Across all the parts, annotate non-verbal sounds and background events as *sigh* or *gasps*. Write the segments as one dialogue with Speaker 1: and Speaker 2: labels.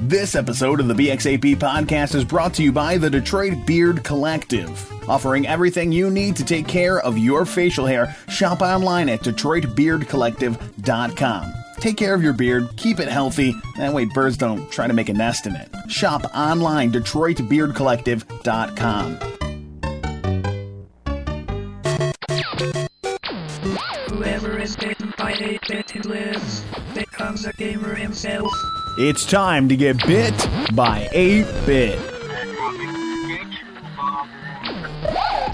Speaker 1: This episode of the BXAP podcast is brought to you by the Detroit Beard Collective, offering everything you need to take care of your facial hair. Shop online at DetroitBeardCollective.com. Take care of your beard, keep it healthy, that way birds don't try to make a nest in it. Shop online, DetroitBeardCollective.com.
Speaker 2: Whoever is bitten by a bit and lives becomes a gamer himself.
Speaker 1: It's time to get bit by 8 Bit.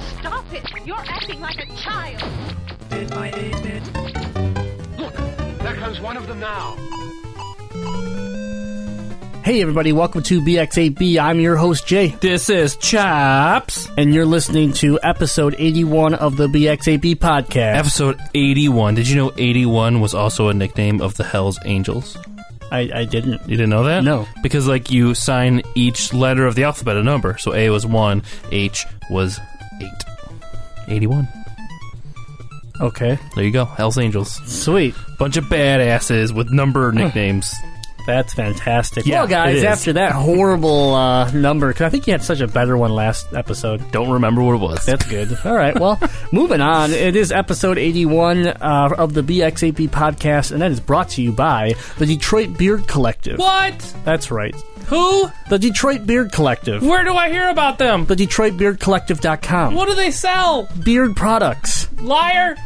Speaker 3: Stop it! You're acting like a child!
Speaker 2: Bit by a bit.
Speaker 4: There comes one of them now.
Speaker 5: Hey, everybody, welcome to BX8B. I'm your host, Jay,
Speaker 6: This is Chops.
Speaker 5: and you're listening to episode 81 of the BX8B podcast.
Speaker 6: Episode 81. Did you know 81 was also a nickname of the Hells Angels?
Speaker 5: I, I didn't.
Speaker 6: You didn't know that?
Speaker 5: No.
Speaker 6: Because, like, you sign each letter of the alphabet a number. So A was 1, H was 8. 81.
Speaker 5: Okay.
Speaker 6: There you go. Hells Angels.
Speaker 5: Sweet.
Speaker 6: Bunch of badasses with number nicknames.
Speaker 5: That's fantastic.
Speaker 6: Yeah,
Speaker 5: well, guys,
Speaker 6: it is.
Speaker 5: after that horrible uh, number, because I think you had such a better one last episode.
Speaker 6: Don't remember what it was.
Speaker 5: That's good. All right.
Speaker 6: *laughs*
Speaker 5: Well, moving on. It is episode 81 uh, of the BXAP podcast, and that is brought to you by the Detroit Beard Collective.
Speaker 6: what?
Speaker 5: That's right.
Speaker 6: Who?
Speaker 5: The Detroit Beard Collective.
Speaker 6: Where do I hear about them?
Speaker 5: The DetroitBeardCollective.com.
Speaker 6: do they sell?
Speaker 5: Beard products.
Speaker 6: Liar!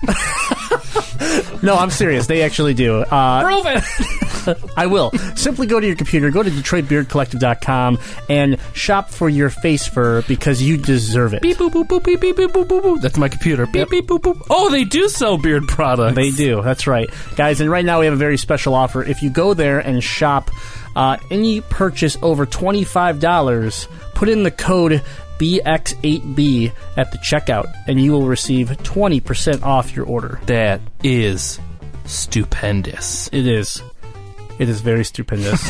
Speaker 5: No, I'm serious. They actually do. Uh,
Speaker 6: Prove it!
Speaker 5: I will. Simply go to your computer, go to DetroitBeardCollective.com, and shop for your face fur because you deserve it.
Speaker 6: *laughs* beep boop boop boop beep beep beep boop boop boop. That's my computer. Beep
Speaker 5: Yep.
Speaker 6: beep boop boop. Oh, they do sell beard products.
Speaker 5: They do. That's right. Guys, and right now we have a very special offer. If you go there and shop uh, any purchase over $25, put in the code BX8B at the checkout, and you will receive 20% off your order.
Speaker 6: That is stupendous.
Speaker 5: It is. It is very
Speaker 6: *laughs*
Speaker 5: stupendous.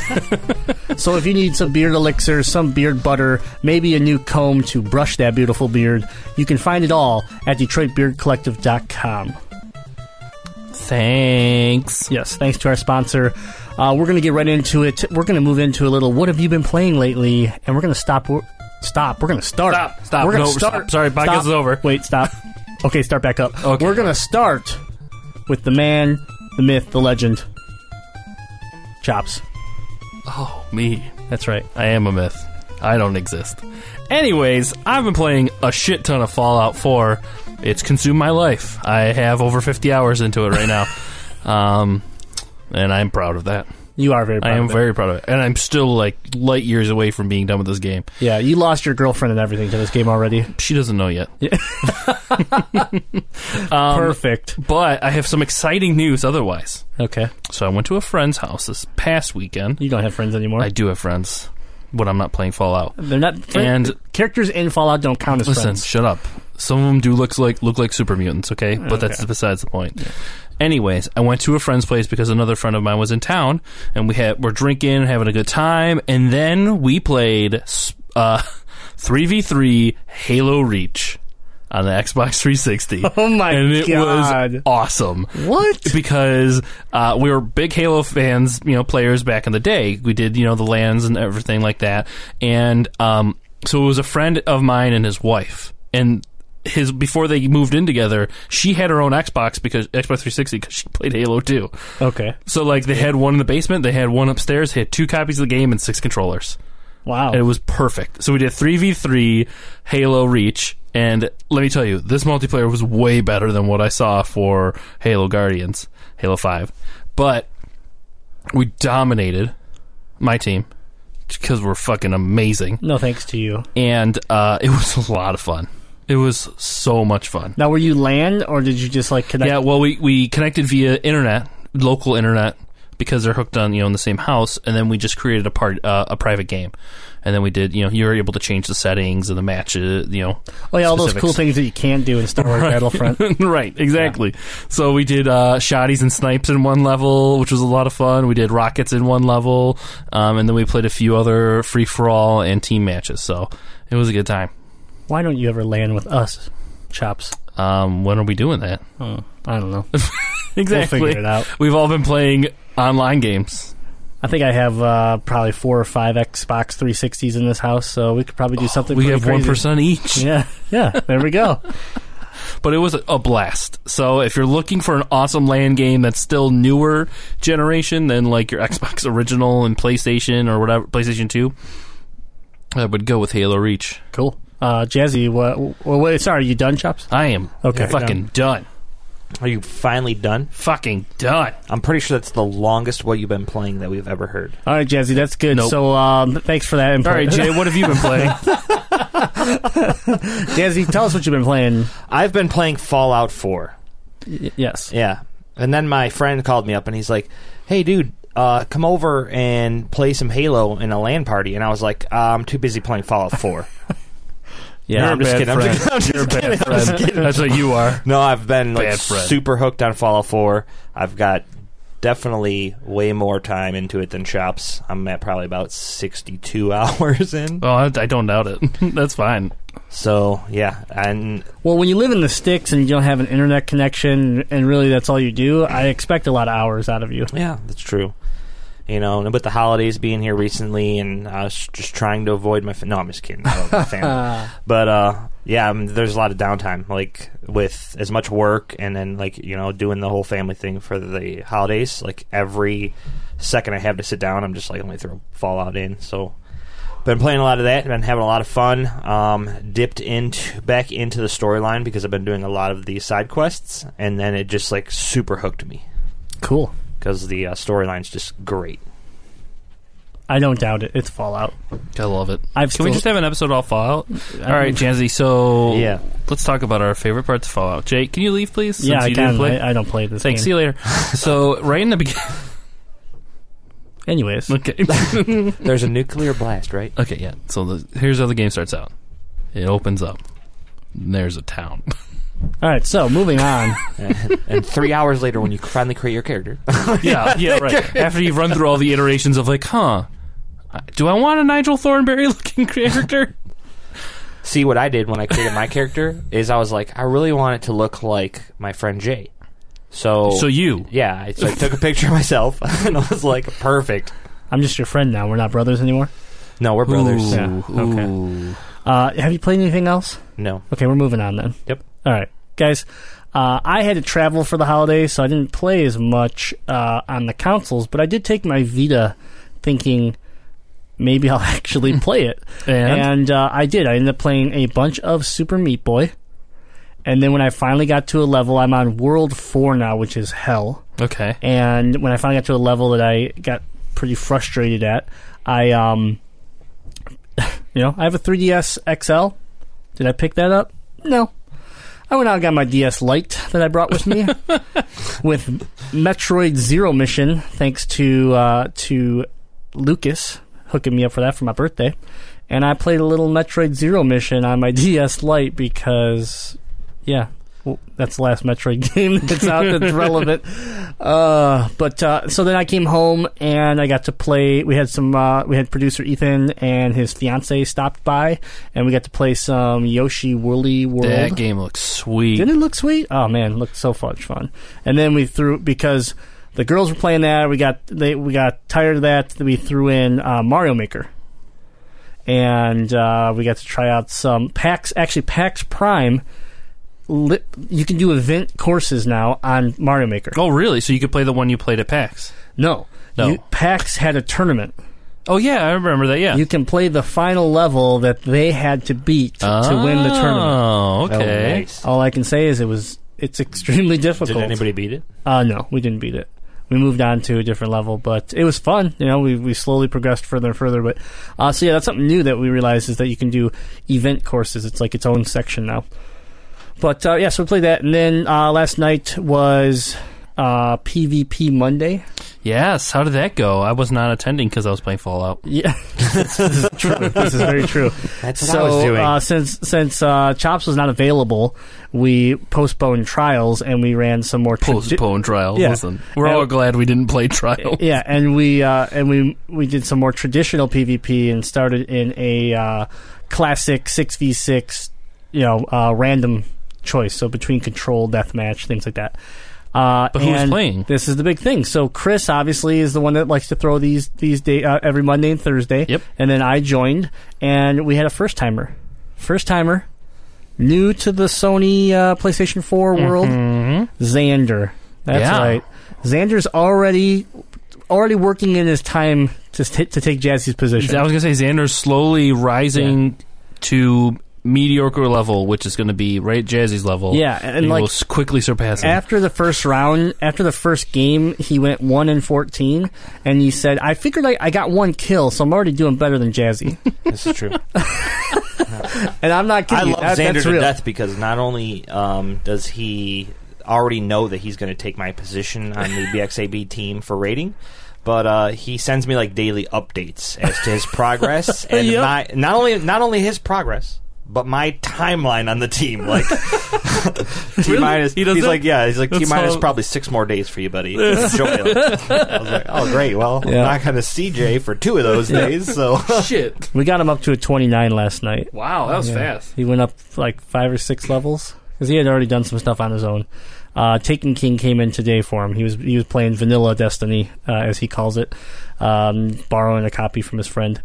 Speaker 5: so if you need some beard elixir, some beard butter, maybe a new comb to brush that beautiful beard, you can find it all at DetroitBeardCollective.com.
Speaker 6: Thanks.
Speaker 5: Yes, thanks to our sponsor. Uh, we're going to get right into it. We're going to move into a little what have you been playing lately, and we're going to stop. Stop. We're going to start.
Speaker 6: Stop, stop.
Speaker 5: We're going
Speaker 6: No,
Speaker 5: to
Speaker 6: stop.
Speaker 5: start.
Speaker 6: Sorry, podcast
Speaker 5: Stop.
Speaker 6: is over.
Speaker 5: Wait, stop. okay, start back up.
Speaker 6: Okay.
Speaker 5: We're going to start with the man, the myth, the legend. Chops.
Speaker 6: Oh, me.
Speaker 5: That's right.
Speaker 6: I am a myth. I don't exist. Anyways, I've been playing a shit ton of Fallout 4. It's consumed my life. I have over 50 hours into it
Speaker 5: *laughs*
Speaker 6: right now. um, and I'm proud of that.
Speaker 5: You are very. Proud
Speaker 6: I am
Speaker 5: of it.
Speaker 6: very proud of it. And I'm still like light years away from being done with this game.
Speaker 5: Yeah, you lost your girlfriend and everything to this game already.
Speaker 6: She doesn't know yet. Um,
Speaker 5: Perfect.
Speaker 6: But I have some exciting news otherwise.
Speaker 5: Okay,
Speaker 6: So I went to a friend's house this past weekend.
Speaker 5: you don't have friends anymore.
Speaker 6: I do have friends when I'm not playing Fallout.
Speaker 5: They're not.
Speaker 6: And-
Speaker 5: characters in Fallout don't count as
Speaker 6: Listen,
Speaker 5: friends.
Speaker 6: shut up. Some of them do look like look like super mutants, okay? But that's besides the point. Anyways, I went to a friend's place because another friend of mine was in town, and we had we're drinking, having a good time, and then we played uh, *laughs* three v three Halo Reach on the Xbox 360.
Speaker 5: *laughs* Oh my
Speaker 6: and it
Speaker 5: God.
Speaker 6: was awesome.
Speaker 5: What?
Speaker 6: because uh, we were big Halo fans, you know, players back in the day. We did, you know, the lands and everything like that. And um, so it was a friend of mine and his wife. And his before they moved in together, she had her own Xbox because Xbox 360 because she played Halo 2.
Speaker 5: Okay.
Speaker 6: So like they had one in the basement, they had one upstairs, they had two copies of the game and six controllers.
Speaker 5: Wow.
Speaker 6: And it was perfect. So we did 3v3 Halo Reach. And let me tell you, this multiplayer was way better than what I saw for Halo Guardians, Halo 5. But we dominated my team because we're fucking amazing.
Speaker 5: no thanks to you.
Speaker 6: And uh, *laughs* it was a lot of fun. It was so much fun.
Speaker 5: Now, were you land or did you just like connect?
Speaker 6: Yeah, well, we, we connected via internet, local internet, because they're hooked on you know in the same house, and then we just created a part uh, a private game, and then we did you know you were able to change the settings and the matches, you know.
Speaker 5: oh yeah, all those cool
Speaker 6: specifics.
Speaker 5: things that you can do in Star Wars
Speaker 6: *laughs*
Speaker 5: Battlefront.
Speaker 6: right, exactly. So we did uh, shotties and snipes in one level, which was a lot of fun. We did rockets in one level, um, and then we played a few other free for all and team matches. So it was a good time.
Speaker 5: Why don't you ever land with us, Chops?
Speaker 6: Um, when are we doing that?
Speaker 5: I don't know.
Speaker 6: Exactly.
Speaker 5: it out.
Speaker 6: We've all been playing online games.
Speaker 5: I think I have uh, probably four or five Xbox 360s in this house, so we could probably
Speaker 6: *gasps*
Speaker 5: do something.
Speaker 6: we
Speaker 5: pretty
Speaker 6: have one
Speaker 5: crazy.
Speaker 6: percent each,
Speaker 5: Yeah, yeah. There we go.
Speaker 6: but it was a blast. So if you're looking for an awesome land game that's still newer generation than like your *laughs* Xbox original and PlayStation or whatever PlayStation Two, I would go with Halo Reach.
Speaker 5: cool. Uh, Jazzy, what, what, what? Sorry, you done, chops?
Speaker 6: I am
Speaker 5: Okay,
Speaker 6: fucking done,
Speaker 7: Are you finally done?
Speaker 6: fucking done.
Speaker 7: I'm pretty sure that's the longest what you've been playing that we've ever heard.
Speaker 5: All right, Jazzy, that's good.
Speaker 6: Nope.
Speaker 5: So, um, thanks for that input.
Speaker 6: All right,
Speaker 5: *laughs*
Speaker 6: Jay, what have you been playing?
Speaker 5: Jazzy, tell us what you've been playing.
Speaker 7: I've been playing Fallout 4.
Speaker 5: Y- yes.
Speaker 7: Yeah. And then my friend called me up and he's like, "Hey, dude, uh, come over and play some Halo in a LAN party." And I was like, uh, "I'm too busy playing *laughs* Fallout 4."
Speaker 5: Yeah.
Speaker 7: No, I'm just
Speaker 6: bad
Speaker 7: kidding. I'm
Speaker 6: friend.
Speaker 7: just, I'm just
Speaker 6: You're a bad
Speaker 7: kidding. I'm
Speaker 6: friend.
Speaker 7: just kidding.
Speaker 6: That's what you are.
Speaker 7: No, I've been like
Speaker 6: Bad friend.
Speaker 7: super hooked on Fallout 4. I've got definitely way more time into it than Chops. I'm at probably about 62 *laughs* hours in.
Speaker 6: Well, I, I don't doubt it. *laughs* That's fine.
Speaker 7: So, yeah, and
Speaker 5: *laughs* Well, when you live in the sticks and you don't have an internet connection, and really that's all you do, I expect a lot of hours out of you.
Speaker 7: yeah, that's true. You know, and with the holidays being here recently, and I was just trying to avoid my. Fa- no, I'm just kidding. I love my family, but uh, yeah, um there's a lot of downtime, like with as much work, and then like you know doing the whole family thing for the holidays. Like every second I have to sit down, I'm just like I'm gonna throw Fallout in. So, been playing a lot of that. Been having a lot of fun. Um, dipped into back into the storyline because I've been doing a lot of these side quests, and then it just like super hooked me
Speaker 5: Cool.
Speaker 7: because the uh, storyline's just great.
Speaker 5: I don't doubt it. It's Fallout.
Speaker 6: I love it.
Speaker 5: I've
Speaker 6: Can we
Speaker 5: still-
Speaker 6: just have an episode all Fallout? All right, Janzi. So
Speaker 7: Yeah.
Speaker 6: let's talk about our favorite parts of Fallout. Jake, can you leave, please?
Speaker 5: yeah,
Speaker 6: Since
Speaker 5: I
Speaker 6: you didn't
Speaker 5: can.
Speaker 6: play-
Speaker 5: I, I don't play this
Speaker 6: Thanks. See
Speaker 5: game.
Speaker 6: you later. *laughs* so right in the beginning.
Speaker 5: Anyways,
Speaker 6: *laughs* Okay. *laughs*
Speaker 7: There's a nuclear blast, right?
Speaker 6: okay. Yeah. So the, here's how the game starts out. It opens up. And there's a town.
Speaker 5: all right. So moving on.
Speaker 7: and three *laughs* hours later, when you finally create your character,
Speaker 6: *laughs*
Speaker 7: *laughs*
Speaker 6: yeah. Yeah. Right. *laughs* After you've run through all the iterations of like, huh. I- Do I want a Nigel Thornberry looking character?
Speaker 7: see what I did when I created my character is I was like, I really want it to look like my friend Jay. So,
Speaker 6: So you,
Speaker 7: yeah, I, so I took a picture of myself *laughs* and I was like, perfect.
Speaker 5: I'm just your friend now. We're not brothers anymore.
Speaker 7: No, we're brothers.
Speaker 6: Ooh,
Speaker 5: Yeah, okay.
Speaker 6: ooh.
Speaker 5: Uh, have you played anything else?
Speaker 7: No,
Speaker 5: Okay, we're moving on then.
Speaker 7: Yep.
Speaker 5: All right, guys. Uh, I had to travel for the holidays, so I didn't play as much uh, on the consoles, but I did take my Vita, thinking maybe *laughs* I'll actually play it.
Speaker 6: And?
Speaker 5: uh, I did. I ended up playing a bunch of Super Meat Boy, and then when I finally got to a level, I'm on World Four now, which is hell.
Speaker 6: *laughs* Okay.
Speaker 5: And when I finally got to a level that I got pretty frustrated at, I um, *laughs* you know, I have a 3DS XL. Did I pick that up? No. I went out Oh, and got my DS Lite that I brought with me, with Metroid Zero Mission. Thanks to uh, to Lucas hooking me up for that for my birthday, and I played a little Metroid Zero Mission on my *laughs* DS Lite because, yeah, well, that's the last Metroid *laughs* game that's out that's relevant. Uh, but uh, so then I came home and I got to play. We had some. Uh, we had producer Ethan and his fiance stopped by, and we got to play some Yoshi Woolly World.
Speaker 6: That game looks sweet.
Speaker 5: Didn't it look sweet? Oh man, it looked so much fun. And then we threw because the girls were playing that. We got they we got tired of that. We threw in uh, Mario Maker, and uh, we got to try out some PAX. Actually, PAX Prime. Li- you can do event courses now on Mario Maker.
Speaker 6: Oh, really? So you could play the one you played at PAX?
Speaker 5: No,
Speaker 6: No.
Speaker 5: You, PAX had a tournament.
Speaker 6: Oh, yeah, I remember that. Yeah.
Speaker 5: You can play the final level that they had to beat
Speaker 6: oh,
Speaker 5: to win the tournament.
Speaker 6: Oh,
Speaker 7: Oh,
Speaker 6: okay.
Speaker 7: nice.
Speaker 5: All I can say is it was it's extremely difficult.
Speaker 7: Did anybody beat it?
Speaker 5: Uh, no, we didn't beat it. We moved on to a different level, but it was fun. You know, we, we slowly progressed further and further. But uh, so yeah, that's something new that we realized is that you can do event courses. It's like its own section now. But uh, yeah, so we played that, and then uh, last night was uh, PvP Monday.
Speaker 6: Yes. How did that go? I was not attending because I was playing Fallout.
Speaker 5: Yeah, *laughs* this is true. This is very true.
Speaker 7: That's what
Speaker 5: so
Speaker 7: I was doing.
Speaker 5: Uh, since since uh, Chops was not available, we postponed trials and we ran some more tradi-
Speaker 6: Postpone trials.
Speaker 5: Yeah.
Speaker 6: Listen, we're all
Speaker 5: And-
Speaker 6: glad we didn't play trial.
Speaker 5: Yeah, and we uh, and we we did some more traditional PvP and started in a uh, classic six v six, you know, uh, random choice. So between control, deathmatch, things like that. Uh,
Speaker 6: But who's
Speaker 5: and
Speaker 6: playing?
Speaker 5: This is the big thing. So Chris obviously is the one that likes to throw these these day uh, every Monday and Thursday.
Speaker 6: Yep.
Speaker 5: And then I joined, and we had a first timer, first timer, new to the Sony uh, PlayStation 4 world, Xander. That's
Speaker 6: Mm-hmm. Yeah.
Speaker 5: right. Xander's already already working in his time to st- to take Jazzy's position.
Speaker 6: I was gonna say Xander's slowly rising to mediocre level, which is gonna be right at Jazzy's level.
Speaker 5: Yeah, and
Speaker 6: he
Speaker 5: like-
Speaker 6: will s- quickly surpass him.
Speaker 5: after the first round, after the first game, he went one and fourteen, and he said, "I figured I, I got one kill, so I'm already doing better than Jazzy." *laughs*
Speaker 7: This is true.
Speaker 5: and I'm not
Speaker 7: I
Speaker 5: kidding. you.
Speaker 7: love
Speaker 5: That-
Speaker 7: Xander
Speaker 5: that's
Speaker 7: to
Speaker 5: real.
Speaker 7: death because not only um, does he already know that he's going to take my position on the BXAB team for rating, but uh, he sends me like daily updates as to his progress and
Speaker 5: Yep.
Speaker 7: my not only not only his progress. But my timeline on the team, like T minus,
Speaker 6: He does
Speaker 7: he's
Speaker 6: that?
Speaker 7: like, yeah, he's like T
Speaker 6: That's
Speaker 7: minus
Speaker 6: how-
Speaker 7: probably six more days for you, buddy. Enjoy it. I was like, oh great, well
Speaker 5: Yeah.
Speaker 7: I'm not gonna CJ for two of those days, so
Speaker 6: Oh, Shit!
Speaker 5: We got him up to a twenty nine last night.
Speaker 6: Wow, that was
Speaker 5: Yeah.
Speaker 6: fast.
Speaker 5: He went up like five or six levels because he had already done some stuff on his own. Uh, Taken King came in today for him. He was he was playing Vanilla Destiny, uh, as he calls it, um, borrowing a copy from his friend,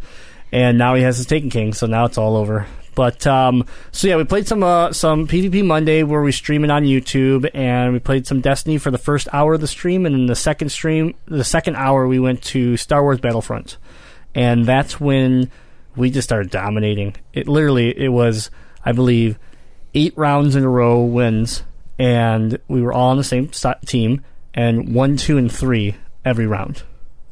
Speaker 5: and now he has his Taken King. So now it's all over. But um, so yeah, we played some uh, some PvP Monday where we stream it on YouTube, and we played some Destiny for the first hour of the stream, and in the second stream, the second hour, we went to Star Wars Battlefront and that's when we just started dominating. It literally it was, I believe, eight rounds in a row wins, and we were all on the same si- team, and one, two, and three every round.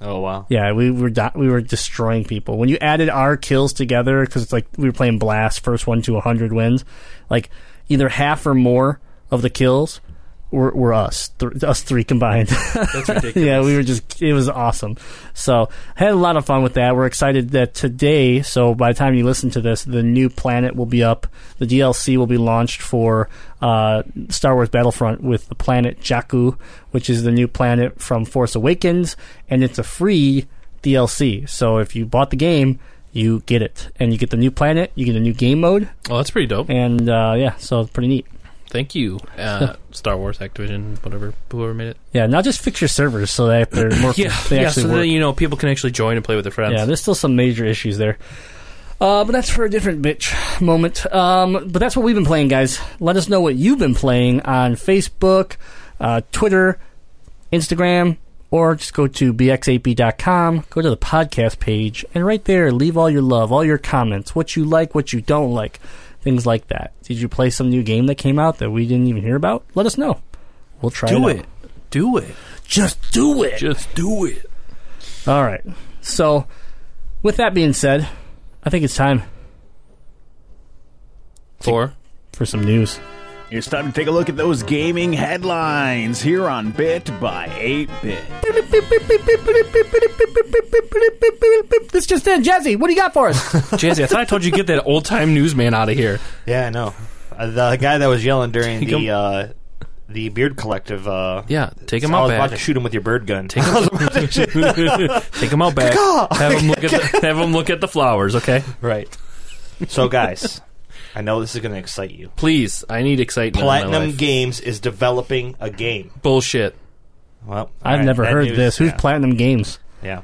Speaker 7: Oh wow.
Speaker 5: Yeah, we were do- we were destroying people. When you added our kills together, because it's like we were playing blast first one to hundred wins, like either half or more of the kills were, were us th- us three combined. *laughs*
Speaker 6: That's ridiculous.
Speaker 5: yeah, we were just it was awesome. So had a lot of fun with that. We're excited that today, so by the time you listen to this, the new planet will be up. The DLC will be launched for uh, Star Wars Battlefront with the planet Jakku, which is the new planet from Force Awakens, and it's a free DLC. So if you bought the game, you get it, and you get the new planet, you get a new game mode,
Speaker 6: Oh, that's pretty dope.
Speaker 5: and uh, yeah, so it's pretty neat.
Speaker 6: Thank you,
Speaker 5: *laughs*
Speaker 6: uh, Star Wars, Activision, whatever, whoever made it.
Speaker 5: Yeah, now just fix your servers so that they're more they
Speaker 6: *laughs* yeah.
Speaker 5: actually
Speaker 6: So
Speaker 5: work.
Speaker 6: then you know people can actually join and play with their friends.
Speaker 5: Yeah, there's still some major issues there. Uh, but that's for a different bitch moment. Um, but that's what we've been playing, guys. Let us know what you've been playing on Facebook, uh, Twitter, Instagram, or just go to bxap.com, go to the podcast page, and right there, leave all your love, all your comments, what you like, what you don't like, things like that. Did you play some new game that came out that we didn't even hear about? Let us know. We'll try
Speaker 6: do
Speaker 5: it. out.
Speaker 6: it, do it,
Speaker 5: Just do it.
Speaker 6: just do it.
Speaker 5: All right. So, with that being said, I think it's time
Speaker 6: Four.
Speaker 5: for some news.
Speaker 1: It's time to take a look at those gaming headlines here on Bit by 8 Bit.
Speaker 5: This just in, Jazzy. What do you got for
Speaker 6: *laughs*
Speaker 5: us?
Speaker 6: *laughs* Jazzy, I thought I told you to get that old time newsman out of *laughs* here.
Speaker 7: Yeah, I know. Uh, The guy that was yelling during
Speaker 6: Take him-
Speaker 7: the uh, the beard collective. Uh,
Speaker 6: Yeah, take him
Speaker 7: I
Speaker 6: out
Speaker 7: was about
Speaker 6: back.
Speaker 7: to shoot him with your bird gun. *laughs*
Speaker 6: Take him, take him out back. Have him look at the, have him look at the flowers. Okay,
Speaker 7: right. So, guys, I know this is going to excite you.
Speaker 6: please. I need excitement. in my
Speaker 7: Platinum
Speaker 6: life.
Speaker 7: Games is developing a game.
Speaker 6: bullshit.
Speaker 7: Well,
Speaker 5: I've
Speaker 7: alright,
Speaker 5: never
Speaker 7: that
Speaker 5: heard
Speaker 7: news-
Speaker 5: this. Who's
Speaker 7: yeah,
Speaker 5: Platinum Games?
Speaker 7: Yeah,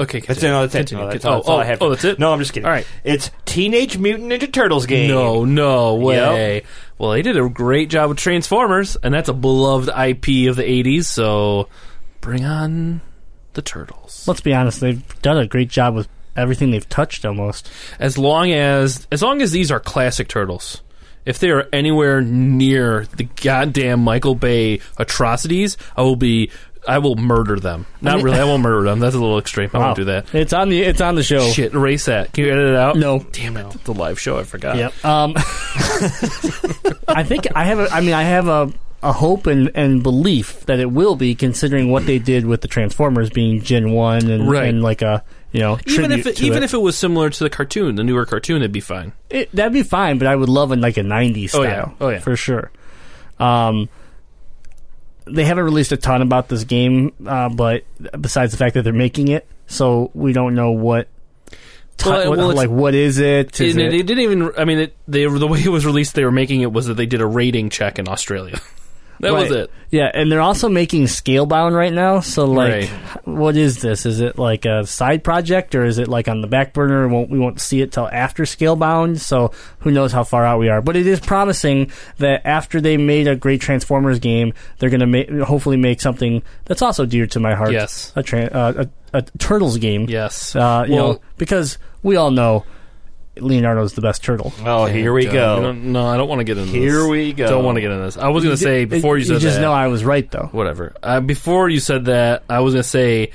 Speaker 6: Okay,
Speaker 7: that's it. No, that's it.
Speaker 6: Continue,
Speaker 7: No, that's
Speaker 6: continue.
Speaker 7: all, that's all
Speaker 6: oh,
Speaker 7: I have.
Speaker 6: oh, that's it.
Speaker 7: No, I'm just kidding.
Speaker 6: All right.
Speaker 7: it's Teenage Mutant Ninja Turtles game.
Speaker 6: No, no
Speaker 7: Yep.
Speaker 6: way. Well, they did a great job with Transformers, and that's a beloved IP of the '80s. So, bring on the turtles.
Speaker 5: Let's be honest. They've done a great job with everything they've touched almost.
Speaker 6: as long as as long as these are classic turtles if they are anywhere near the goddamn michael bay atrocities i will be i will murder them not
Speaker 5: mean-
Speaker 6: really i
Speaker 7: *laughs*
Speaker 6: won't murder them that's a little extreme i won't do that
Speaker 5: It's on the it's on the show. Oh,
Speaker 6: shit erase that can you edit it out
Speaker 5: No.
Speaker 6: damn it the live show i forgot
Speaker 5: Yep. Um, *laughs* I think I have. A, I mean, I have a a hope and, and belief that it will be, considering what they did with the Transformers being Gen One and,
Speaker 6: Right.
Speaker 5: and like a you know
Speaker 6: even if
Speaker 5: tribute
Speaker 6: it,
Speaker 5: to
Speaker 6: even
Speaker 5: it.
Speaker 6: if it was similar to the cartoon the newer cartoon it'd be fine
Speaker 5: It- that'd be fine, but I would love a, like a '90s
Speaker 6: Oh,
Speaker 5: style.
Speaker 6: yeah. Oh, yeah.
Speaker 5: for sure. Um, they haven't released a ton about this game, uh, but besides the fact that they're making it, so we don't know what. ti-
Speaker 6: Well,
Speaker 5: what-
Speaker 6: well, it's-
Speaker 5: like what is it? Is
Speaker 6: and
Speaker 5: it-
Speaker 6: it, it didn't even i mean it, they the way it was released they were making it was that they did a rating check in australia *laughs* That was
Speaker 5: Right.
Speaker 6: it.
Speaker 5: Yeah, and they're also making Scalebound right now. So, like,
Speaker 6: Right.
Speaker 5: what is this? Is it like a side project, or is it like on the back burner? and Won't, we won't see it till after Scalebound. So, who knows how far out we are? But it is promising that after they made a great Transformers game, they're going to ma- hopefully make something that's also dear to my heart.
Speaker 6: Yes.
Speaker 5: a, tran uh, a, a Turtles game.
Speaker 6: Yes.
Speaker 5: uh, you
Speaker 6: Well-
Speaker 5: know, because we all know Leonardo's the best turtle.
Speaker 7: Oh, here we
Speaker 6: God,
Speaker 7: go.
Speaker 6: you don't- No, I don't want to get into this.
Speaker 7: Here we go.
Speaker 6: Don't want to get into this. I was going to say before you said
Speaker 5: you just
Speaker 6: that.
Speaker 5: know I was right though.
Speaker 6: whatever. Uh, before you said that, I was going to say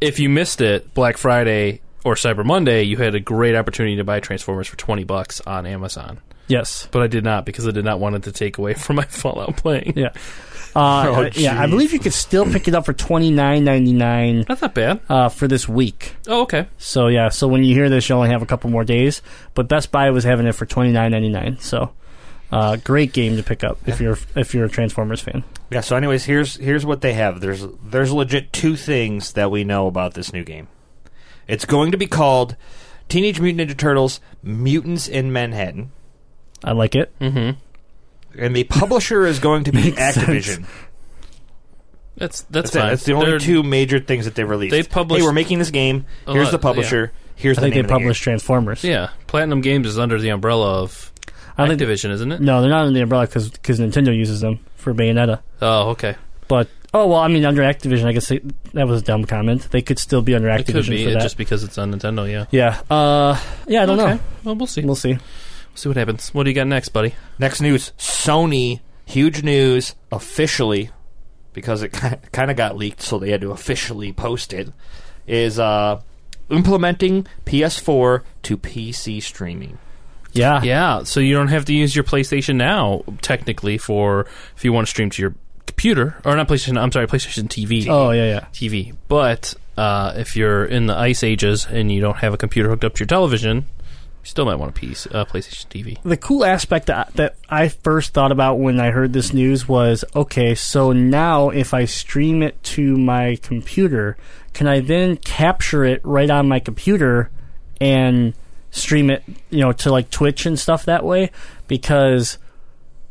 Speaker 6: if you missed it, Black Friday or Cyber Monday, you had a great opportunity to buy Transformers for 20 bucks on Amazon.
Speaker 5: Yes.
Speaker 6: But I did not because I did not want it to take away *laughs* from my Fallout playing. *laughs*
Speaker 5: Yeah. Uh,
Speaker 7: Oh,
Speaker 5: I- yeah, I
Speaker 7: geez.
Speaker 5: believe you could still pick it up for twenty nine ninety nine
Speaker 6: That's not bad.
Speaker 5: uh, for this week.
Speaker 6: Oh, okay.
Speaker 5: So yeah, so when you hear this, you only have a couple more days. But Best Buy was having it for twenty nine ninety nine. So uh, great game to pick up if you're if you're a Transformers fan.
Speaker 7: Yeah. So, anyways, here's here's what they have. There's there's legit two things that we know about this new game. It's going to be called Teenage Mutant Ninja Turtles: Mutants in Manhattan,
Speaker 5: I like it.
Speaker 6: Mm-hmm.
Speaker 7: and the publisher is going to be
Speaker 5: *laughs* Makes
Speaker 7: Activision.
Speaker 6: That's that's,
Speaker 7: That's, it.
Speaker 6: fine.
Speaker 7: That's the only
Speaker 6: They're-
Speaker 7: two major things that they released.
Speaker 6: They published-
Speaker 7: Hey, we're making this game.
Speaker 6: A
Speaker 7: Here's
Speaker 6: lot-
Speaker 7: the publisher. Here's
Speaker 5: I
Speaker 7: the
Speaker 5: think they
Speaker 7: name of the game.
Speaker 5: published Transformers.
Speaker 6: Yeah, Platinum Games is under the umbrella of
Speaker 5: I don't think-
Speaker 6: Activision, isn't it?
Speaker 5: No, they're not in the umbrella because Nintendo uses them for Bayonetta.
Speaker 6: Oh, okay.
Speaker 5: But oh well, I mean under Activision, I guess they, that was a dumb comment. They could still be under
Speaker 6: It could
Speaker 5: Activision
Speaker 6: be
Speaker 5: for
Speaker 6: it
Speaker 5: that.
Speaker 6: just because it's on Nintendo. Yeah.
Speaker 5: yeah, uh, yeah, I don't
Speaker 6: okay.
Speaker 5: know.
Speaker 6: Well, we'll see.
Speaker 5: We'll see.
Speaker 6: see what happens. What do you got next, buddy?
Speaker 7: Next news: Sony. Huge news officially, because it *laughs* kind of got leaked, so they had to officially post it. Is uh, implementing PS4 to PC streaming.
Speaker 5: Yeah,
Speaker 6: Yeah, so you don't have to use your PlayStation now, technically, for if you want to stream to your computer or not PlayStation. I'm sorry, PlayStation TV.
Speaker 5: Oh yeah, yeah.
Speaker 6: TV. But uh, if you're in the ice ages and you don't have a computer hooked up to your television, you still might want a piece uh, PlayStation TV.
Speaker 5: the cool aspect that, that I first thought about when I heard this news was okay, so now if I stream it to my computer, can I then capture it right on my computer and stream it, you know, to like Twitch and stuff that way? Because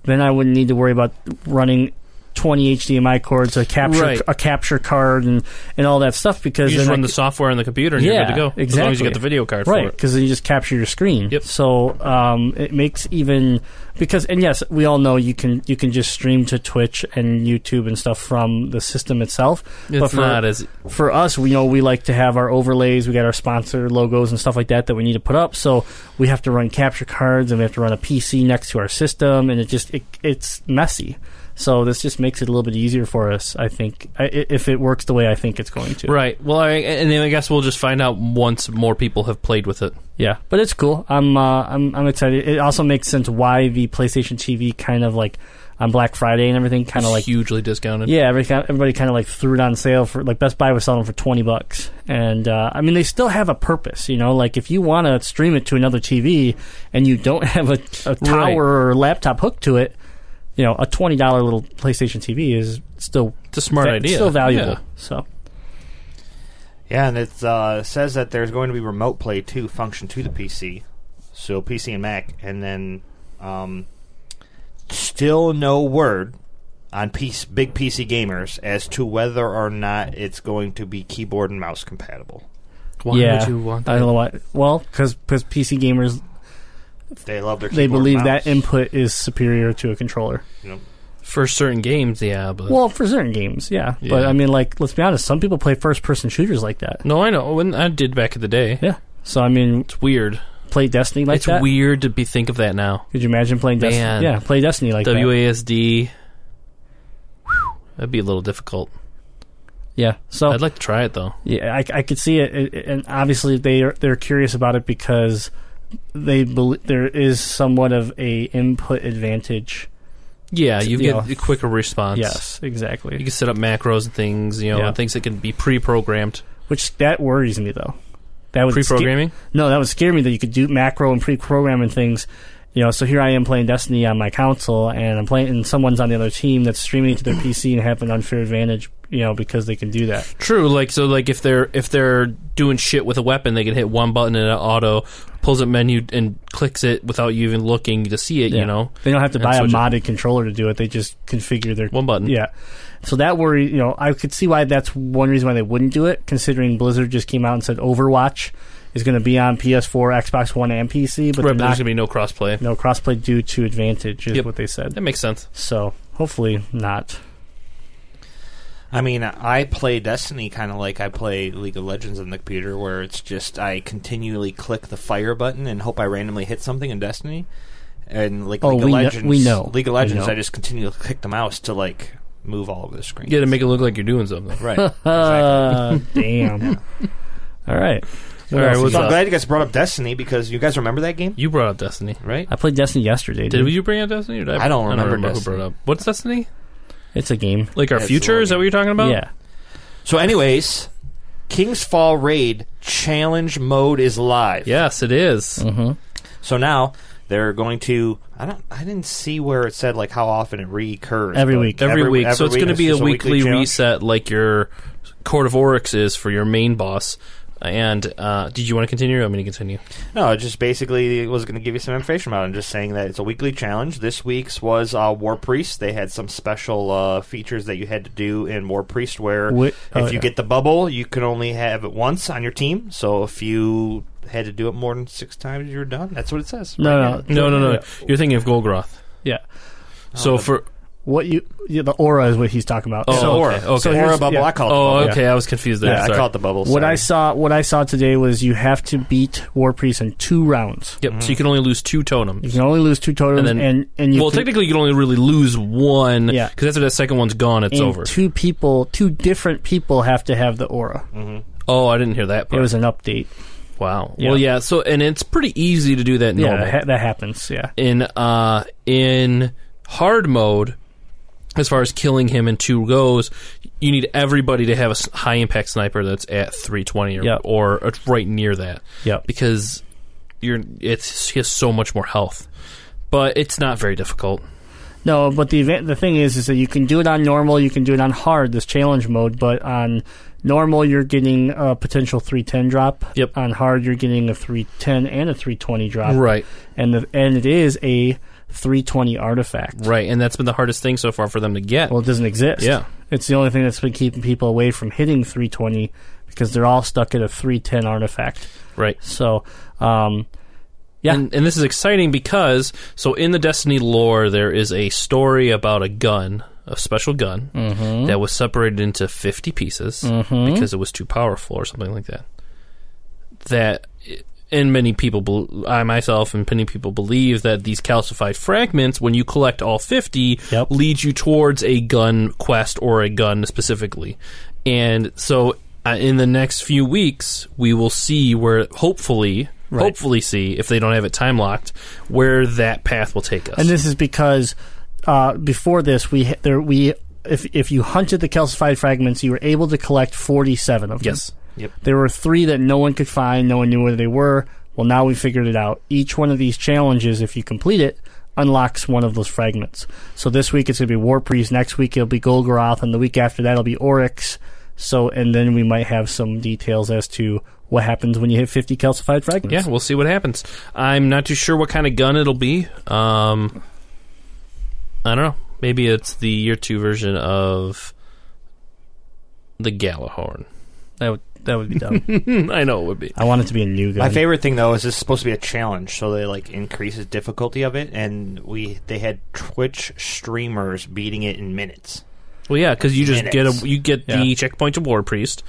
Speaker 5: then I wouldn't need to worry about running 20 HDMI cords, a capture
Speaker 6: Right.
Speaker 5: a capture card, and, and all that stuff. Because
Speaker 6: You just
Speaker 5: then I
Speaker 6: run the
Speaker 5: c-
Speaker 6: software on the computer and you're
Speaker 5: Yeah,
Speaker 6: good to go. As long as you
Speaker 5: exactly.
Speaker 6: got the video card
Speaker 5: right
Speaker 6: for it.
Speaker 5: because then you just capture your screen
Speaker 6: Yep.
Speaker 5: so um, it makes even because and yes we all know you can you can just stream to twitch and youtube and stuff from the system itself
Speaker 6: It's
Speaker 5: for,
Speaker 6: not as
Speaker 5: for us we know we like to have our overlays we got our sponsor logos and stuff like that that we need to put up so we have to run capture cards and we have to run a pc next to our system and it just it, it's messy so this just makes it a little bit easier for us i think I, i- if it works the way i think it's going to
Speaker 6: right. Well, I, and then I guess we'll just find out once more people have played with it.
Speaker 5: Yeah, but it's cool. I'm uh, I'm I'm excited. It also makes sense why the PlayStation TV kind of like on Black Friday and everything kind of like
Speaker 6: hugely discounted.
Speaker 5: yeah, every, everybody kind of like threw it on sale for like Best Buy was selling for twenty bucks, and uh, I mean they still have a purpose, you know. Like if you want to stream it to another TV and you don't have a, a tower
Speaker 6: Right.
Speaker 5: or laptop hooked to it, you know, a twenty dollar little PlayStation TV is still
Speaker 6: It's a smart
Speaker 5: va-
Speaker 6: idea.
Speaker 5: still valuable.
Speaker 6: Yeah.
Speaker 5: So
Speaker 7: Yeah, and it uh, says that there's going to be remote play too, function to the PC, so PC and Mac, and then um, still no word on piece, big PC gamers as to whether or not it's going to be keyboard and mouse compatible.
Speaker 6: Why
Speaker 5: yeah,
Speaker 6: would you want
Speaker 5: I
Speaker 6: that?
Speaker 5: don't know why. Well, because PC gamers
Speaker 7: They love their. Keyboard
Speaker 5: they believe
Speaker 7: and mouse,
Speaker 5: that input is superior to a controller.
Speaker 7: you know.
Speaker 6: For certain games, yeah, but
Speaker 5: Well, for certain games, yeah. But
Speaker 6: Yeah. Hmm.
Speaker 5: I mean, like, let's be honest. Some people play first-person shooters like that.
Speaker 6: No, I know. When I did back in the day,
Speaker 5: Yeah. So I mean,
Speaker 6: it's weird.
Speaker 5: play Destiny like
Speaker 6: it's
Speaker 5: that.
Speaker 6: weird to be think of that now.
Speaker 5: Could you imagine playing Destiny?
Speaker 6: Man.
Speaker 5: Yeah, play Destiny like that.
Speaker 6: WASD. Whew, That'd be a little difficult.
Speaker 5: Yeah. So
Speaker 6: I'd like to try it though.
Speaker 5: yeah, I, I could see it, it- it- and obviously they are, they're curious about it because they bel there is somewhat of a input advantage.
Speaker 6: Yeah, you
Speaker 5: yeah.
Speaker 6: get a quicker response.
Speaker 5: Yes,
Speaker 6: You
Speaker 5: exactly.
Speaker 6: can set up macros and things, you know,
Speaker 5: Yeah.
Speaker 6: and things that can be pre-programmed.
Speaker 5: Which that worries me though. That would sca-
Speaker 6: Pre-programming?
Speaker 5: No, that would scare me that you could do macro and pre-programming things. You know, so here I am playing Destiny on my console, and I'm playing, and someone's on the other team that's streaming
Speaker 6: *clears throat*
Speaker 5: to their PC and have an unfair advantage. You know, because they can do that.
Speaker 6: True. Like so, like if they're if they're doing shit with a weapon, they can hit one button and it auto pulls up menu and clicks it without you even looking to see it.
Speaker 5: Yeah.
Speaker 6: You know,
Speaker 5: they don't have to
Speaker 6: And
Speaker 5: buy a
Speaker 6: switch it.
Speaker 5: modded controller to do it. They just configure their
Speaker 6: One button.
Speaker 5: Yeah, so that worry. You know, I could see why that's one reason why they wouldn't do it, considering Blizzard just came out and said Overwatch is going to be on PS4, Xbox One, and PC, but
Speaker 6: right,
Speaker 5: they're
Speaker 6: but there's
Speaker 5: not.
Speaker 6: gonna be no crossplay.
Speaker 5: No crossplay due to advantage is
Speaker 6: Yep.
Speaker 5: what they said.
Speaker 6: That makes sense.
Speaker 5: So hopefully not.
Speaker 7: I mean, I play Destiny kind of like I play League of Legends on the computer, where it's just I continually click the fire button and hope I randomly hit something in Destiny. And like
Speaker 5: Oh,
Speaker 7: League
Speaker 5: we
Speaker 7: of
Speaker 5: kno-
Speaker 7: Legends,
Speaker 5: we know.
Speaker 7: League of
Speaker 5: We
Speaker 7: Legends,
Speaker 5: know.
Speaker 7: I just continually click the mouse to like move all over the screen.
Speaker 6: Yeah, to make it look like you're doing something. *laughs*
Speaker 7: right. exactly.
Speaker 5: Uh, *laughs* damn. All right.
Speaker 6: All right,
Speaker 5: else
Speaker 6: what's
Speaker 5: you
Speaker 7: So I'm
Speaker 6: up?
Speaker 7: glad you guys brought up Destiny because you guys remember that game,
Speaker 6: You brought up Destiny.
Speaker 7: right?
Speaker 5: I played Destiny yesterday.
Speaker 6: Did
Speaker 5: dude.
Speaker 6: you bring up Destiny? Or did I,
Speaker 7: I don't remember
Speaker 6: who brought
Speaker 7: Destiny.
Speaker 6: it up. What's Destiny?
Speaker 5: It's a game.
Speaker 6: Like our
Speaker 7: Yeah, it's
Speaker 6: future?
Speaker 7: the
Speaker 6: Is that what you're talking about?
Speaker 5: Yeah.
Speaker 7: So, anyways, King's Fall Raid Challenge Mode is live.
Speaker 6: Yes, it is.
Speaker 5: Mm-hmm.
Speaker 7: So now they're going to. I don't. I didn't see where it said like how often it recurs.
Speaker 5: Every
Speaker 7: but
Speaker 5: week.
Speaker 6: Every, week. so it's going to be a
Speaker 7: just
Speaker 6: weekly
Speaker 7: challenge.
Speaker 6: reset like your Court of Oryx is for your main boss. And uh, did you want to continue? or I'm going to continue.
Speaker 7: No, it just basically was going to give you some information about it. I'm just saying that it's a weekly challenge. This week's was uh, War Priest. They had some special uh, features that you had to do in War Priest where
Speaker 5: Whi-
Speaker 7: if
Speaker 5: oh,
Speaker 7: you
Speaker 5: yeah.
Speaker 7: get the bubble, you can only have it once on your team. So if you had to do it more than six times, you're done. That's what it says.
Speaker 5: No,
Speaker 7: right
Speaker 5: no.
Speaker 7: now.
Speaker 6: No, no, no. You're thinking of Golgroth.
Speaker 5: Yeah.
Speaker 6: So for
Speaker 5: What you? Yeah, the aura is what he's talking about.
Speaker 6: oh,
Speaker 5: so
Speaker 6: okay, okay.
Speaker 5: so
Speaker 7: Or
Speaker 5: here's-
Speaker 7: a bubble.
Speaker 5: yeah.
Speaker 7: I call it
Speaker 6: oh,
Speaker 7: the bubble.
Speaker 6: okay. I was confused there.
Speaker 7: Yeah, I
Speaker 6: Sorry.
Speaker 7: call it the bubble.
Speaker 5: What I saw,
Speaker 7: sorry.
Speaker 5: what I saw today was you have to beat War Priest in two rounds.
Speaker 6: Yep. So you can only lose two
Speaker 5: Mm-hmm. You
Speaker 6: totems.
Speaker 5: can only lose two totems, and
Speaker 6: And then-
Speaker 5: and, you
Speaker 6: Well,
Speaker 5: can,
Speaker 6: technically, you can only really lose one.
Speaker 5: Yeah.
Speaker 6: Because after that second one's gone, it's
Speaker 5: and
Speaker 6: over.
Speaker 5: two people, two different people have to have the aura.
Speaker 6: Oh, I didn't hear that
Speaker 5: It
Speaker 6: part.
Speaker 5: was an update.
Speaker 6: wow.
Speaker 5: Yeah.
Speaker 6: Well, yeah. So and it's pretty easy to do that. in
Speaker 5: Yeah,
Speaker 6: normal.
Speaker 5: that, ha- that happens. Yeah,
Speaker 6: in uh in hard mode as far as killing him in two goes you need everybody to have a s- high impact sniper that's at 320 or,
Speaker 5: Yep.
Speaker 6: or uh, right near that
Speaker 5: Yep.
Speaker 6: because you're it's he has so much more health but it's not very difficult
Speaker 5: no, but the event, the thing is, is that you can do it on normal, you can do it on hard, this challenge mode. But on normal, you're getting a potential three ten drop.
Speaker 6: Yep.
Speaker 5: On hard, you're getting a three ten and a three twenty drop.
Speaker 6: right
Speaker 5: And the and it is a three twenty artifact.
Speaker 6: right and that's been the hardest thing so far for them to get
Speaker 5: Well, it doesn't exist.
Speaker 6: Yeah.
Speaker 5: It's the only thing that's been keeping people away from hitting 320 because they're all stuck at a 310 artifact.
Speaker 6: right
Speaker 5: So, um, yeah.
Speaker 6: And, and this is exciting because so in the Destiny lore there is a story about a gun, a special gun
Speaker 5: Mm-hmm.
Speaker 6: that was separated into 50 pieces because it was too powerful or something like that. That and many people bel I myself and many people believe that these calcified fragments when you collect all 50
Speaker 5: Yep.
Speaker 6: leads you towards a gun quest or a gun specifically. And so uh, in the next few weeks we will see where hopefully hopefully see if they don't have it time locked where that path will take us.
Speaker 5: and this is because uh, before this, we h- there we if if you hunted the calcified fragments, you were able to collect 47 of them.
Speaker 6: yes.
Speaker 5: There were three that no one could find, no one knew where they were. Well, now we figured it out. Each one of these challenges, if you complete it, unlocks one of those fragments. So this week it's going to be War Priest, next week it'll be Golgoroth, and the week after that it'll be Oryx. So, and then we might have some details as to what happens when you hit 50 calcified fragments.
Speaker 6: Yeah, we'll see what happens. I'm not too sure what kind of gun it'll be. Um, I don't know. Maybe it's the year two version of the Galahorn. *laughs*
Speaker 5: That would, that would be dumb.
Speaker 6: I know it would be.
Speaker 5: *laughs* I want it to be a new gun.
Speaker 7: My favorite thing though is this is supposed to be a challenge, so they like increases difficulty of it, and we they had Twitch streamers beating it in minutes.
Speaker 6: Well, yeah, because you just
Speaker 7: Minutes.
Speaker 6: get a you get the
Speaker 5: Yeah.
Speaker 6: checkpoint to War Priest,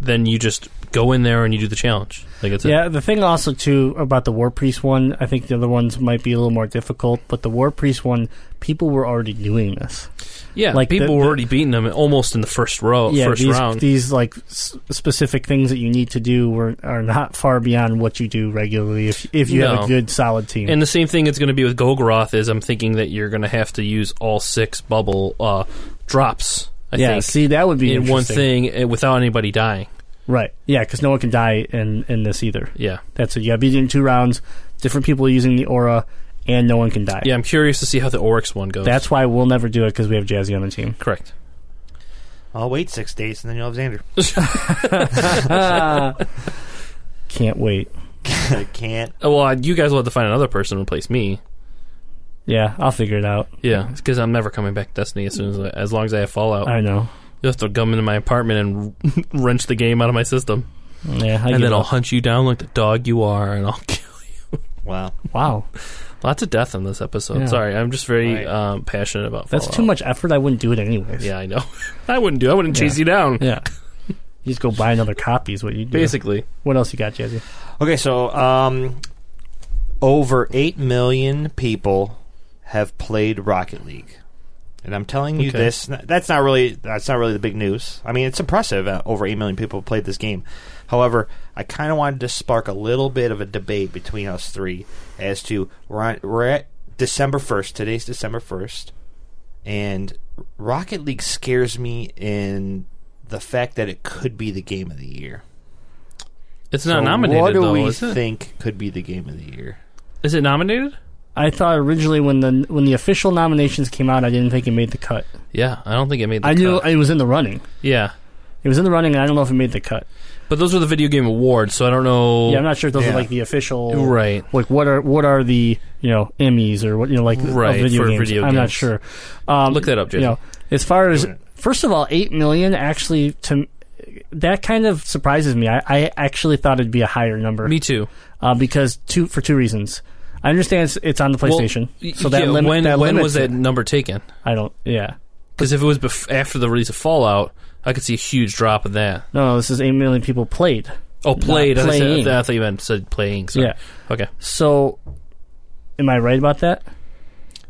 Speaker 6: then you just go in there and you do the challenge. Like it's
Speaker 5: Yeah, the thing also too about the War Priest one, I think the other ones might be a little more difficult, but the War Priest one, people were already doing this.
Speaker 6: yeah.
Speaker 5: like
Speaker 6: Like
Speaker 5: the-
Speaker 6: people were
Speaker 5: the-
Speaker 6: already beating them almost in the first row, first
Speaker 5: these,
Speaker 6: round.
Speaker 5: These like s- specific things that you need to do were, are not far beyond what you do regularly if if you have
Speaker 6: No.
Speaker 5: a good solid team.
Speaker 6: And the same thing it's going to be with Golgoroth is I'm thinking that you're going to have to use all six bubble uh, drops. I
Speaker 5: yeah,
Speaker 6: think,
Speaker 5: see that would be
Speaker 6: in one
Speaker 5: interesting.
Speaker 6: thing uh, without anybody dying.
Speaker 5: right? Yeah, because no one can die in in this either.
Speaker 6: Yeah.
Speaker 5: That's it. You got beat in two rounds. Different people are using the aura, and no one can die.
Speaker 6: Yeah, I'm curious to see how the Oryx one goes.
Speaker 5: that's why we'll never do it because we have Jazzy on the team.
Speaker 6: correct.
Speaker 7: I'll wait six days and then you'll have Xander.
Speaker 5: Can't wait.
Speaker 7: I can't.
Speaker 6: Oh, Well, you guys will have to find another person to replace me.
Speaker 5: Yeah, I'll figure it out.
Speaker 6: Yeah, because I'm never coming back to Destiny as soon as I, as long as I have Fallout.
Speaker 5: I know.
Speaker 6: You'll have to come into my apartment and *laughs* wrench the game out of my system,
Speaker 5: Yeah, I
Speaker 6: and
Speaker 5: give
Speaker 6: then I'll
Speaker 5: up.
Speaker 6: hunt you down like the dog you are, and I'll kill. *laughs*
Speaker 7: Wow.
Speaker 5: Wow,
Speaker 6: Lots of death in this episode.
Speaker 5: Yeah.
Speaker 6: Sorry, I'm just very
Speaker 7: Right.
Speaker 6: um, passionate about.
Speaker 5: that's
Speaker 6: Fallout.
Speaker 5: too much effort. I wouldn't do it anyways.
Speaker 6: Yeah, I know. *laughs* I wouldn't do. I wouldn't chase
Speaker 5: Yeah.
Speaker 6: you down.
Speaker 5: yeah. *laughs* You just go buy another copy is what you do.
Speaker 6: Basically,
Speaker 5: What else you got, Jazzy?
Speaker 7: Okay, so um, over eight million people have played Rocket League, and I'm telling you
Speaker 6: Okay.
Speaker 7: this. That's not really that's not really the big news. I mean, it's impressive. Uh, over eight million people have played this game. However, I kind of wanted to spark a little bit of a debate between us three as to we're, on, we're at December first. Today's December first, and Rocket League scares me in the fact that it could be the game of the year.
Speaker 6: it's not
Speaker 7: So
Speaker 6: nominated
Speaker 7: What do
Speaker 6: though.
Speaker 7: we
Speaker 6: is, it?
Speaker 7: think could be the game of the year?
Speaker 6: is it nominated?
Speaker 5: I thought originally when the when the official nominations came out, I didn't think it made the cut.
Speaker 6: Yeah, I don't think it made. The
Speaker 5: I knew
Speaker 6: cut.
Speaker 5: it was in the running.
Speaker 6: yeah,
Speaker 5: It was in the running, and I don't know if it made the cut.
Speaker 6: but those were the video game awards, so I don't know.
Speaker 5: yeah, I'm not sure if those
Speaker 7: yeah.
Speaker 5: are like the official,
Speaker 6: Right.
Speaker 5: Like what are what are the you know Emmys or what you know like of
Speaker 6: Right,
Speaker 5: video
Speaker 6: for
Speaker 5: games?
Speaker 6: video
Speaker 5: I'm not
Speaker 6: games.
Speaker 5: sure. Um,
Speaker 6: Look that up,
Speaker 5: You
Speaker 6: Jason.
Speaker 5: know, as far as
Speaker 7: Doing it.
Speaker 5: first of all, eight million actually to that kind of surprises me. I, I actually thought it'd be a higher number
Speaker 6: Me too.
Speaker 5: uh, because two for two reasons. I understand it's, it's on the PlayStation,
Speaker 6: Well,
Speaker 5: so that
Speaker 6: yeah,
Speaker 5: limit
Speaker 6: when
Speaker 5: that
Speaker 6: when
Speaker 5: limits
Speaker 6: was that
Speaker 5: it.
Speaker 6: number taken?
Speaker 5: I don't. Yeah.
Speaker 6: Because if it was bef- after the release of Fallout, I could see a huge drop in that.
Speaker 5: No, this is eight million people played.
Speaker 6: Oh, played. I, said-
Speaker 5: playing.
Speaker 6: I thought you meant said playing. Sorry.
Speaker 5: Yeah.
Speaker 6: Okay.
Speaker 5: So, am I right about that?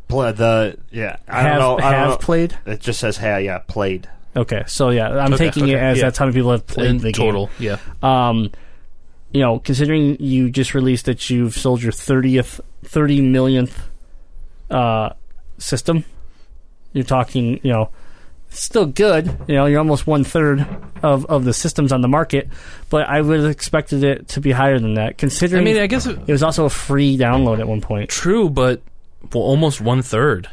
Speaker 7: Pla the yeah, I
Speaker 5: have
Speaker 7: don't know. I
Speaker 5: have
Speaker 7: don't know.
Speaker 5: played.
Speaker 7: It just says hey, yeah, played.
Speaker 5: Okay, so yeah, I'm
Speaker 6: Okay,
Speaker 5: taking it
Speaker 6: okay,
Speaker 5: as
Speaker 6: yeah.
Speaker 5: that's how many people have played
Speaker 6: In
Speaker 5: the
Speaker 6: total, yeah.
Speaker 5: game. Um, you know, considering you just released that you've sold your thirtieth, thirty millionth uh, system, you're talking, you know, still good. You know, you're almost one third of of the systems on the market, but I would have expected it to be higher than that.
Speaker 6: I
Speaker 5: Considering,
Speaker 6: mean, I guess it,
Speaker 5: it was also a free download at one point.
Speaker 6: true, but well, almost one third.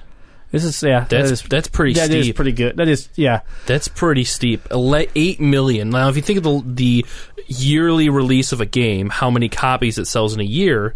Speaker 5: This is yeah, that
Speaker 6: That's
Speaker 5: is-
Speaker 6: that's pretty
Speaker 5: that
Speaker 6: steep.
Speaker 5: is pretty good. That is yeah.
Speaker 6: That's pretty steep. Ele- Eight million. Now, if you think of the the yearly release of a game, how many copies it sells in a year,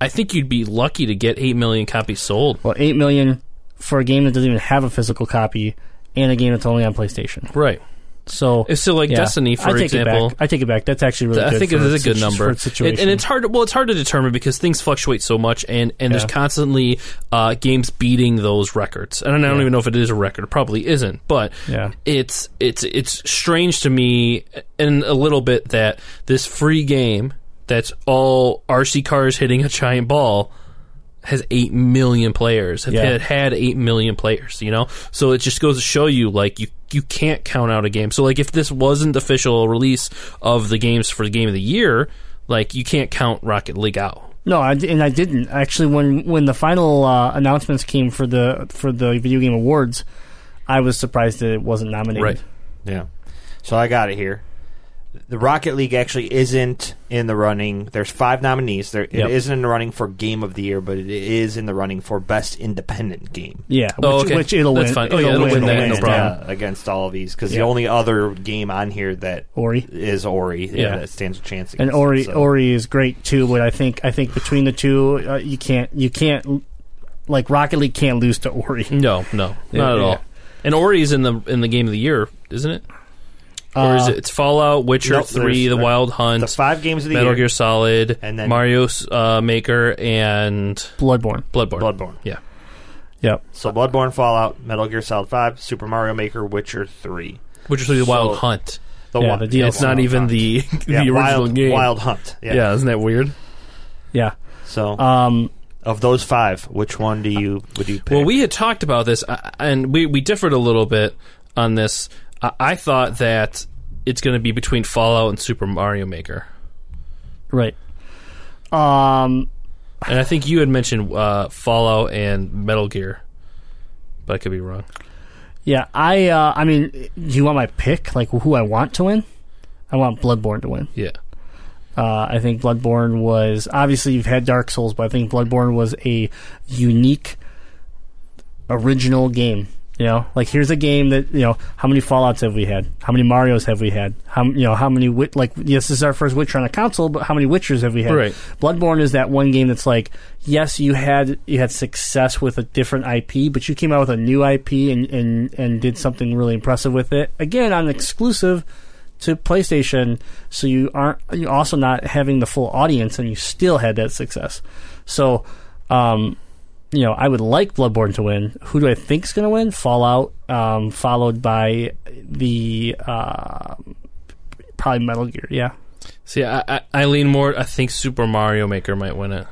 Speaker 6: I think you'd be lucky to get eight million copies sold.
Speaker 5: Well, eight million for a game that doesn't even have a physical copy, and a game that's only on PlayStation.
Speaker 6: Right.
Speaker 5: So
Speaker 6: It's still like
Speaker 5: yeah.
Speaker 6: Destiny,
Speaker 5: I
Speaker 6: for
Speaker 5: take
Speaker 6: example.
Speaker 5: It back. I take it back. That's actually really.
Speaker 6: I
Speaker 5: good
Speaker 6: think
Speaker 5: for
Speaker 6: it is a
Speaker 5: situ-
Speaker 6: good number,
Speaker 5: for its situation.
Speaker 6: And, and it's hard. Well, it's hard to determine because things fluctuate so much, and, and there's
Speaker 5: Yeah.
Speaker 6: constantly uh, games beating those records. And I don't even know if it is a record; it probably isn't. But
Speaker 5: Yeah.
Speaker 6: it's it's it's strange to me, and a little bit that this free game that's all RC cars hitting a giant ball has eight million players. Have
Speaker 5: Yeah.
Speaker 6: had had eight million players. You know, so it just goes to show you, like you you can't count out a game. So like if this wasn't the official release of the games for the game of the year, like you can't count Rocket League out.
Speaker 5: No, I, di- and I didn't actually. When when the final uh, announcements came for the for the video game awards, I was surprised that it wasn't nominated.
Speaker 6: Right.
Speaker 7: Yeah. So I got it here. The Rocket League actually isn't in the running. There's five nominees. There
Speaker 5: Yep.
Speaker 7: it isn't in the running for Game of the Year, but it is in the running for Best Independent Game.
Speaker 5: Yeah. Which,
Speaker 6: Oh, okay.
Speaker 5: which it'll
Speaker 6: That's
Speaker 5: win.
Speaker 6: fine. Oh, yeah, it'll win that, no
Speaker 5: yeah.
Speaker 6: problem.
Speaker 7: uh, against all of these because
Speaker 5: Yeah.
Speaker 7: the only other game on here that
Speaker 5: Ori.
Speaker 7: is Ori. Yeah,
Speaker 6: Yeah.
Speaker 7: that stands a chance.
Speaker 5: And
Speaker 7: against it,
Speaker 5: Ori
Speaker 7: so.
Speaker 5: Ori is great too, but I think I think between the two, uh, you can't you can't like Rocket League can't lose to
Speaker 6: *laughs*
Speaker 5: Ori.
Speaker 6: No, no,
Speaker 5: Yeah,
Speaker 6: not at
Speaker 5: yeah.
Speaker 6: all. And Ori's in the in the game of the year, isn't it? or is
Speaker 5: Uh,
Speaker 6: it it's Fallout, Witcher
Speaker 7: nope,
Speaker 6: Three,
Speaker 7: there's-
Speaker 6: The
Speaker 7: there-
Speaker 6: Wild Hunt,
Speaker 7: The five games of the
Speaker 6: Metal
Speaker 7: year.
Speaker 6: Gear Solid,
Speaker 7: And then-
Speaker 6: Mario uh, Maker, and
Speaker 5: Bloodborne.
Speaker 6: Bloodborne.
Speaker 7: Bloodborne.
Speaker 6: Yeah.
Speaker 5: Yep.
Speaker 7: So Bloodborne, Fallout, Metal Gear Solid Five, Super Mario Maker, Witcher Three.
Speaker 6: Witcher Three, The
Speaker 7: So-
Speaker 6: Wild Hunt.
Speaker 7: The
Speaker 5: Yeah,
Speaker 7: one,
Speaker 5: the DLC.
Speaker 6: It's not even the *laughs* the
Speaker 7: Yeah,
Speaker 6: original
Speaker 7: Wild,
Speaker 6: game.
Speaker 7: Wild Hunt. Yeah.
Speaker 6: yeah. isn't that weird?
Speaker 5: Yeah.
Speaker 7: So
Speaker 5: Um,
Speaker 7: of those five, which one do you would you pick?
Speaker 6: Well, we had talked about this, uh, and we we differed a little bit on this. I, I thought that it's going to be between Fallout and Super Mario Maker,
Speaker 5: right. Um,
Speaker 6: and I think you had mentioned uh, Fallout and Metal Gear, but I could be wrong.
Speaker 5: yeah, I, uh, I mean, do you want my pick? Like, who I want to win? I want Bloodborne to win.
Speaker 6: Yeah,
Speaker 5: Uh, I think Bloodborne was, obviously, you've had Dark Souls, but I think Bloodborne was a unique, original game You know, like here's a game that you know how many Fallout's have we had? How many Mario's have we had? How you know how many Wit- like yes, this is our first Witcher on a console, but how many Witchers have we had?
Speaker 6: Right.
Speaker 5: Bloodborne is that one game that's like yes, you had you had success with a different IP, but you came out with a new IP and and and did something really impressive with it. Again, on exclusive to PlayStation, so you aren't you also not having the full audience, and you still had that success. So, um, you know, I would like Bloodborne to win. Who do I think's going to win? Fallout, um, followed by the uh, probably Metal Gear. Yeah,
Speaker 6: See, I, I, I lean more. I think Super Mario Maker might win it.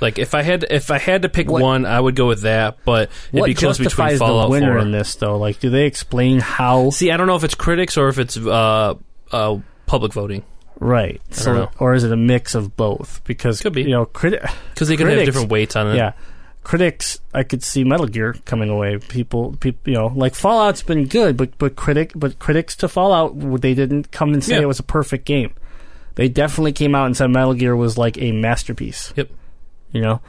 Speaker 6: Like if I had if I had to pick
Speaker 5: What-
Speaker 6: one, I would go with that. But it'd
Speaker 5: what
Speaker 6: be close between
Speaker 5: justifies the
Speaker 6: Fallout
Speaker 5: winner
Speaker 6: 4.
Speaker 5: in this though? Like, do they explain how?
Speaker 6: See, I don't know if it's critics or if it's uh, uh, public voting
Speaker 5: Right.
Speaker 6: don't
Speaker 5: So,
Speaker 6: know.
Speaker 5: or is it a mix of both? Because
Speaker 6: Could be.
Speaker 5: you know, criti-
Speaker 6: because they could have
Speaker 5: Critics-
Speaker 6: different weights on it.
Speaker 5: yeah critics i could see metal gear coming away people people you know like fallout's been good but but critic but critics to fallout they didn't come and say
Speaker 6: Yeah.
Speaker 5: it was a perfect game they definitely came out and said metal gear was like a masterpiece
Speaker 6: Yep.
Speaker 5: you know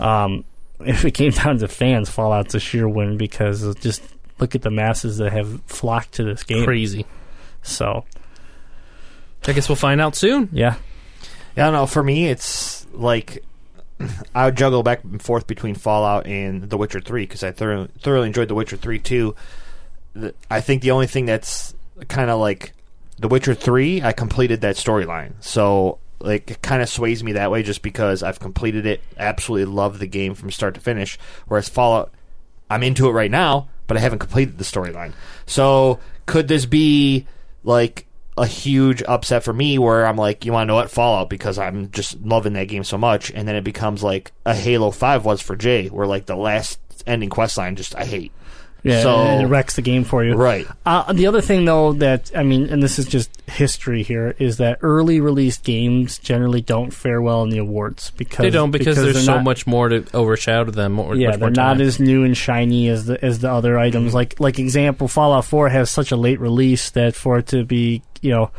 Speaker 5: um *laughs* if it came down to fans fallout's a sheer win because of just look at the masses that have flocked to this game
Speaker 6: Crazy.
Speaker 5: so
Speaker 6: I guess we'll find out soon.
Speaker 5: yeah
Speaker 7: Yeah, I don't know. For me, it's like *clears throat* I would juggle back and forth between Fallout and The Witcher Three because I thoroughly, thoroughly enjoyed The Witcher Three too. The- I think the only thing that's kind of like The Witcher Three, I completed that storyline, so like it kind of sways me that way just because I've completed it. Absolutely love the game from start to finish. Whereas Fallout, I'm into it right now, but I haven't completed the storyline. So could this be like a huge upset for me where I'm like, you want to know what Fallout because I'm just loving that game so much, and then it becomes like a Halo Five was for Jay, where like the last ending quest line just I hate.
Speaker 5: yeah
Speaker 7: So-
Speaker 5: and it wrecks the game for you
Speaker 7: Right.
Speaker 5: Uh, the other thing, though, that I mean, and this is just history here, is that early release games generally don't fare well in the awards because
Speaker 6: They don't because,
Speaker 5: they're
Speaker 6: there's so
Speaker 5: not-
Speaker 6: much more to overshadow them. Or
Speaker 5: Yeah,
Speaker 6: much
Speaker 5: they're
Speaker 6: more
Speaker 5: not
Speaker 6: time. Mm-hmm.
Speaker 5: as new and shiny as the as the other items. Like like example, Fallout Four has such a late release that for it to be you know,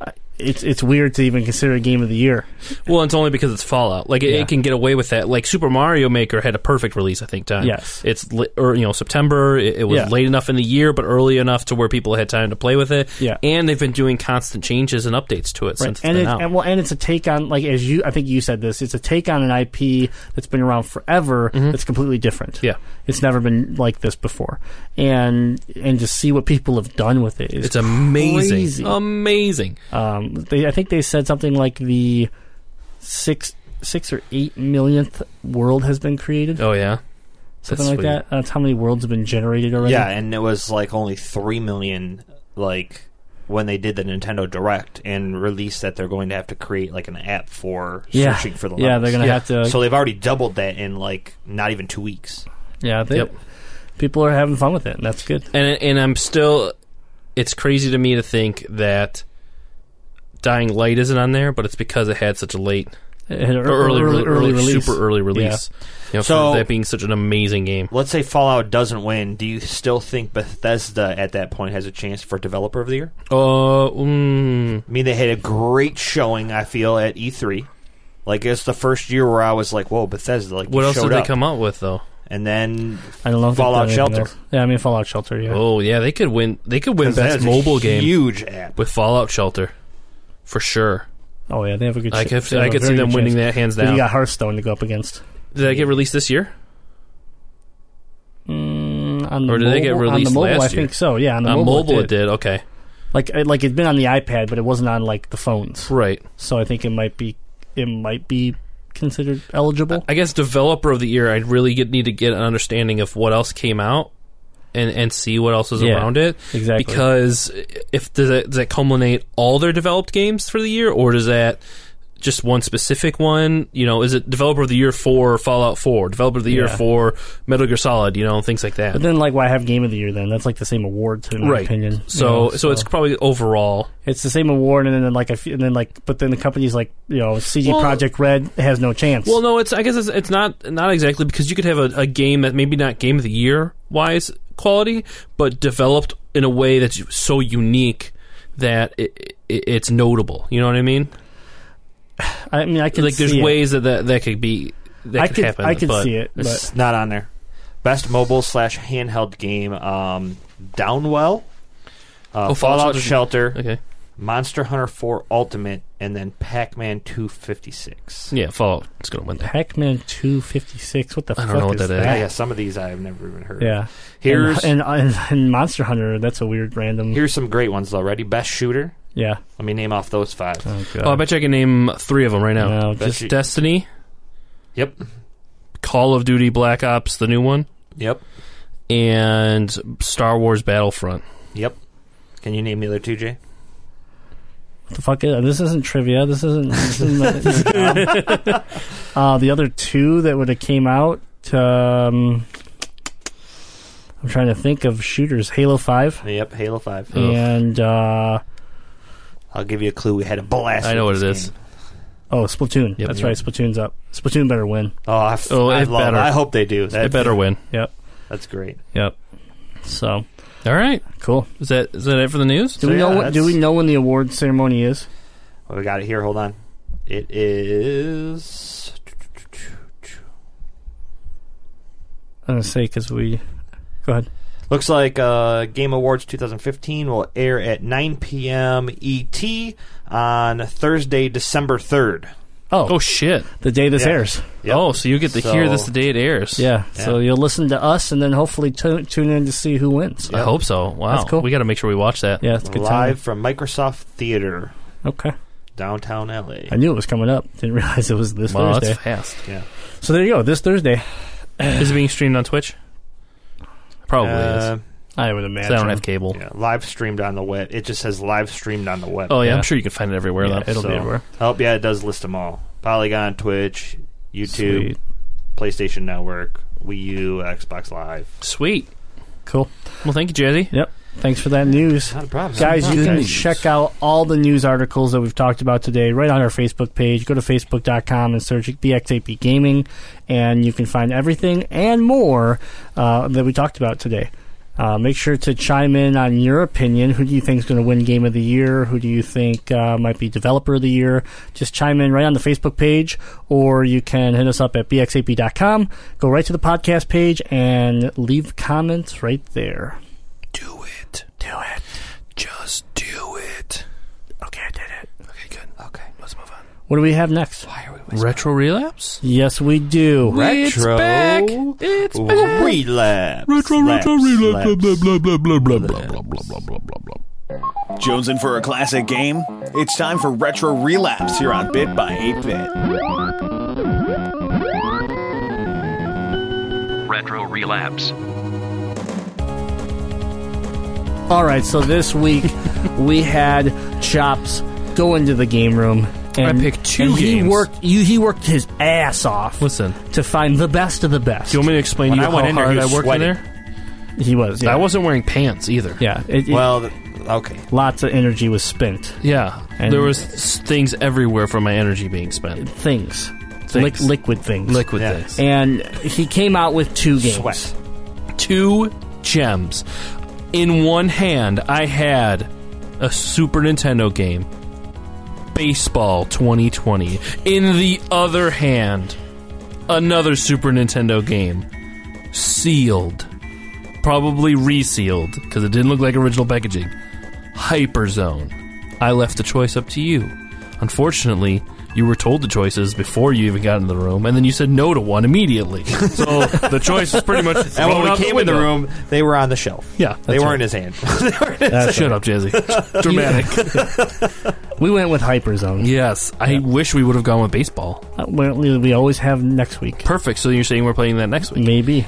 Speaker 5: uh, it's it's weird to even consider a game of the year.
Speaker 6: Well, it's only because it's Fallout. Like it,
Speaker 5: Yeah.
Speaker 6: it can get away with that. Like Super Mario Maker had a perfect release, I think. Time.
Speaker 5: Yes.
Speaker 6: It's li- or you know September. It, it was
Speaker 5: Yeah.
Speaker 6: late enough in the year, but early enough to where people had time to play with it.
Speaker 5: Yeah.
Speaker 6: And they've been doing constant changes and updates to it since it's
Speaker 5: and
Speaker 6: been
Speaker 5: it's,
Speaker 6: out.
Speaker 5: and well, and it's a take on like as you I think you said this. It's a take on an IP that's been around forever. That's completely different.
Speaker 6: Mm-hmm. Yeah.
Speaker 5: it's never been like this before, and and to see what people have done with it is
Speaker 6: it's amazing,
Speaker 5: crazy.
Speaker 6: amazing.
Speaker 5: Um, they I think they said something like the six six or eight millionth world has been created,
Speaker 6: Oh yeah,
Speaker 5: something like that. That's how many worlds have been generated already.
Speaker 7: Yeah, and it was like only three million, like when they did the Nintendo Direct and released that they're going to have to create like an app for
Speaker 5: yeah,
Speaker 7: searching for the
Speaker 5: yeah. They're
Speaker 7: levels.
Speaker 5: gonna
Speaker 6: Yeah.
Speaker 5: have to.
Speaker 7: so they've already doubled that in like not even two weeks.
Speaker 5: yeah, they,
Speaker 6: Yep.
Speaker 5: people are having fun with it, and that's good.
Speaker 6: And and I'm still. It's crazy to me to think that Dying Light isn't on there, but it's because it had such a late
Speaker 5: It had an
Speaker 6: or early, early,
Speaker 5: release.
Speaker 6: super early release. You know,
Speaker 7: So-
Speaker 6: for that being such an amazing game.
Speaker 7: Let's say Fallout doesn't win. Do you still think Bethesda at that point has a chance for Developer of the Year?
Speaker 6: Uh, mm,
Speaker 7: I mean, they had a great showing. I feel at E3. Like it's the first year where I was like, "Whoa, Bethesda!" Like
Speaker 6: what
Speaker 7: you
Speaker 6: else
Speaker 7: showed
Speaker 6: did they
Speaker 7: up.
Speaker 6: come up with though?
Speaker 7: And then
Speaker 5: I don't know. if they've
Speaker 7: Fallout
Speaker 5: done anything
Speaker 7: Shelter.
Speaker 5: else. Yeah, I mean Fallout Shelter. Yeah.
Speaker 6: Oh yeah, they could win. They could win best
Speaker 7: Bethesda's
Speaker 6: mobile game
Speaker 7: huge app.
Speaker 6: with Fallout Shelter, for sure.
Speaker 5: Oh yeah, they have a good.
Speaker 6: I
Speaker 5: sh-
Speaker 6: could
Speaker 5: they have
Speaker 6: I
Speaker 5: a
Speaker 6: could see
Speaker 5: very
Speaker 6: them
Speaker 5: good
Speaker 6: winning
Speaker 5: chance.
Speaker 6: that hands
Speaker 5: But
Speaker 6: down.
Speaker 5: You got Hearthstone to go up against.
Speaker 6: did that get released this year?
Speaker 5: Mm, on the
Speaker 6: Or did
Speaker 5: mobile,
Speaker 6: they get
Speaker 5: on the
Speaker 6: released
Speaker 5: mobile?
Speaker 6: last
Speaker 5: I
Speaker 6: year?
Speaker 5: think so. Yeah, on the
Speaker 6: On
Speaker 5: mobile,
Speaker 6: Uh, mobile, it did. Okay,
Speaker 5: Like it, like it'd been on the iPad, but it wasn't on like the phones.
Speaker 6: right.
Speaker 5: So I think it might be it might be considered eligible.
Speaker 6: I guess developer of the year. I'd really get, need to get an understanding of what else came out. And, and see what else is
Speaker 5: Yeah,
Speaker 6: around it
Speaker 5: exactly.
Speaker 6: because if does that, does that culminate all their developed games for the year or does that just one specific one you know is it developer of the year for Fallout 4 developer of the year
Speaker 5: Yeah.
Speaker 6: for Metal Gear Solid you know things like that
Speaker 5: but then, like, why have Game of the Year? Then that's like the same award, to in my
Speaker 6: right
Speaker 5: opinion. you
Speaker 6: so,
Speaker 5: know,
Speaker 6: so it's probably overall
Speaker 5: it's the same award, and then like I f- and then like, but then the company's like, you know, CD
Speaker 6: Well-
Speaker 5: Project Red has no chance.
Speaker 6: Well, no, it's I guess it's, it's not not exactly because you could have a, a game that maybe not game of the year wise quality, but developed in a way that's so unique that it, it, it's notable. You know what I mean?
Speaker 5: I mean, I can
Speaker 6: Like there's
Speaker 5: see it.
Speaker 6: ways that, that that could be that
Speaker 5: I
Speaker 6: could,
Speaker 5: could
Speaker 6: happen.
Speaker 5: I could
Speaker 6: but
Speaker 5: see it, but
Speaker 7: It's not on there. Best mobile slash handheld game: um, Downwell, uh,
Speaker 6: Oh, Fallout
Speaker 7: Fallout
Speaker 6: Shelter.
Speaker 7: Shelter,
Speaker 6: Okay.
Speaker 7: Monster Hunter 4 Ultimate, and then Pac Man 256.
Speaker 6: Yeah, Fallout is going to win
Speaker 5: *laughs*
Speaker 6: that.
Speaker 5: Pac-Man 256. What the
Speaker 6: I
Speaker 5: fuck
Speaker 6: don't know what
Speaker 5: is
Speaker 6: that is.
Speaker 7: Yeah, yeah, some of these I have never even heard. of.
Speaker 5: Yeah.
Speaker 7: Here's
Speaker 5: and, and, and Monster Hunter. That's a weird random.
Speaker 7: here's some great ones already. Best shooter.
Speaker 5: yeah.
Speaker 7: Let me name off those five.
Speaker 5: Oh, God.
Speaker 6: Oh, I bet you I can name three of them right now.
Speaker 5: No,
Speaker 7: Bet
Speaker 5: just
Speaker 7: you-
Speaker 6: Destiny,
Speaker 7: Yep.
Speaker 6: Call of Duty Black Ops, the new one,
Speaker 7: Yep.
Speaker 6: and Star Wars Battlefront.
Speaker 7: Yep. Can you name the other two, Jay?
Speaker 5: what the fuck. Is, this isn't trivia. This isn't. This
Speaker 6: *laughs*
Speaker 5: isn't uh, the other two that would have came out. Um, I'm trying to think of shooters. Halo Five
Speaker 7: Yep. Halo Five.
Speaker 6: Ugh.
Speaker 5: and uh,
Speaker 7: I'll give you a clue. We had a blast.
Speaker 6: I know what
Speaker 7: with
Speaker 6: it
Speaker 7: this
Speaker 6: is.
Speaker 7: game.
Speaker 5: oh Splatoon.
Speaker 6: Yep.
Speaker 5: That's right. Splatoon's up. Splatoon better win.
Speaker 7: Oh, I, f-
Speaker 6: Oh,
Speaker 7: I
Speaker 6: it
Speaker 7: love.
Speaker 6: better.
Speaker 7: I hope they do. That,
Speaker 6: It better win.
Speaker 5: Yep.
Speaker 7: That's great.
Speaker 5: Yep. So
Speaker 6: All right.
Speaker 5: cool.
Speaker 6: Is that is that it for the news?
Speaker 5: Do
Speaker 7: So,
Speaker 5: we
Speaker 7: yeah,
Speaker 5: know? what- do
Speaker 7: that's-
Speaker 5: we know when the award ceremony is?
Speaker 7: Oh, we got it here. Hold on. It is.
Speaker 5: I'm gonna say because we. Go ahead.
Speaker 7: Looks like uh, Game Awards 2015 will air at 9 p.m. ET E on Thursday, December 3rd.
Speaker 6: Oh shit.
Speaker 5: the day this
Speaker 7: Yeah.
Speaker 5: airs.
Speaker 7: Yep.
Speaker 6: Oh, so you get to
Speaker 7: So-
Speaker 6: hear this the day it airs.
Speaker 5: Yeah. So
Speaker 7: Yeah.
Speaker 5: you'll listen to us and then hopefully tu- tune in to see who wins.
Speaker 6: I hope so. Wow.
Speaker 5: That's cool.
Speaker 6: We got to make sure we watch that.
Speaker 5: Yeah, it's good
Speaker 7: live from Microsoft Theater,
Speaker 5: time. Okay.
Speaker 7: downtown LA.
Speaker 5: I knew it was coming up. Didn't realize it was this
Speaker 6: Wow,
Speaker 5: Thursday.
Speaker 6: that's fast.
Speaker 7: Yeah.
Speaker 5: So there you go. This Thursday.
Speaker 6: Is it being streamed on Twitch? Probably
Speaker 7: Uh,
Speaker 6: is.
Speaker 5: I would
Speaker 6: 'Cause
Speaker 5: imagine.
Speaker 6: I don't have cable.
Speaker 7: yeah, live streamed on the web. It just says live streamed on the web.
Speaker 6: Oh yeah,
Speaker 5: Yeah.
Speaker 6: I'm sure you can find it everywhere.
Speaker 5: Yeah,
Speaker 6: though.
Speaker 5: it'll be
Speaker 7: So-
Speaker 5: everywhere.
Speaker 7: Oh, yeah, it does list them all Polygon, Twitch, YouTube,
Speaker 5: Sweet.
Speaker 7: PlayStation Network, Wii U, Xbox Live.
Speaker 6: Sweet.
Speaker 5: Cool.
Speaker 6: Well, thank you, Jazzy.
Speaker 5: Yep. Thanks for that news.
Speaker 7: Not a problem.
Speaker 5: Guys, you
Speaker 1: Good
Speaker 5: can
Speaker 1: news.
Speaker 5: check out all the news articles that we've talked about today right on our Facebook page. Go to facebook.com and search BXAP Gaming, and you can find everything and more uh, that we talked about today. Uh, make sure to chime in on your opinion. Who do you think is going to win Game of the Year? Who do you think uh, might be Developer of the Year? Just chime in right on the Facebook page, or you can hit us up at bxap.com. Go right to the podcast page and leave comments right there.
Speaker 6: Do it.
Speaker 5: Do it.
Speaker 6: Just do it.
Speaker 5: Okay, I did it.
Speaker 6: Okay, good. Okay, let's move on.
Speaker 5: What do we have next?
Speaker 6: Retro relapse.
Speaker 5: Yes, we do.
Speaker 7: Retro.
Speaker 6: It's back. It's back.
Speaker 7: Relapse.
Speaker 6: Retro, retro,
Speaker 7: Laps,
Speaker 6: relapse.
Speaker 7: laps.
Speaker 6: Blah, blah, blah, blah, blah, blah, blah, blah, blah, blah, blah, blah.
Speaker 1: Jones in for a classic game? It's time for Retro Relapse here on Bit by 8 Bit.
Speaker 8: Retro Relapse.
Speaker 5: All right, so this week we had Chops go into the game room. And,
Speaker 6: picked two
Speaker 5: and He
Speaker 6: games.
Speaker 5: worked. You, he worked his ass off
Speaker 6: Listen,
Speaker 5: to find the best of the best.
Speaker 6: do you want me to explain
Speaker 7: When
Speaker 6: to you
Speaker 7: I went
Speaker 6: how
Speaker 7: in there,
Speaker 6: hard
Speaker 7: he
Speaker 6: I
Speaker 7: was
Speaker 6: worked in
Speaker 7: sweating.
Speaker 6: there?
Speaker 5: he was. Yeah.
Speaker 6: I wasn't wearing pants either.
Speaker 5: Yeah. It, it-
Speaker 7: Well, th- okay.
Speaker 5: lots of energy was spent.
Speaker 6: Yeah,
Speaker 5: And-
Speaker 6: there was s- things everywhere from my energy being spent.
Speaker 5: Things.
Speaker 6: Things.
Speaker 5: Liq- liquid things.
Speaker 6: Liquid
Speaker 7: Yeah.
Speaker 6: things.
Speaker 5: And he came out with two games.
Speaker 7: Sweat.
Speaker 6: two gems. In one hand, I had a Super Nintendo game, Baseball 2020. In the other hand, another Super Nintendo game, sealed. Probably resealed, because it didn't look like original packaging. Hyperzone. I left the choice up to you. Unfortunately, you were told the choices before you even got in the room, and then you said no to one
Speaker 7: *laughs*
Speaker 6: immediately. So the choice is pretty much.
Speaker 7: And
Speaker 6: thrown
Speaker 7: when we
Speaker 6: out
Speaker 7: came in the
Speaker 6: window.
Speaker 7: room, they were on the shelf.
Speaker 6: Yeah,
Speaker 7: They
Speaker 6: that's
Speaker 7: were
Speaker 6: right.
Speaker 7: in his hand. *laughs*
Speaker 6: Shut up, Jazzy.
Speaker 5: *laughs*
Speaker 6: Dramatic.
Speaker 5: We went with Hyperzone.
Speaker 6: *laughs* yes, I wish we would have gone with baseball.
Speaker 5: Uh, well, we always have next week.
Speaker 6: Perfect. So you're saying we're playing that next week?
Speaker 5: Maybe.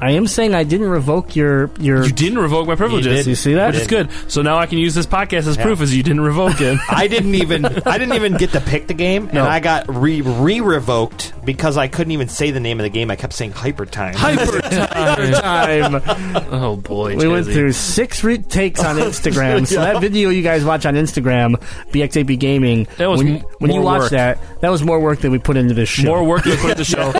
Speaker 5: I am saying I didn't revoke your your.
Speaker 6: You didn't revoke my privileges.
Speaker 7: did.
Speaker 5: You see that?
Speaker 6: Which is good. So now I can use this podcast as proof as you didn't
Speaker 5: *laughs*
Speaker 6: revoke it.
Speaker 7: I didn't even I didn't even get to pick the game, and
Speaker 6: No.
Speaker 7: I got re re revoked because I couldn't even say the name of the game. I kept saying Hyper Time.
Speaker 6: Hyper time.
Speaker 5: time.
Speaker 6: *laughs* Oh boy,
Speaker 5: We went
Speaker 6: Jazzy.
Speaker 5: through six re- takes
Speaker 6: *laughs*
Speaker 5: on Instagram. So that video you guys watch on Instagram, BXAP Gaming,
Speaker 6: That was
Speaker 5: when,
Speaker 6: m-
Speaker 5: when you
Speaker 6: more
Speaker 5: watch
Speaker 6: work.
Speaker 5: that, that was more work than we put into this show.
Speaker 6: more work than I put in
Speaker 5: *laughs*
Speaker 6: the show.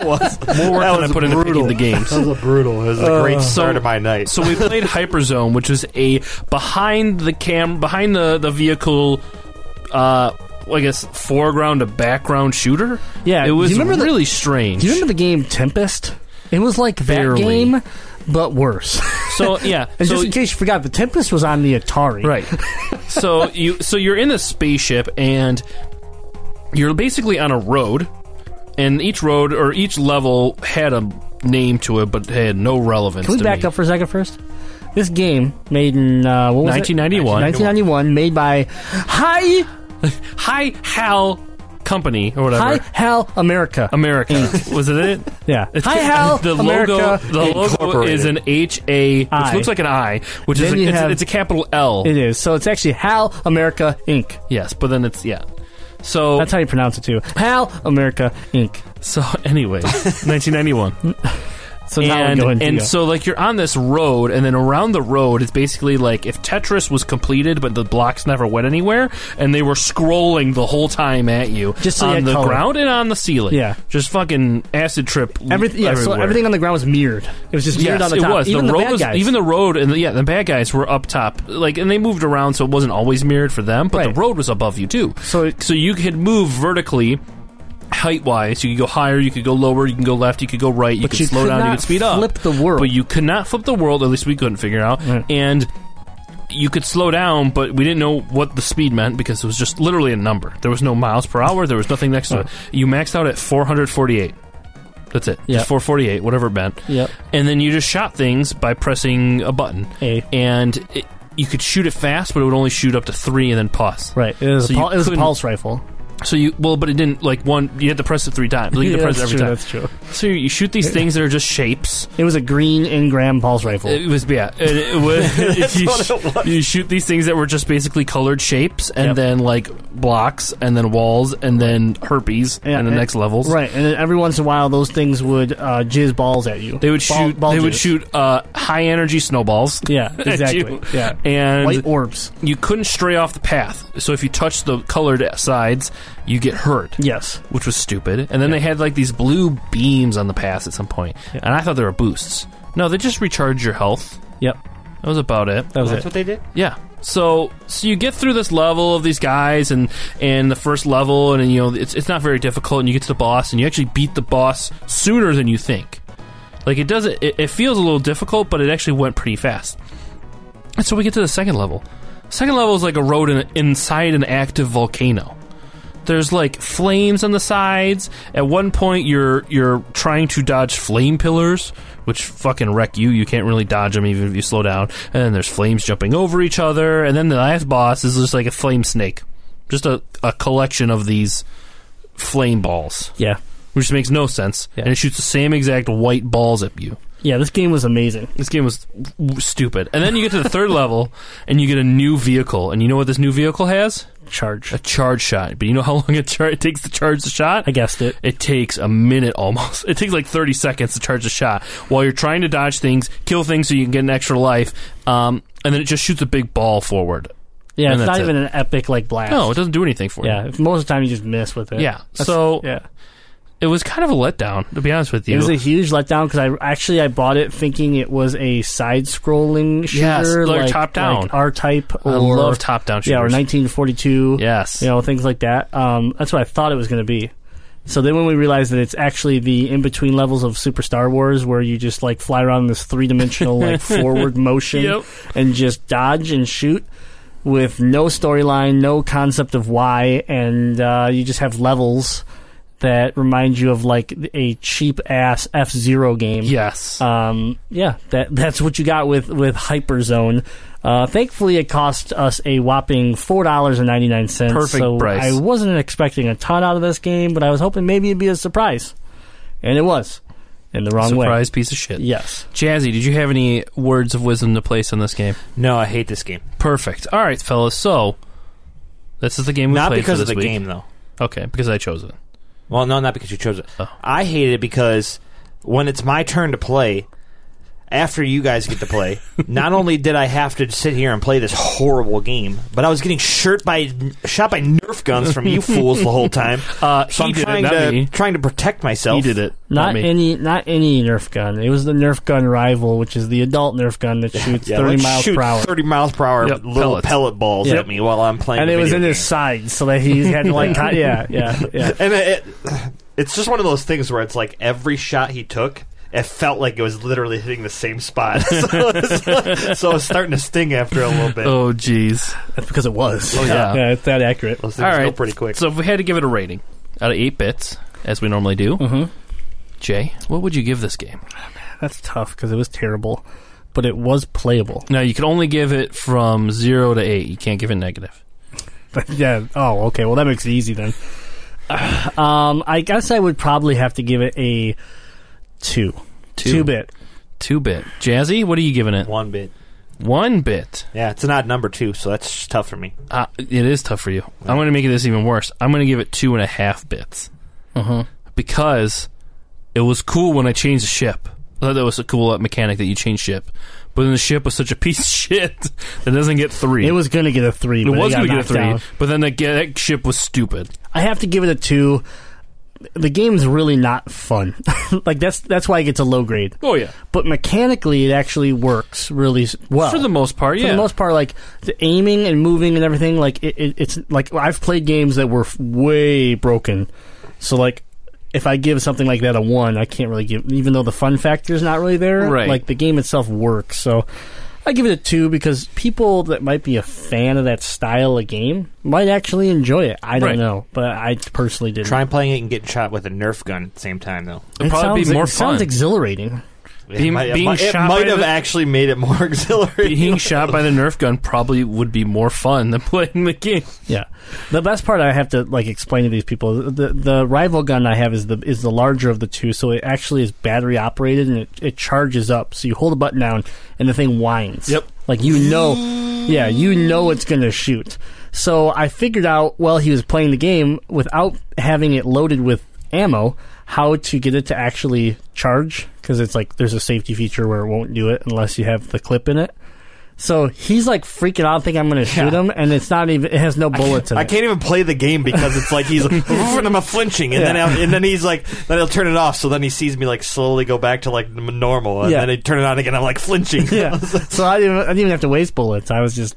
Speaker 6: More work than I put into picking the games.
Speaker 7: was a brutal. It was a great start
Speaker 6: so-
Speaker 7: of my night.
Speaker 6: So we played Hyperzone, which is a behind the cam, behind the the vehicle. Uh, I guess foreground to background shooter.
Speaker 5: Yeah,
Speaker 6: it
Speaker 5: do
Speaker 6: was
Speaker 5: you remember the-
Speaker 6: really strange.
Speaker 5: Do you remember the game Tempest? It was like that
Speaker 6: Barely.
Speaker 5: game, but
Speaker 6: *laughs*
Speaker 5: worse. *laughs*
Speaker 6: So yeah,
Speaker 5: and
Speaker 6: so
Speaker 5: just in case you forgot, the Tempest was on the Atari.
Speaker 6: Right. so you so you're in a spaceship and you're basically on a road and each road or each level had a name to it but had no relevance
Speaker 5: Can we
Speaker 6: to
Speaker 5: back
Speaker 6: me.
Speaker 5: up for a second first? This game made in uh, what was it?
Speaker 6: 1991.
Speaker 5: 1991, made by Hi
Speaker 6: Hi Hal Company or whatever.
Speaker 5: Hi Hal America. *laughs*
Speaker 6: America. Was it it?
Speaker 5: yeah.
Speaker 6: It's-
Speaker 5: Hi Hal
Speaker 6: *laughs* The
Speaker 5: America.
Speaker 6: logo the logo
Speaker 7: Incorporated.
Speaker 6: is an H A which
Speaker 5: I.
Speaker 6: looks like an I, which
Speaker 5: Then
Speaker 6: is a,
Speaker 5: you
Speaker 6: it's,
Speaker 5: have-
Speaker 6: it's a capital L.
Speaker 5: It is. So it's actually Hal America Inc.
Speaker 6: yes, but then it's yeah. So
Speaker 5: That's how you pronounce it too. Hal America Inc.
Speaker 6: so *laughs*
Speaker 5: *laughs*
Speaker 6: anyway, 1991.
Speaker 5: So now we're
Speaker 6: and,
Speaker 5: going to uh,
Speaker 6: and
Speaker 5: go.
Speaker 6: so like you're on this road and then around the road it's basically like if tetris was completed but the blocks never went anywhere and they were scrolling the whole time at you
Speaker 5: Just so you
Speaker 6: on
Speaker 5: had
Speaker 6: the
Speaker 5: color.
Speaker 6: ground and on the ceiling
Speaker 5: Yeah.
Speaker 6: just fucking acid trip
Speaker 5: Everything, yeah, so
Speaker 6: everywhere.
Speaker 5: everything on the ground was mirrored. It was just mirrored
Speaker 6: Yes,
Speaker 5: on the
Speaker 6: it
Speaker 5: top.
Speaker 6: was.
Speaker 5: Even the,
Speaker 6: road
Speaker 5: bad
Speaker 6: was
Speaker 5: guys.
Speaker 6: even the road and the, yeah, the bad guys were up top, like, and they moved around, so it wasn't always mirrored for them. But
Speaker 5: Right.
Speaker 6: the road was above you too,
Speaker 5: So it-
Speaker 6: so you could move vertically, height wise. You could go higher, you could go lower, you can go left, you could go right, you
Speaker 5: But
Speaker 6: could
Speaker 5: you
Speaker 6: slow
Speaker 5: could
Speaker 6: down,
Speaker 5: not
Speaker 6: you could speed up.
Speaker 5: flip the world.
Speaker 6: but you could not flip the world. At least we couldn't figure out.
Speaker 5: Right.
Speaker 6: And you could slow down, but we didn't know what the speed meant because it was just literally a number. There was no miles per hour. There was nothing next to it. You maxed out at 448. That's it.
Speaker 5: Yeah.
Speaker 6: Just 448, whatever it meant
Speaker 5: Yep.
Speaker 6: and then you just shot things by pressing a button.
Speaker 5: A.
Speaker 6: And it, you could shoot it fast, but it would only shoot up to three and then pause.
Speaker 5: Right. It was,
Speaker 6: So
Speaker 5: a,
Speaker 6: you
Speaker 5: pul- it was a
Speaker 6: couldn't-
Speaker 5: pulse rifle.
Speaker 6: So you well, but it didn't like one. You had to press it three times. Like, you
Speaker 5: Yeah,
Speaker 6: had to press it
Speaker 5: that's
Speaker 6: every
Speaker 5: true,
Speaker 6: time.
Speaker 5: that's true.
Speaker 6: So you, you
Speaker 5: *laughs*
Speaker 6: shoot these things that are just shapes.
Speaker 5: It was a green Ingram pulse rifle.
Speaker 6: It was yeah. and
Speaker 5: *laughs*
Speaker 6: It, was, you,
Speaker 7: what
Speaker 6: sh-
Speaker 7: it was.
Speaker 6: you shoot these things that were just basically colored shapes, and
Speaker 5: Yep.
Speaker 6: then like blocks, and then walls, and then herpes,
Speaker 5: Yeah,
Speaker 6: and the
Speaker 5: and-
Speaker 6: next levels.
Speaker 5: Right, and then every once in a while, those things would uh, jizz balls at you.
Speaker 6: They would
Speaker 5: Ball-
Speaker 6: shoot.
Speaker 5: ball
Speaker 6: they would
Speaker 5: jizz.
Speaker 6: shoot uh, high energy snowballs.
Speaker 5: Yeah,
Speaker 6: *laughs* at
Speaker 5: exactly.
Speaker 6: you.
Speaker 5: Yeah,
Speaker 6: and
Speaker 5: white orbs.
Speaker 6: you couldn't stray off the path. So if you touched the colored sides, you get hurt.
Speaker 5: Yes,
Speaker 6: Which was stupid. And then they had like these blue beams on the path at some point. And I thought they were boosts. No, they just recharge your health.
Speaker 5: yep,
Speaker 6: That was about it.
Speaker 5: that was
Speaker 7: That's
Speaker 5: it.
Speaker 7: what they did.
Speaker 6: Yeah. So so you get through this level of these guys and and the first level and, you know it's it's not very difficult and you get to the boss and you actually beat the boss sooner than you think. Like it doesn't it, it feels a little difficult but it actually went pretty fast. And so we get to the second level. Second level is like a road in, inside an active volcano. There's like flames on the sides. At one point, you're you're trying to dodge flame pillars, which fucking wreck you. You can't really dodge them even if you slow down. And then there's flames jumping over each other. And then the last boss is just like a flame snake, just a, a collection of these flame balls,
Speaker 5: Yeah,
Speaker 6: which makes no sense.
Speaker 5: Yeah.
Speaker 6: And it shoots the same exact white balls at you.
Speaker 5: yeah. This game was amazing.
Speaker 6: This game was w- stupid. And then you get to the third *laughs* level, and you get a new vehicle. And you know what this new vehicle has?
Speaker 5: Charge.
Speaker 6: A charge shot. But you know how long it, char- it takes to charge the shot?
Speaker 5: I guessed it.
Speaker 6: It takes a minute almost. *laughs* It takes like 30 seconds to charge a shot while you're trying to dodge things, kill things so you can get an extra life, um, and then it just shoots a big ball forward.
Speaker 5: Yeah,
Speaker 6: And
Speaker 5: it's not
Speaker 6: that's it.
Speaker 5: even an epic like blast.
Speaker 6: No, it doesn't do anything for
Speaker 5: Yeah,
Speaker 6: you.
Speaker 5: if- most of the time you just miss with it.
Speaker 6: Yeah.
Speaker 5: That's-
Speaker 6: So-
Speaker 5: yeah,
Speaker 6: It was kind of a letdown, to be honest with you.
Speaker 5: it was a huge letdown because I actually I bought it thinking it was a side-scrolling shooter,
Speaker 6: Yes, like
Speaker 5: like
Speaker 6: top-down.
Speaker 5: like R-Type. Or,
Speaker 6: I love top-down
Speaker 5: Yeah, or
Speaker 6: shooters.
Speaker 5: 1942.
Speaker 6: Yes.
Speaker 5: you know things like that. Um, that's what I thought it was going to be. So then when we realized that it's actually the in between levels of Super Star Wars where you just like fly around in this three dimensional
Speaker 6: *laughs*
Speaker 5: like forward motion
Speaker 6: Yep.
Speaker 5: and just dodge and shoot with no storyline, no concept of why, and uh, you just have levels that remind you of like a cheap ass F Zero game.
Speaker 6: yes.
Speaker 5: Um, yeah, that that's what you got with with Hyperzone. Uh, thankfully, it cost us a whopping four dollars and ninety nine cents.
Speaker 6: Perfect
Speaker 5: so
Speaker 6: price.
Speaker 5: I wasn't expecting a ton out of this game, but I was hoping maybe it'd be a surprise, and it was in the wrong
Speaker 6: Surprise piece of shit.
Speaker 5: way. Yes,
Speaker 6: Jazzy, did you have any words of wisdom to place on this game?
Speaker 7: No, I hate this game.
Speaker 6: Perfect. All right, fellas. So this is the game we
Speaker 7: Not
Speaker 6: played
Speaker 7: because
Speaker 6: for
Speaker 7: of
Speaker 6: this
Speaker 7: the
Speaker 6: week.
Speaker 7: game, though.
Speaker 6: Okay, because I chose it.
Speaker 7: Well, no, not because you chose it.
Speaker 6: Oh.
Speaker 7: I hate it because when it's my turn to play, after you guys get
Speaker 6: *laughs*
Speaker 7: to play, not only did I have to sit here and play this horrible game, but I was getting shirt by shot by Nerf guns from you fools the whole time.
Speaker 6: *laughs* Uh,
Speaker 7: so
Speaker 6: he
Speaker 7: I'm
Speaker 6: did it,
Speaker 7: trying
Speaker 6: not
Speaker 7: to
Speaker 6: me.
Speaker 7: trying to protect myself.
Speaker 6: He did it.
Speaker 5: not
Speaker 6: me.
Speaker 5: any not any Nerf gun. It was the Nerf gun rival, which is the adult Nerf gun that shoots
Speaker 7: Yeah,
Speaker 5: thirty
Speaker 7: let's
Speaker 5: miles
Speaker 7: shoot
Speaker 5: per hour.
Speaker 7: Thirty miles per hour
Speaker 6: Yep,
Speaker 7: little
Speaker 6: pellets.
Speaker 7: pellet balls
Speaker 5: Yep.
Speaker 7: at me while I'm playing.
Speaker 5: and
Speaker 7: a
Speaker 5: it was
Speaker 7: video
Speaker 5: in his
Speaker 7: game.
Speaker 5: side, so that he had to like, cut- yeah, yeah, yeah.
Speaker 7: and it, it- it's just one of those things where it's like every shot he took it felt like it was literally hitting the same spot. *laughs* so, it's like- so it was starting to sting after a little bit.
Speaker 6: Oh, jeez.
Speaker 5: That's because it was. Oh
Speaker 6: yeah.
Speaker 5: yeah, it's that accurate.
Speaker 7: Those
Speaker 6: All
Speaker 7: things
Speaker 6: right.
Speaker 7: go pretty quick.
Speaker 6: So if we had to give it a rating out of eight bits, as we normally do,
Speaker 5: Mhm.
Speaker 6: Jay, what would you give this game?
Speaker 5: That's tough because it was terrible, but it was playable. *laughs*
Speaker 6: Now you can only give it from zero to eight. You can't give it negative.
Speaker 5: yeah. Oh, okay. Well, that makes it easy then. *sighs* um, I guess I would probably have to give it a two.
Speaker 6: Two.
Speaker 5: bit.
Speaker 6: Two bit. Jazzy, what are you giving it?
Speaker 7: One bit.
Speaker 6: One bit.
Speaker 7: Yeah, it's an odd number too, so that's tough for me.
Speaker 6: Uh, it is tough for you. I'm going to make this even worse. I'm going to give it two and a half bits Mm-hmm.
Speaker 5: Mhm.
Speaker 6: because it was cool when I changed the ship. I thought that was a cool uh, mechanic that you change ship, but then the ship was such a piece of *laughs* shit that it doesn't get three.
Speaker 5: It was going to get a three.
Speaker 6: It
Speaker 5: but
Speaker 6: was
Speaker 5: going to
Speaker 6: get a three, but then the, g- that ship was stupid.
Speaker 5: I have to give it a two. The game's really not fun. *laughs* like that's that's why it gets a low grade.
Speaker 6: Oh yeah,
Speaker 5: But mechanically, it actually works really s- well
Speaker 6: for the most part,
Speaker 5: For
Speaker 6: yeah.
Speaker 5: the most part, like the aiming and moving and everything, like it, it, it's like I've played games that were f- way broken. So like, if I give something like that a one, I can't really give, even though the fun factor is not really there.
Speaker 6: Right.
Speaker 5: Like the game itself works. So I give it a two because people that might be a fan of that style of game might actually enjoy it. I don't
Speaker 6: Right.
Speaker 5: know, but I personally didn't.
Speaker 7: Try playing it and getting shot with a Nerf gun at the same time, though.
Speaker 6: It'd probably
Speaker 5: sounds,
Speaker 6: be more
Speaker 5: it sounds
Speaker 6: fun.
Speaker 5: exhilarating.
Speaker 6: Being-
Speaker 7: it might, it
Speaker 6: being
Speaker 7: might- it
Speaker 6: shot
Speaker 7: might
Speaker 6: by
Speaker 7: have
Speaker 6: the-
Speaker 7: actually made it more *laughs* exhilarating.
Speaker 6: Being shot by the Nerf gun probably would be more fun than playing the game.
Speaker 5: Yeah, the best part I have to like explain to these people the the rival gun I have is the is the larger of the two, so it actually is battery operated and it, it charges up. So you hold a button down and the thing whines.
Speaker 6: Yep.
Speaker 5: like you know, yeah, you know it's gonna shoot. So I figured out while he was playing the game without having it loaded with ammo how to get it to actually charge because it's like there's a safety feature where it won't do it unless you have the clip in it. So he's like freaking out, think I'm going to shoot
Speaker 7: Yeah.
Speaker 5: him, and it's not even. It has no bullets in
Speaker 7: I
Speaker 5: it.
Speaker 7: can't even play the game because it's
Speaker 5: *laughs*
Speaker 7: like he's like, and I'm a flinching, and then
Speaker 5: Yeah.
Speaker 7: I'm, and then he's like, then he'll turn it off. So then he sees me like slowly go back to like m- normal, and
Speaker 5: Yeah.
Speaker 7: then he turn it on again. I'm like flinching. *laughs*
Speaker 6: *laughs*
Speaker 5: yeah. so I didn't, I didn't even have to waste bullets. I was just,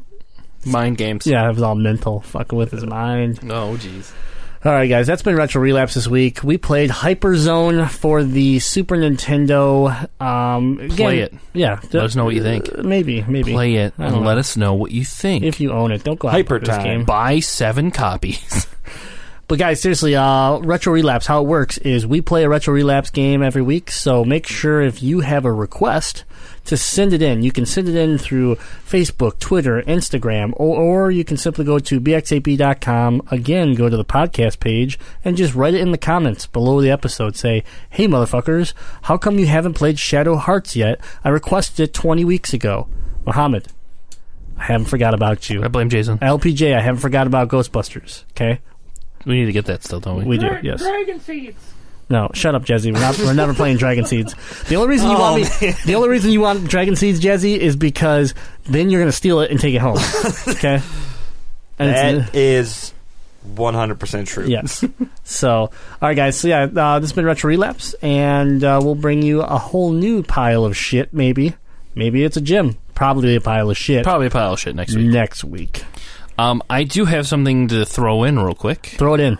Speaker 6: Mind games.
Speaker 5: yeah, I was all mental, fucking with his mind.
Speaker 6: Oh jeez.
Speaker 5: All right, guys, that's been Retro Relapse this week. We played Hyperzone for the Super Nintendo. Um, again,
Speaker 6: Play it.
Speaker 5: Yeah.
Speaker 6: Let us know what you think.
Speaker 5: Uh, Maybe, maybe.
Speaker 6: Play it
Speaker 5: I don't
Speaker 6: and
Speaker 5: know.
Speaker 6: let us know what you think.
Speaker 5: If you own it, don't go out
Speaker 7: Hyper
Speaker 5: and buy this
Speaker 7: time.
Speaker 5: game.
Speaker 6: Buy
Speaker 5: *laughs*
Speaker 6: seven copies.
Speaker 5: But guys, seriously, uh, retro relapse. How it works is we play a retro relapse game every week. So make sure if you have a request to send it in, you can send it in through Facebook, Twitter, Instagram, or, or you can simply go to bxap.com. Again, go to the podcast page and just write it in the comments below the episode. Say, "Hey, motherfuckers, how come you haven't played Shadow Hearts yet? I requested it 20 weeks ago." Mohammed, I haven't forgot about you.
Speaker 6: I blame Jason.
Speaker 5: LPJ, I haven't forgot about Ghostbusters. Okay.
Speaker 6: We need to get that still, don't we?
Speaker 5: We do, yes. Dragon seeds. No, shut up, Jazzy. We're not. We're never playing Dragon *laughs* Seeds. The only reason
Speaker 6: Oh,
Speaker 5: you want me, the only reason you want Dragon Seeds, Jazzy, is because then you're going to steal it and take it
Speaker 6: *laughs*
Speaker 5: home. Okay. And it's-
Speaker 7: that is 100 percent true.
Speaker 5: yes. So, all right, guys. So yeah, uh, this has been Retro Relapse, and uh, we'll bring you a whole new pile of shit. Maybe, maybe it's a gym. Probably a pile of shit.
Speaker 6: Probably a pile of shit next week.
Speaker 5: Next week,
Speaker 6: Um, I do have something to throw in real quick.
Speaker 5: throw it in.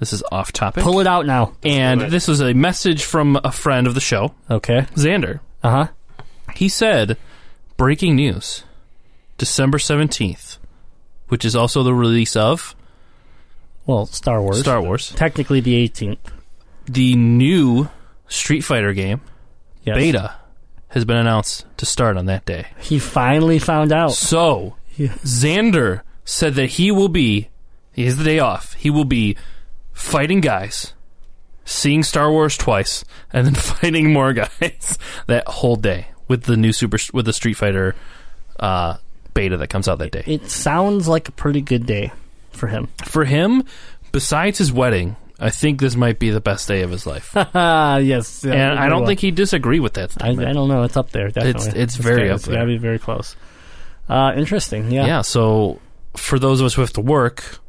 Speaker 6: This is off topic.
Speaker 5: Pull it out now.
Speaker 6: and this was a message from a friend of the show,
Speaker 5: Okay.
Speaker 6: Xander.
Speaker 5: Uh huh.
Speaker 6: He said, "Breaking news: December seventeenth, which is also the release of
Speaker 5: Well, Star Wars.
Speaker 6: Star Wars,
Speaker 5: Technically, the 18th.
Speaker 6: the new Street Fighter game
Speaker 5: Yes.
Speaker 6: beta has been announced to start on that day."
Speaker 5: He finally found out.
Speaker 6: So Xander said that he will be. He has the day off. He will be fighting guys, seeing Star Wars twice, and then *laughs* fighting more guys that whole day with the new super with the Street Fighter uh, beta that comes out that day.
Speaker 5: It sounds like a pretty good day for him.
Speaker 6: For him, besides his wedding, I think this might be the best day of
Speaker 5: *laughs*
Speaker 6: his life, Ah,
Speaker 5: yes, yeah,
Speaker 6: and I
Speaker 5: very
Speaker 6: don't
Speaker 5: well.
Speaker 6: think he'd disagree with that
Speaker 5: I, I
Speaker 6: statement.
Speaker 5: don't know. It's up there. Definitely,
Speaker 6: it's very
Speaker 5: got-
Speaker 6: up
Speaker 5: it's
Speaker 6: there.
Speaker 5: Got to be very close. Uh, interesting. Yeah.
Speaker 6: yeah. so for those of us who have to work,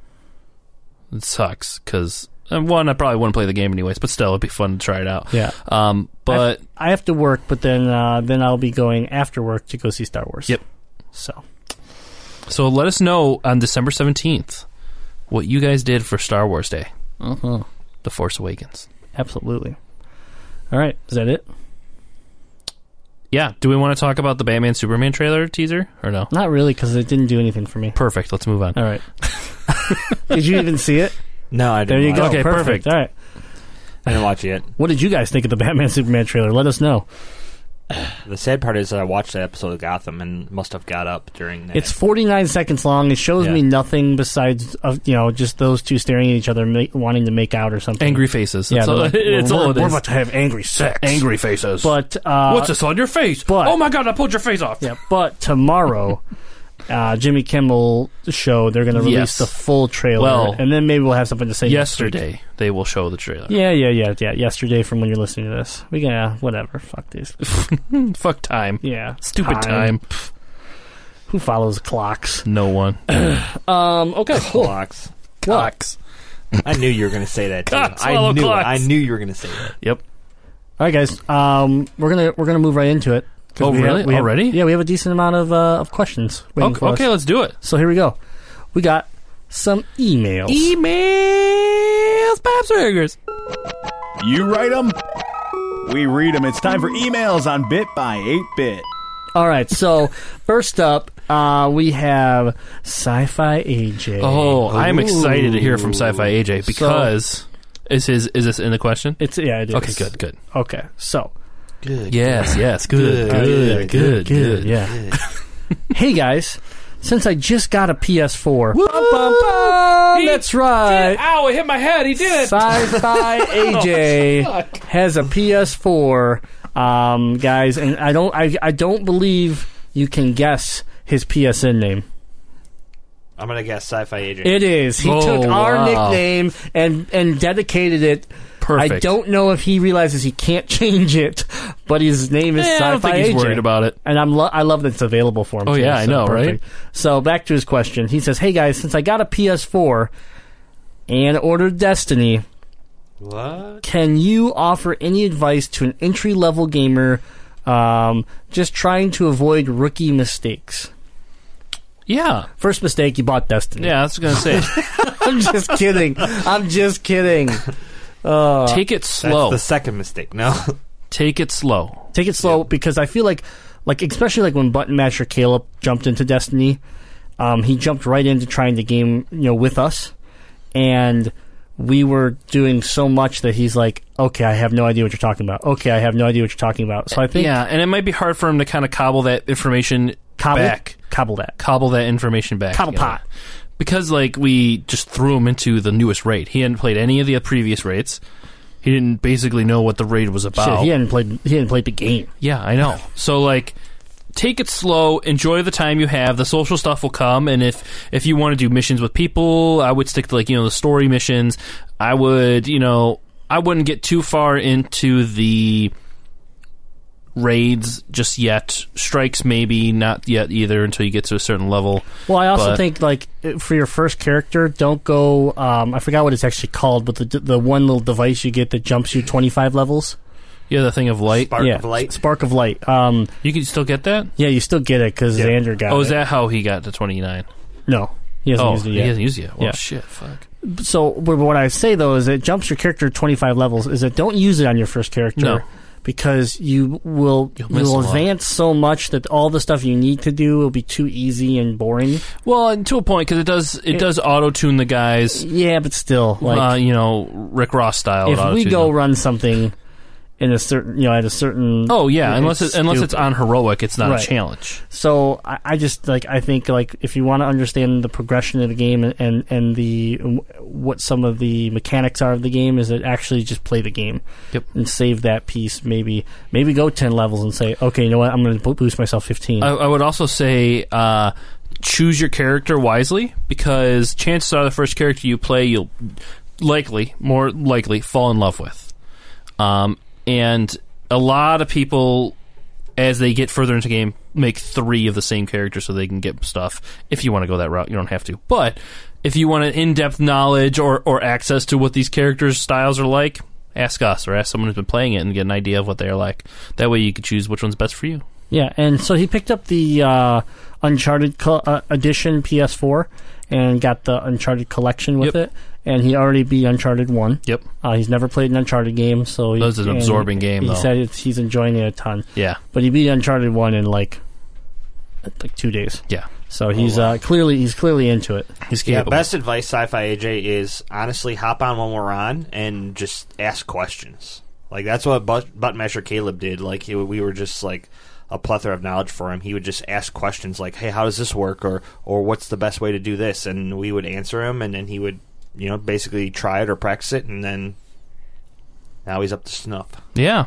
Speaker 6: it sucks because one, I probably wouldn't play the game anyways, but still, it'd be fun to try it out.
Speaker 5: Yeah.
Speaker 6: Um, but
Speaker 5: I have to work, but then uh, then I'll be going after work to go see Star Wars.
Speaker 6: Yep.
Speaker 5: So
Speaker 6: so let us know on December seventeenth what you guys did for Star Wars Day,
Speaker 5: Uh-huh.
Speaker 6: The Force Awakens.
Speaker 5: absolutely. All right. Is that it?
Speaker 6: yeah, do we want to talk about the Batman Superman trailer teaser or no?
Speaker 5: Not really, because it didn't do anything for me.
Speaker 6: Perfect. Let's move on.
Speaker 5: All right. *laughs* did you even see it?
Speaker 7: No, I didn't.
Speaker 5: There you
Speaker 7: watch
Speaker 5: go.
Speaker 7: it.
Speaker 6: Okay, perfect.
Speaker 5: All right.
Speaker 7: I didn't watch it yet.
Speaker 5: What did you guys think of the Batman Superman trailer? Let us know.
Speaker 7: The sad part is that I watched that episode of Gotham and must have got up during that.
Speaker 5: It's 49 seconds long. It shows
Speaker 7: Yeah.
Speaker 5: me nothing besides, uh, you know, just those two staring at each other, ma- wanting to make out or something.
Speaker 6: Angry
Speaker 5: *laughs*
Speaker 6: faces.
Speaker 5: Yeah,
Speaker 6: That's all,
Speaker 5: they're like,
Speaker 6: *laughs* it's
Speaker 5: we're,
Speaker 6: all it
Speaker 5: we're
Speaker 6: is.
Speaker 5: about to have angry sex.
Speaker 6: Angry faces.
Speaker 5: But uh,
Speaker 6: What's this on your face?
Speaker 5: but-
Speaker 6: oh my god, I pulled your face off.
Speaker 5: Yeah, but
Speaker 6: *laughs*
Speaker 5: tomorrow, uh, Jimmy Kimmel show they're going to release
Speaker 6: Yes.
Speaker 5: the full trailer,
Speaker 6: Well-
Speaker 5: and then maybe we'll have something to say. next week.
Speaker 6: Yesterday they will show the trailer.
Speaker 5: Yeah, yeah, yeah, yeah. Yesterday, from when you're listening to this, we can uh, whatever. Fuck
Speaker 6: *laughs*
Speaker 5: these.
Speaker 6: *laughs* Fuck time.
Speaker 5: Yeah,
Speaker 6: Stupid time.
Speaker 5: Who follows clocks?
Speaker 6: No one.
Speaker 5: Um. Okay. Cool.
Speaker 7: *laughs* Clocks.
Speaker 6: Clocks.
Speaker 7: I knew you were going to say that. Too.
Speaker 6: God,
Speaker 7: I
Speaker 6: swallow
Speaker 7: knew. it.
Speaker 6: clocks.
Speaker 7: I knew you were going to say that.
Speaker 6: Yep.
Speaker 5: All right, guys. Um, we're gonna we're gonna move right into it. 'Cause
Speaker 6: Oh,
Speaker 5: we have-
Speaker 6: really?
Speaker 5: we have-
Speaker 6: Already?
Speaker 5: yeah, we have a decent amount of uh, of questions. waiting
Speaker 6: Okay,
Speaker 5: for us.
Speaker 6: okay, let's do it.
Speaker 5: So here we go. We got some emails.
Speaker 6: E- Emails, Babs Burgers.
Speaker 1: You write them, we read them. It's time for emails on Bit by 8-Bit.
Speaker 5: All right. So first up, uh, we have Sci-Fi AJ.
Speaker 6: Oh, I'm excited to hear from Sci-Fi AJ because is his is this in the question?
Speaker 5: It's yeah, it is.
Speaker 6: Okay, good, good.
Speaker 5: Okay, so
Speaker 7: Good.
Speaker 6: Yes, yes, good, good, good, good.
Speaker 5: yeah. *laughs* hey guys, since I just got a PS4, Bum, bum, bum, that's right.
Speaker 6: Ow! It hit my head. He did *laughs* Oh,
Speaker 5: Sci-fi AJ has a PS4, um, guys, and I don't, I, I don't believe you can guess his PSN name.
Speaker 7: I'm going to guess sci-fi agent.
Speaker 5: It is. He
Speaker 6: Oh,
Speaker 5: took our
Speaker 6: wow.
Speaker 5: nickname and and dedicated it.
Speaker 6: Perfect.
Speaker 5: I don't know if he realizes he can't *laughs* change it, but his name is
Speaker 6: Yeah,
Speaker 5: Sci-Fi
Speaker 6: Eh, I don't think he's
Speaker 5: AJ.
Speaker 6: worried about it.
Speaker 5: And I'm lo- I love that it's available for him.
Speaker 6: Oh,
Speaker 5: too,
Speaker 6: yeah, I
Speaker 5: so
Speaker 6: know, right?
Speaker 5: So back to his question. He says, "Hey guys, since I got a PS4 and ordered Destiny,
Speaker 7: What?
Speaker 5: can you offer any advice to an entry level gamer um, just trying to avoid rookie mistakes?
Speaker 6: Yeah,
Speaker 5: First mistake, you bought Destiny.
Speaker 6: yeah. I was gonna say,
Speaker 5: *laughs* I'm just kidding. I'm just kidding.
Speaker 6: take it
Speaker 7: That's
Speaker 6: slow.
Speaker 7: the second mistake. No. *laughs*
Speaker 6: Take it slow.
Speaker 5: Take it slow because I feel like, like especially like when Button Masher Caleb jumped into Destiny, um, he jumped right into trying the game, you know, with us, and we were doing so much that he's like, okay, I have no idea what you're talking about. Okay, I have no idea what you're talking about. So I think
Speaker 6: Yeah, and it might be hard for him to kind of cobble that information
Speaker 5: cobble,
Speaker 6: back.
Speaker 5: cobble that,
Speaker 6: Cobble that information back.
Speaker 5: cobble
Speaker 6: you know.
Speaker 5: pot.
Speaker 6: because like we just threw him into the newest raid. He hadn't played any of the previous raids. He didn't basically know what the raid was about.
Speaker 5: Shit, he hadn't played. He hadn't played the game.
Speaker 6: yeah, I know. So like take it slow, enjoy the time you have. The social stuff will come and if if you want to do missions with people, I would stick to like, you know, the story missions. I would, you know, I wouldn't get too far into the raids just yet. Strikes maybe not yet either until you get to a certain level.
Speaker 5: Well, I also
Speaker 6: But-
Speaker 5: think like uh, for your first character, don't go. Um, I forgot what it's actually called, but the the one little device you get that jumps you twenty five levels.
Speaker 6: Yeah, the thing of light.
Speaker 7: Spark
Speaker 5: yeah,
Speaker 7: of light.
Speaker 5: spark of light. Um,
Speaker 6: You can still get that?
Speaker 5: yeah, you still get it because Xander got
Speaker 6: Oh, is
Speaker 5: it.
Speaker 6: that how he got to 29?
Speaker 5: No, he hasn't
Speaker 6: Oh,
Speaker 5: used it
Speaker 6: he
Speaker 5: yet.
Speaker 6: hasn't used it yet. Well,
Speaker 5: Yeah.
Speaker 6: shit, fuck.
Speaker 5: so but what I say though is it jumps your character 25 levels is that don't use it on your first character
Speaker 6: No.
Speaker 5: because you will
Speaker 6: You'll miss a
Speaker 5: you'll
Speaker 6: lot.
Speaker 5: advance so much that all the stuff you need to do will be too easy and boring.
Speaker 6: Well, and to a point, because it does it, does auto tune the guys,
Speaker 5: Yeah, but still like
Speaker 6: uh, you know, Rick Ross style. it
Speaker 5: if we
Speaker 6: auto-tunes
Speaker 5: go
Speaker 6: them.
Speaker 5: run something in a certain you know at a certain
Speaker 6: oh yeah, unless it, unless it's
Speaker 5: stupid.
Speaker 6: on heroic, it's not
Speaker 5: Right.
Speaker 6: a challenge.
Speaker 5: so I, I just like i think like if you want to understand the progression of the game and, and and the what some of the mechanics are of the game is that actually just play the game
Speaker 6: Yep.
Speaker 5: and save that piece maybe maybe go 10 levels and say okay you know what i'm going to boost myself 15
Speaker 6: I, I would also say uh, choose your character wisely because chances are the first character you play you'll likely, more likely, fall in love with. Um, and a lot of people, as they get further into the game, make three of the same character so they can get stuff. If you want to go that route, you don't have to. But if you want an in depth knowledge or, or access to what these characters' styles are like, ask us or ask someone who's been playing it and get an idea of what they are like. That way you can choose which one's best for you.
Speaker 5: yeah and so he picked up the uh, uncharted co- uh, edition ps4 and got the uncharted collection with
Speaker 6: Yep.
Speaker 5: it and he already beat Uncharted One.
Speaker 6: Yep.
Speaker 5: Uh, he's never played an Uncharted game, so he-
Speaker 6: That was an
Speaker 5: and
Speaker 6: absorbing game,
Speaker 5: He
Speaker 6: though.
Speaker 5: said it's, he's enjoying it a ton,
Speaker 6: Yeah.
Speaker 5: but he beat Uncharted One in like like two days.
Speaker 6: Yeah.
Speaker 5: So
Speaker 6: Oh,
Speaker 5: he's uh, clearly he's clearly into it.
Speaker 6: He's
Speaker 7: Yeah,
Speaker 6: capable.
Speaker 7: best advice, Sci-Fi AJ, is honestly hop on when we're on and just ask questions. Like that's what butt, butt Mesher Caleb did. Like he, we were just like a plethora of knowledge for him. He would just ask questions like, "Hey, how does this work?" or "Or what's the best way to do this?" And we would answer him, and then he would, you know, basically try it or practice it, and then now he's up to snuff.
Speaker 6: Yeah.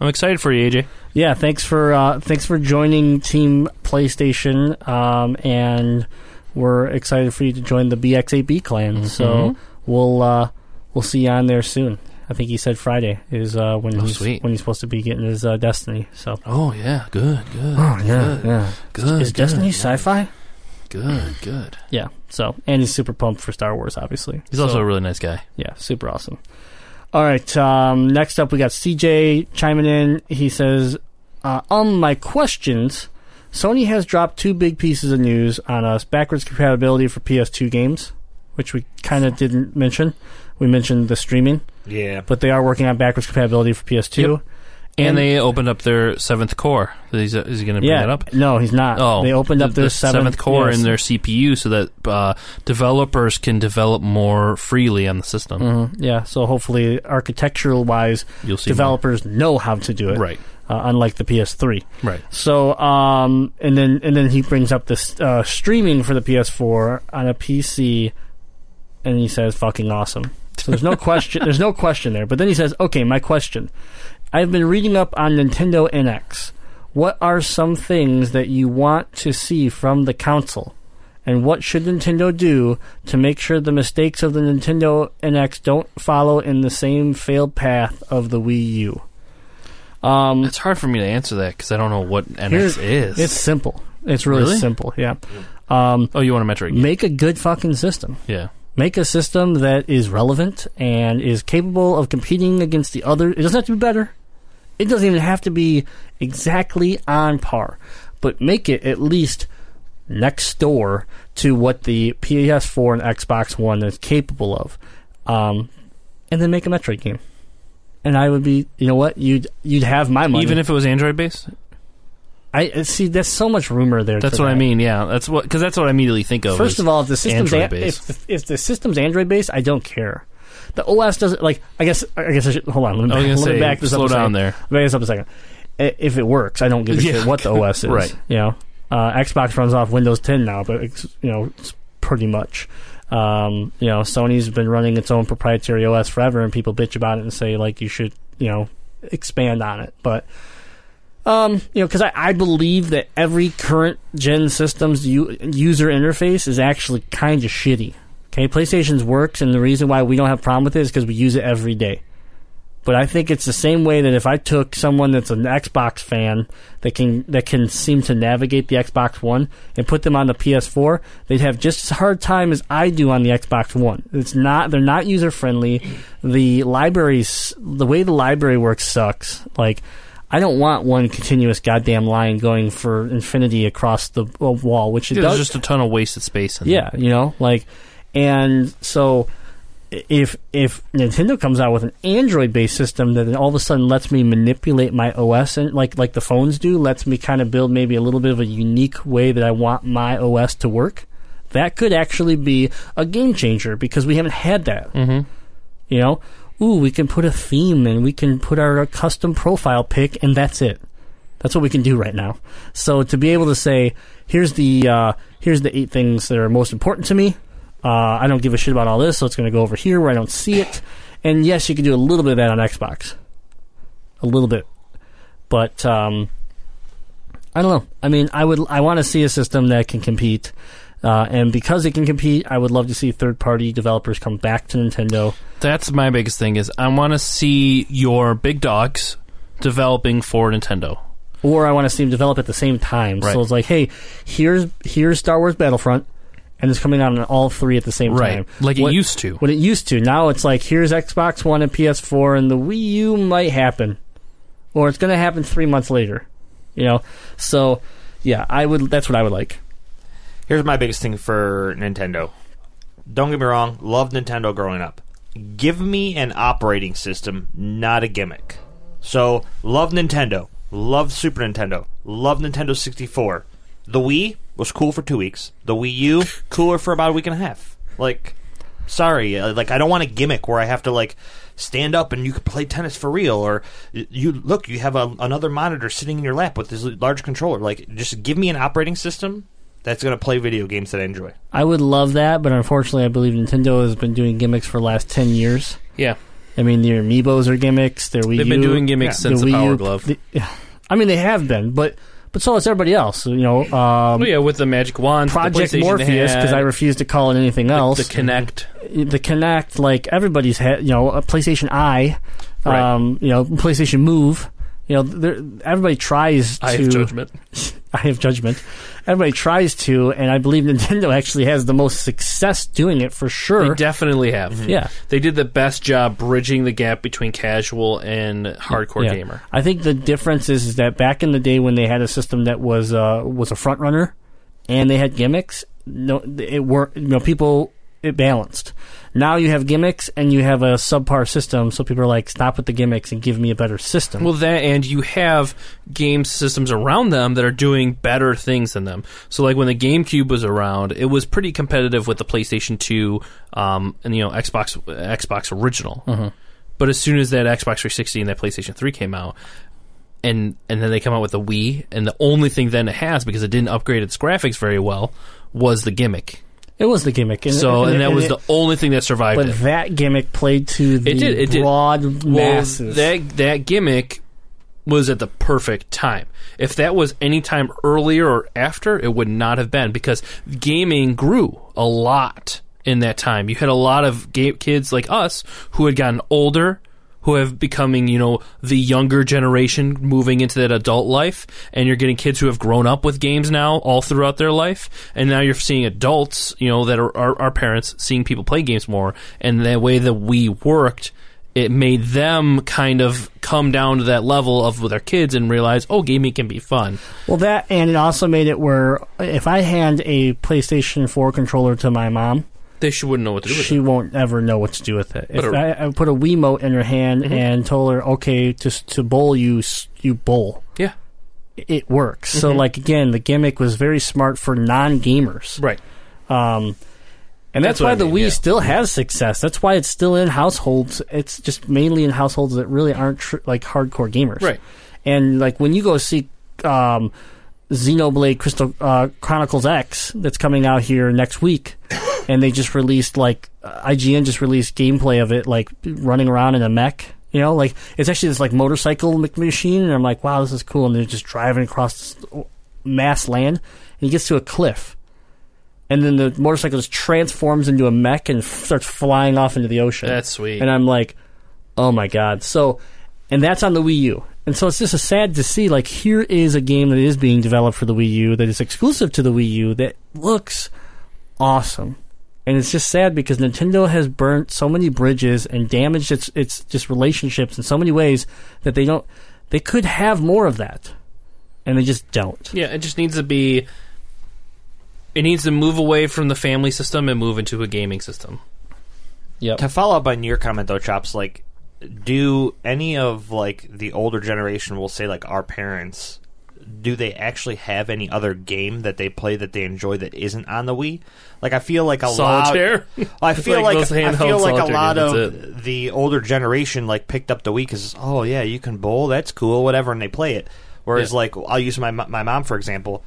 Speaker 6: I'm excited for you, AJ.
Speaker 5: Yeah, thanks for uh, thanks for joining Team PlayStation, um, and we're excited for you to join the BX8B clan.
Speaker 6: Mm-hmm.
Speaker 5: So we'll uh, we'll see you on there soon. I think he said Friday is uh, when
Speaker 6: Oh,
Speaker 5: he's
Speaker 6: sweet.
Speaker 5: when he's supposed to be getting his uh, Destiny. So
Speaker 6: Oh yeah, good, good.
Speaker 5: Oh, yeah, yeah.
Speaker 6: good, good,
Speaker 5: Is Destiny sci-fi?
Speaker 6: good, good.
Speaker 5: Yeah. So and he's super pumped for Star Wars, obviously.
Speaker 6: He's also a really nice guy.
Speaker 5: Yeah, super awesome. All right, um, next up we got CJ chiming in. He says, uh, "On my questions, Sony has dropped two big pieces of news on us: backwards compatibility for PS2 games, which we kind of didn't mention. We mentioned the streaming,
Speaker 7: Yeah,
Speaker 5: but they are working on backwards compatibility for PS2.
Speaker 6: Yep. And they opened up their seventh core. Is, is he going to bring
Speaker 5: yeah,
Speaker 6: that up?
Speaker 5: no, he's not.
Speaker 6: Oh,
Speaker 5: they opened up
Speaker 6: the,
Speaker 5: their
Speaker 6: the
Speaker 5: seventh,
Speaker 6: core
Speaker 5: yes.
Speaker 6: in their CPU so that uh, developers can develop more freely on the system.
Speaker 5: yeah. So hopefully, architectural wise,
Speaker 6: You'll see more.
Speaker 5: developers know how to do it,
Speaker 6: Right.
Speaker 5: Uh, unlike the PS3,
Speaker 6: Right.
Speaker 5: So, um, and then and then he brings up this uh, streaming for the PS4 on a PC, and he says, "Fucking awesome." So there's no question. there's no question there. But then he says, "Okay, my question. I've been reading up on Nintendo NX. What are some things that you want to see from the console?" And what should Nintendo do to make sure the mistakes of the Nintendo NX don't follow in the same failed path of the Wii U? Um,
Speaker 6: It's hard for me to answer that because I don't know what NX is.
Speaker 5: it's simple. It's really,
Speaker 6: Really?
Speaker 5: simple. Yeah.
Speaker 6: oh, you want a metric?
Speaker 5: Make a good fucking system.
Speaker 6: yeah.
Speaker 5: Make a system that is relevant and is capable of competing against the other. It doesn't have to be better. It doesn't even have to be exactly on par, but make it at least next door to what the PS4 and Xbox One is capable of. Um, and then make a Metroid game. And I would be, you know what? You'd you'd have my money.
Speaker 6: Even if it was Android based,
Speaker 5: I see, there's so much rumor there.
Speaker 6: that's
Speaker 5: to
Speaker 6: what I
Speaker 5: that.
Speaker 6: mean. Yeah, that's what because that's what I immediately think of.
Speaker 5: First
Speaker 6: is
Speaker 5: of all, if the system's
Speaker 6: Android
Speaker 5: an-
Speaker 6: based.
Speaker 5: if, if the system's Android based, I don't care. The OS doesn't like. I guess. I guess I should hold on. Let me,
Speaker 6: I
Speaker 5: back-
Speaker 6: was gonna
Speaker 5: let me
Speaker 6: say,
Speaker 5: back this
Speaker 6: slow
Speaker 5: up. a
Speaker 6: down
Speaker 5: second.
Speaker 6: there.
Speaker 5: Back this up a second. I- If it works, I don't give a
Speaker 6: Yeah.
Speaker 5: shit what the OS is.
Speaker 6: Right.
Speaker 5: You know, uh, Xbox runs off Windows 10 now, but it's, you know, it's pretty much. Um, you know, Sony's been running its own proprietary OS forever, and people bitch about it and say like you should, you know, expand on it, but. Um, you know, because I, I believe that every current gen system's u- user interface is actually kind of shitty. Okay, PlayStation's works, and the reason why we don't have problem with it is because we use it every day. But I think it's the same way that if I took someone that's an Xbox fan that can that can seem to navigate the Xbox One and put them on the PS4, they'd have just as hard time as I do on the Xbox One. It's not they're not user friendly. The libraries the way the library works sucks. Like I don't want one continuous goddamn line going for infinity across the uh, wall, which it
Speaker 6: yeah,
Speaker 5: does.
Speaker 6: there's just a ton of wasted space. In
Speaker 5: Yeah, you know, like, and so i- if if Nintendo comes out with an Android based system that then all of a sudden lets me manipulate my OS and like like the phones do, lets me kind of build maybe a little bit of a unique way that I want my OS to work. That could actually be a game changer because we haven't had that. Mm-hmm. You know, ooh, we can put a theme and we can put our custom profile pic, and that's it. That's what we can do right now. So to be able to say, here's the uh, here's the eight things that are most important to me. Uh, I don't give a shit about all this, so it's going to go over here where I don't see it. And yes, you can do a little bit of that on Xbox, a little bit, but um, I don't know. I mean, I would I want to see a system that can compete, uh, and because it can compete, I would love to see third party developers come back to Nintendo.
Speaker 6: That's my biggest thing is I want to see your big dogs developing for Nintendo.
Speaker 5: or I want to see them develop at the same time.
Speaker 6: Right.
Speaker 5: So it's like, hey, here's here's Star Wars Battlefront, and it's coming out on all three at the same
Speaker 6: Right.
Speaker 5: time,
Speaker 6: Like it used to.
Speaker 5: What it used to. Now it's like here's Xbox One and PS4, and the Wii U might happen, or it's going to happen three months later. You know, so yeah, I would. That's what I would like.
Speaker 7: here's my biggest thing for Nintendo: don't get me wrong, loved Nintendo growing up. Give me an operating system, not a gimmick. So, love Nintendo, love Super Nintendo, love Nintendo 64. The Wii was cool for two weeks. The Wii U, *laughs* cooler for about a week and a half. Like, sorry, uh, like I don't want a gimmick where I have to like stand up and you can play tennis for real, or y- you look, you have a, another monitor sitting in your lap with this large controller. Like, just give me an operating system that's going to play video games that I enjoy.
Speaker 5: I would love that, but unfortunately, I believe Nintendo has been doing gimmicks for the last ten years.
Speaker 6: Yeah.
Speaker 5: I mean, their amiibos are gimmicks. Their Wii
Speaker 6: They've been
Speaker 5: U-
Speaker 6: doing gimmicks
Speaker 5: their
Speaker 6: since the
Speaker 5: Wii
Speaker 6: Power
Speaker 5: U-
Speaker 6: Glove.
Speaker 5: the- *sighs* yeah. I mean, they have been, but but so has everybody else. You know, um,
Speaker 6: Oh yeah, with the magic wand,
Speaker 5: Project
Speaker 6: the PlayStation
Speaker 5: Morpheus,
Speaker 6: had,
Speaker 5: because I refuse to call it anything else.
Speaker 6: the Connect.
Speaker 5: the Kinect, like everybody's had, you know, a PlayStation Eye,
Speaker 6: Right.
Speaker 5: um, you know, PlayStation Move. You know, there- everybody tries
Speaker 6: I
Speaker 5: to. *laughs*
Speaker 6: have judgment.
Speaker 5: I have judgment. Everybody tries to, and I believe Nintendo *laughs* actually has the most success doing it for
Speaker 6: They
Speaker 5: sure.
Speaker 6: definitely have.
Speaker 5: Yeah.
Speaker 6: They did the best job bridging the gap between casual and hardcore
Speaker 5: Yeah.
Speaker 6: gamer.
Speaker 5: I think the difference is, is that back in the day when they had a system that was uh, was a front runner, and they had gimmicks, no, it were you know people it balanced. Now you have gimmicks and you have a subpar system, so people are like, stop with the gimmicks and give me a better system.
Speaker 6: Well, that and you have game systems around them that are doing better things than them. So, like when the GameCube was around, it was pretty competitive with the PlayStation Two um, and you know Xbox Xbox Original.
Speaker 5: Mm-hmm.
Speaker 6: But as soon as that Xbox 360 and that PlayStation 3 came out, and and then they come out with the Wii, and the only thing then it has because it didn't upgrade its graphics very well was the gimmick.
Speaker 5: it was the gimmick, and,
Speaker 6: So, and,
Speaker 5: it-
Speaker 6: that was
Speaker 5: it-
Speaker 6: the only thing that survived.
Speaker 5: But
Speaker 6: it.
Speaker 5: that gimmick played to the
Speaker 6: It did. It did.
Speaker 5: broad
Speaker 6: Well,
Speaker 5: masses.
Speaker 6: That that gimmick was at the perfect time. If that was any time earlier or after, it would not have been because gaming grew a lot in that time. You had a lot of ga- kids like us who had gotten older. Who have becoming, you know, the younger generation moving into that adult life, and you're getting kids who have grown up with games now all throughout their life, and now you're seeing adults, you know, that are, are our parents seeing people play games more, and the way that we worked it made them kind of come down to that level of with their kids and realize, oh, gaming can be fun.
Speaker 5: well, that and it also made it where if I hand a PlayStation 4 controller to my mom,
Speaker 6: They should wouldn't know what to do with
Speaker 5: she
Speaker 6: it.
Speaker 5: won't ever know what to do with it. If
Speaker 6: But a- Mm-hmm.
Speaker 5: I I put a Wiimote in her hand and told her, okay, just to bowl, you s- you bowl.
Speaker 6: Yeah,
Speaker 5: It works. So,
Speaker 6: Mm-hmm.
Speaker 5: like again, the gimmick was very smart for non-gamers.
Speaker 6: right.
Speaker 5: Um, and that's,
Speaker 6: That's
Speaker 5: why
Speaker 6: what I
Speaker 5: the
Speaker 6: mean,
Speaker 5: Wii
Speaker 6: yeah.
Speaker 5: still has success. That's why it's still in households. It's just mainly in households that really aren't tr- like hardcore gamers,
Speaker 6: Right.
Speaker 5: And like when you go see um, Xenoblade Crystal uh, Chronicles X that's coming out here next
Speaker 6: *coughs*
Speaker 5: week, and they just released like uh, IGN just released gameplay of it, like running around in a mech. You know, like it's actually this like motorcycle m- machine, and I'm like, wow, this is cool. And they're just driving across this mass land, and he gets to a cliff and then the motorcycle just transforms into a mech and f- starts flying off into the ocean.
Speaker 6: That's sweet.
Speaker 5: And I'm like, oh my god. So, and that's on the Wii U. And so it's just a sad to see. Like here is a game that is being developed for the Wii U that is exclusive to the Wii U that looks awesome. And it's just sad because Nintendo has burnt so many bridges and damaged its its just relationships in so many ways that they don't they could have more of that. And they just don't.
Speaker 6: Yeah, it just needs to be. It needs to move away from the family system and move into a gaming system.
Speaker 5: Yep.
Speaker 7: To follow up on your comment though, Chops, like do any of like the older generation will say like our parents do they actually have any other game that they play that they enjoy that isn't on the Wii? Like I feel like a
Speaker 6: Solitaire?
Speaker 7: lot
Speaker 6: *laughs*
Speaker 7: I feel
Speaker 6: Like
Speaker 7: like,
Speaker 6: those
Speaker 7: I feel
Speaker 6: handheld
Speaker 7: like a
Speaker 6: solitaire
Speaker 7: lot
Speaker 6: games,
Speaker 7: of
Speaker 6: that's
Speaker 7: the older generation like picked up the Wii cuz oh yeah, you can bowl, that's cool, whatever and they play it. Whereas
Speaker 6: Yeah.
Speaker 7: like I'll use my mo- my mom for example,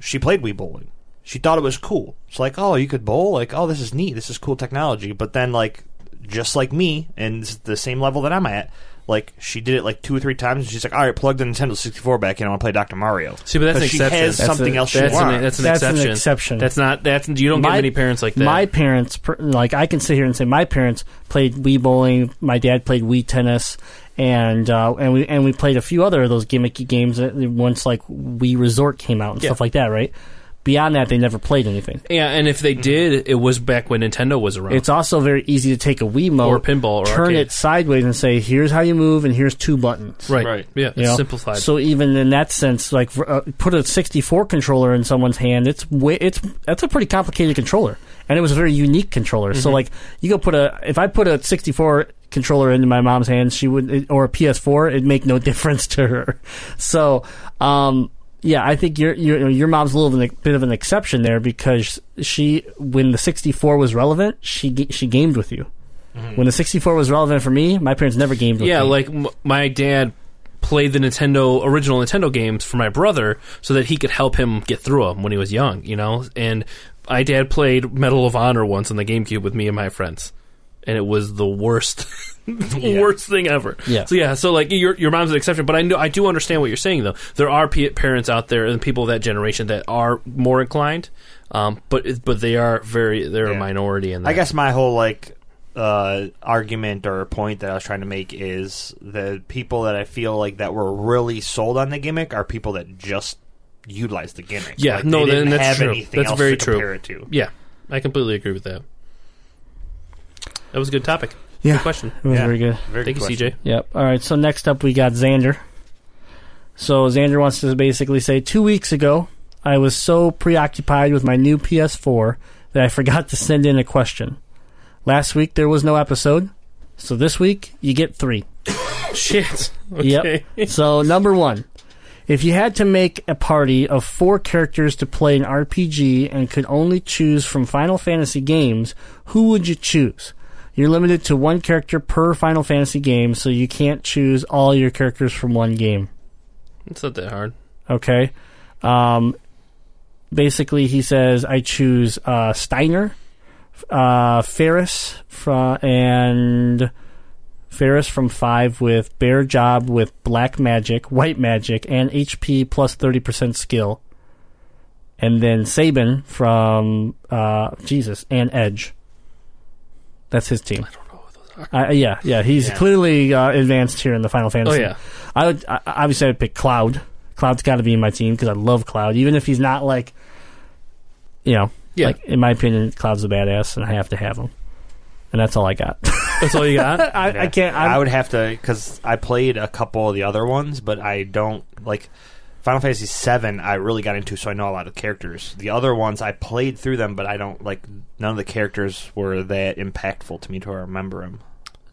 Speaker 7: she played Wii bowling. She thought it was cool. She's like, "Oh, you could bowl? Like, oh, this is neat. This is cool technology." But then, like, just like me, and this is the same level that I'm at, like, she did it like two or three times, and she's like, "All right, plug the Nintendo 64 back in. I want to play Dr. Mario."
Speaker 6: See, but that's
Speaker 7: 'Cause
Speaker 6: an
Speaker 7: she
Speaker 6: exception.
Speaker 7: has
Speaker 6: That's
Speaker 7: something
Speaker 6: a-
Speaker 7: else she
Speaker 6: That's
Speaker 7: wants.
Speaker 6: an, that's an
Speaker 5: That's an
Speaker 6: exception.
Speaker 5: exception.
Speaker 6: That's not. That's you don't get many parents like that.
Speaker 5: My parents, per- like I can sit here and say, my parents played Wii bowling. My dad played Wii tennis, and uh, and we and we played a few other of those gimmicky games that- once like uh, Wii Resort came out and
Speaker 6: Yeah.
Speaker 5: stuff like that, right? beyond that, they never played anything.
Speaker 6: Yeah, and if they did, it was back when Nintendo was around.
Speaker 5: It's also very easy to take a Wiimote
Speaker 6: Or pinball or
Speaker 5: turn
Speaker 6: arcade.
Speaker 5: it sideways, and say, "Here's how you move, and here's two buttons."
Speaker 6: right,
Speaker 9: Right.
Speaker 6: Yeah,
Speaker 5: You
Speaker 6: it's
Speaker 5: know?
Speaker 6: simplified.
Speaker 5: So even in that sense, like for, uh, put a 64 controller in someone's hand, it's way, it's that's a pretty complicated controller, and it was a very unique controller. So like you go put a if I put a 64 controller into my mom's hand, she would it- or a PS4, it'd make no *laughs* difference to her. So um, yeah, I think your your your mom's a little bit of an- bit of an exception there because she when the 64 was relevant, she ga- she gamed with you. When the 64 was relevant for me, my parents never gamed with
Speaker 6: yeah,
Speaker 5: me.
Speaker 6: like m- my dad played the Nintendo original Nintendo games for my brother so that he could help him get through them when he was young, you know. And my dad played Medal of Honor once on the GameCube with me and my friends, and it was the worst. *laughs* the worst thing ever.
Speaker 5: Yeah.
Speaker 6: So yeah. So like your your mom's an exception, but I know I do understand what you're saying though. There are p- parents out there and people of that generation that are more inclined, um, but it- but they are very they're a
Speaker 7: Yeah.
Speaker 6: minority. And
Speaker 7: I guess my whole like uh, argument or point that I was trying to make is the people that I feel like that were really sold on the gimmick are people that just utilize the gimmick.
Speaker 6: Yeah,
Speaker 7: Like,
Speaker 6: no,
Speaker 7: they didn't
Speaker 6: then that's
Speaker 7: have
Speaker 6: true.
Speaker 7: anything
Speaker 6: That's
Speaker 7: else
Speaker 6: very
Speaker 7: to
Speaker 6: true.
Speaker 7: compare it to.
Speaker 6: Yeah, I completely agree with that. That was a good topic.
Speaker 5: Yeah.
Speaker 6: Good question.
Speaker 5: it was
Speaker 7: yeah.
Speaker 5: very good.
Speaker 7: Very
Speaker 6: Thank
Speaker 7: good
Speaker 6: you,
Speaker 7: question.
Speaker 6: CJ.
Speaker 5: Yep. All right. So next up, we got Xander. So Xander wants to basically say two weeks ago, I was so preoccupied with my new PS4 that I forgot to send in a question. Last week there was no episode, so this week you get three.
Speaker 6: Shit.
Speaker 7: *laughs*
Speaker 6: Okay.
Speaker 5: Yep. so number one, if you had to make a party of four characters to play an RPG and could only choose from Final Fantasy games, who would you choose? You're limited to one character per Final Fantasy game, so you can't choose all your characters from one game.
Speaker 6: It's not that hard.
Speaker 5: Okay. Um, basically, he says I choose uh, Steiner, uh, Ferris from and Ferris from Five with Bear Job with Black Magic, White Magic, and HP plus thirty percent skill, and then Saban from uh, Jesus and Edge. That's his team. I, yeah, yeah, he's clearly uh, advanced here in the Final Fantasy.
Speaker 6: yeah.
Speaker 5: I would I, obviously I'd pick Cloud. Cloud's got to be in my team because I love Cloud, even if he's not like, you know,
Speaker 6: Yeah.
Speaker 5: like in my opinion, Cloud's a badass, and I have to have him. And that's all I got. *laughs*
Speaker 6: That's all you
Speaker 7: *laughs*
Speaker 6: got?
Speaker 5: I, I can't. I'm,
Speaker 7: I would have to because I played a couple of the other ones, but I don't like Final Fantasy VII. I really got into, so I know a lot of characters. The other ones I played through them, but I don't like none of the characters were that impactful to me to remember them.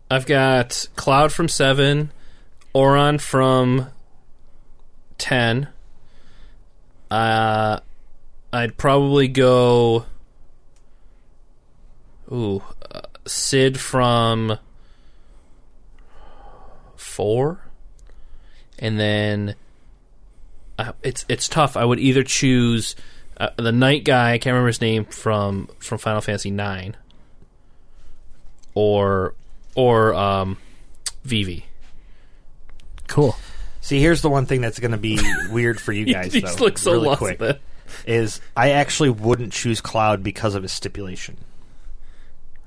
Speaker 6: I've got Cloud from 7, Oron from 10. Uh, I'd probably go. Ooh. Uh, Sid from 4. And then. Uh, it's it's tough. I would either choose uh, the night guy. I can't remember his name from from Final Fantasy Nine, or or um,
Speaker 5: *laughs*
Speaker 6: Vivi.
Speaker 5: cool.
Speaker 7: See, here's the one thing that's going
Speaker 6: *laughs*
Speaker 7: to be weird for you guys.
Speaker 6: He
Speaker 7: though,
Speaker 6: just looks so
Speaker 7: really
Speaker 6: lost.
Speaker 7: quick,
Speaker 6: there.
Speaker 7: is I actually wouldn't choose Cloud because of his stipulation.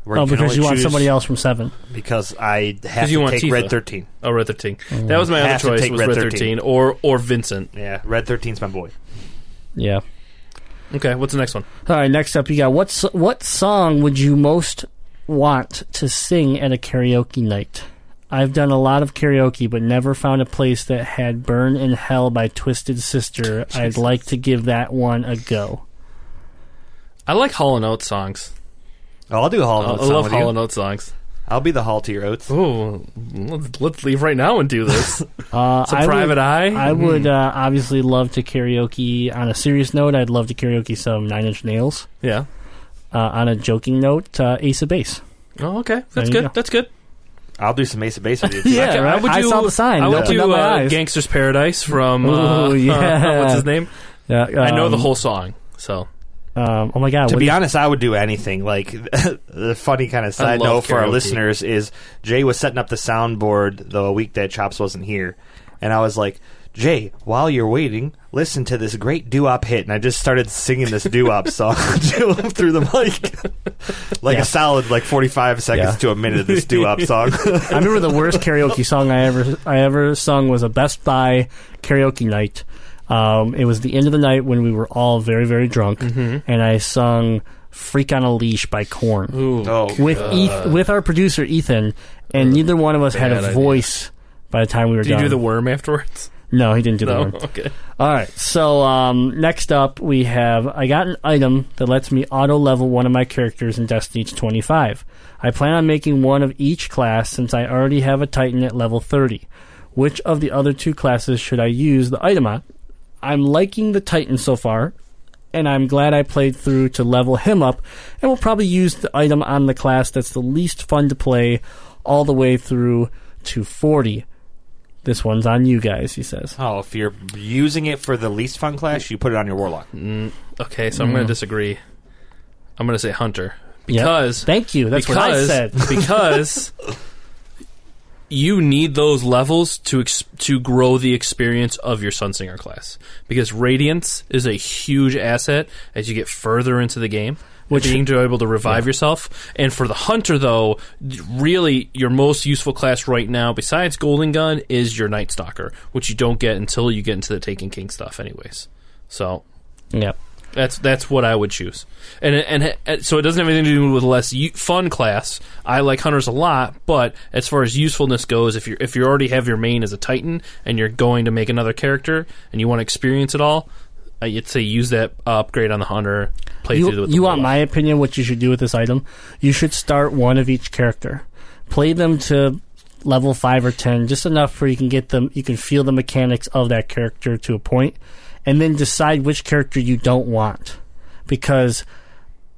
Speaker 7: Where
Speaker 5: Oh,
Speaker 7: can
Speaker 5: because
Speaker 7: only
Speaker 5: you want
Speaker 7: choose
Speaker 5: somebody else from Seven.
Speaker 7: Because I have
Speaker 6: 'Cause you
Speaker 7: to
Speaker 6: want
Speaker 7: take
Speaker 6: Tifa.
Speaker 7: Red Thirteen.
Speaker 6: Oh, Red Thirteen. That was my other
Speaker 7: Have to
Speaker 6: choice.
Speaker 7: take
Speaker 6: Was Red,
Speaker 7: Red
Speaker 6: 13.
Speaker 7: 13.
Speaker 6: or or Vincent?
Speaker 7: Yeah, Red 13's my boy.
Speaker 5: Yeah.
Speaker 6: Okay, what's the next one?
Speaker 5: All right. Next up, you got what? so- What song would you most want to sing at a karaoke night? I've done a lot of karaoke, but never found a place that had "Burn in Hell" by Twisted Sister. I'd like to give that one a go.
Speaker 6: I like Hall and Oates songs.
Speaker 7: Oh, I'll do Hall
Speaker 6: I
Speaker 7: and Oates.
Speaker 6: I
Speaker 7: song
Speaker 6: love
Speaker 7: with you.
Speaker 6: Hall and Oates songs.
Speaker 7: I'll be the Hall to your oats.
Speaker 6: Ooh, let's, let's leave right now and
Speaker 5: *laughs*
Speaker 6: do this.
Speaker 5: Uh,
Speaker 6: It's a
Speaker 5: I would-
Speaker 6: private eye.
Speaker 5: I would uh, obviously love to karaoke. On a serious note, I'd love to karaoke some Nine Inch Nails.
Speaker 6: yeah.
Speaker 5: Uh, on a joking note, uh, Ace of Base.
Speaker 6: Oh, okay. That's
Speaker 5: you
Speaker 6: good.
Speaker 5: go.
Speaker 6: That's good.
Speaker 7: I'll do some Mesa Base with you.
Speaker 5: *laughs* Yeah,
Speaker 6: Okay,
Speaker 5: right? I saw the sign.
Speaker 6: I
Speaker 5: It
Speaker 6: would
Speaker 5: opened
Speaker 6: do
Speaker 5: up my
Speaker 6: uh,
Speaker 5: eyes.
Speaker 6: Gangster's Paradise from. Uh, *laughs*
Speaker 5: Ooh, yeah.
Speaker 6: what's his name?
Speaker 5: Yeah,
Speaker 6: I know the
Speaker 5: um,
Speaker 6: whole song. So
Speaker 5: Um, oh my god!
Speaker 7: To
Speaker 5: what
Speaker 7: be
Speaker 5: is-
Speaker 7: honest, I would do anything. Like *laughs* the funny kind of side
Speaker 6: love
Speaker 7: note for our
Speaker 6: karaoke.
Speaker 7: listeners is Jay was setting up the soundboard the week that Chops wasn't here, and I was like, Jay, while you're waiting, listen to this great doo-wop hit, and I just started singing
Speaker 5: *laughs*
Speaker 7: this doo-wop song *laughs* to him through the mic, *laughs* like
Speaker 5: Yeah.
Speaker 7: a solid like 45 seconds
Speaker 5: Yeah.
Speaker 7: to a minute of this doo-wop
Speaker 5: *laughs*
Speaker 7: song.
Speaker 5: I
Speaker 6: *laughs*
Speaker 5: remember the worst karaoke song I ever I ever sung was a Best Buy karaoke night. Um, it was the end of the night when we were all very, very drunk,
Speaker 6: Mm-hmm.
Speaker 5: and I sung "Freak on a Leash" by Korn
Speaker 4: Oh,
Speaker 5: with Eth- with our producer Ethan, and neither one of us had
Speaker 6: Bad
Speaker 5: a
Speaker 6: idea.
Speaker 5: voice by the time we were
Speaker 6: Do you
Speaker 5: done.
Speaker 6: do the worm afterwards?
Speaker 5: no, he didn't do the
Speaker 6: No.
Speaker 5: one.
Speaker 6: *laughs* Okay.
Speaker 5: All right. So um, next up, we have I got an item that lets me auto level one of my characters in Destiny to 25. I plan on making one of each class since I already have a Titan at level 30. Which of the other two classes should I use the item on? I'm liking the Titan so far, and I'm glad I played through to level him up, and will probably use the item on the class that's the least fun to play all the way through to 40. This one's on you guys, he says.
Speaker 7: *laughs* Oh, if you're using it for the least fun class, you put it on your warlock.
Speaker 6: Okay, so
Speaker 5: Mm.
Speaker 6: I'm going to disagree. I'm going to say Hunter because
Speaker 5: Thank you. That's what I
Speaker 6: because-
Speaker 5: said. *laughs*
Speaker 6: because you need those levels to ex- to grow the experience of your Sun Singer class because radiance is a huge asset as you get further into the game. Which being to able to revive yourself, and for the hunter though, really your most useful class right now, besides Golden Gun, is your Night Stalker, which you don't get until you get into the Taken King stuff, anyways. So
Speaker 5: Yep.
Speaker 6: that's that's what I would choose, and and, and so it doesn't have anything to do with less u- fun class. I like hunters a lot, but as far as usefulness goes, if you if you already have your main as a titan and you're going to make another character and you want to experience it all, uh, you'd say use that upgrade on the hunter. Play through
Speaker 5: You,
Speaker 6: with the
Speaker 5: you want
Speaker 6: warlock.
Speaker 5: my opinion? What you should do with this item? You should start one of each character. Play them to level five or ten, just enough where you can get them. You can feel the mechanics of that character to a point, and then decide which character you don't want, because,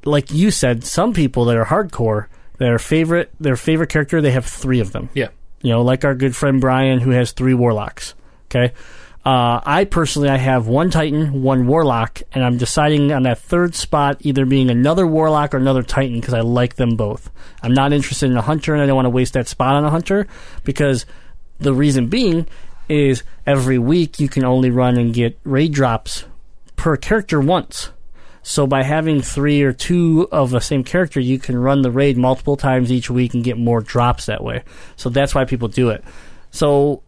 Speaker 5: like you said, some people that are hardcore, their favorite their favorite character, they have three of them.
Speaker 6: yeah.
Speaker 5: you know, like our good friend Brian, who has three warlocks. Okay, uh, I personally I have one titan, one warlock, and I'm deciding on that third spot either being another warlock or another titan because I like them both. I'm not interested in a hunter, and I don't want to waste that spot on a hunter because the reason being is every week you can only run and get raid drops per character once. So by having three or two of the same character, you can run the raid multiple times each week and get more drops that way. So that's why people do it. So,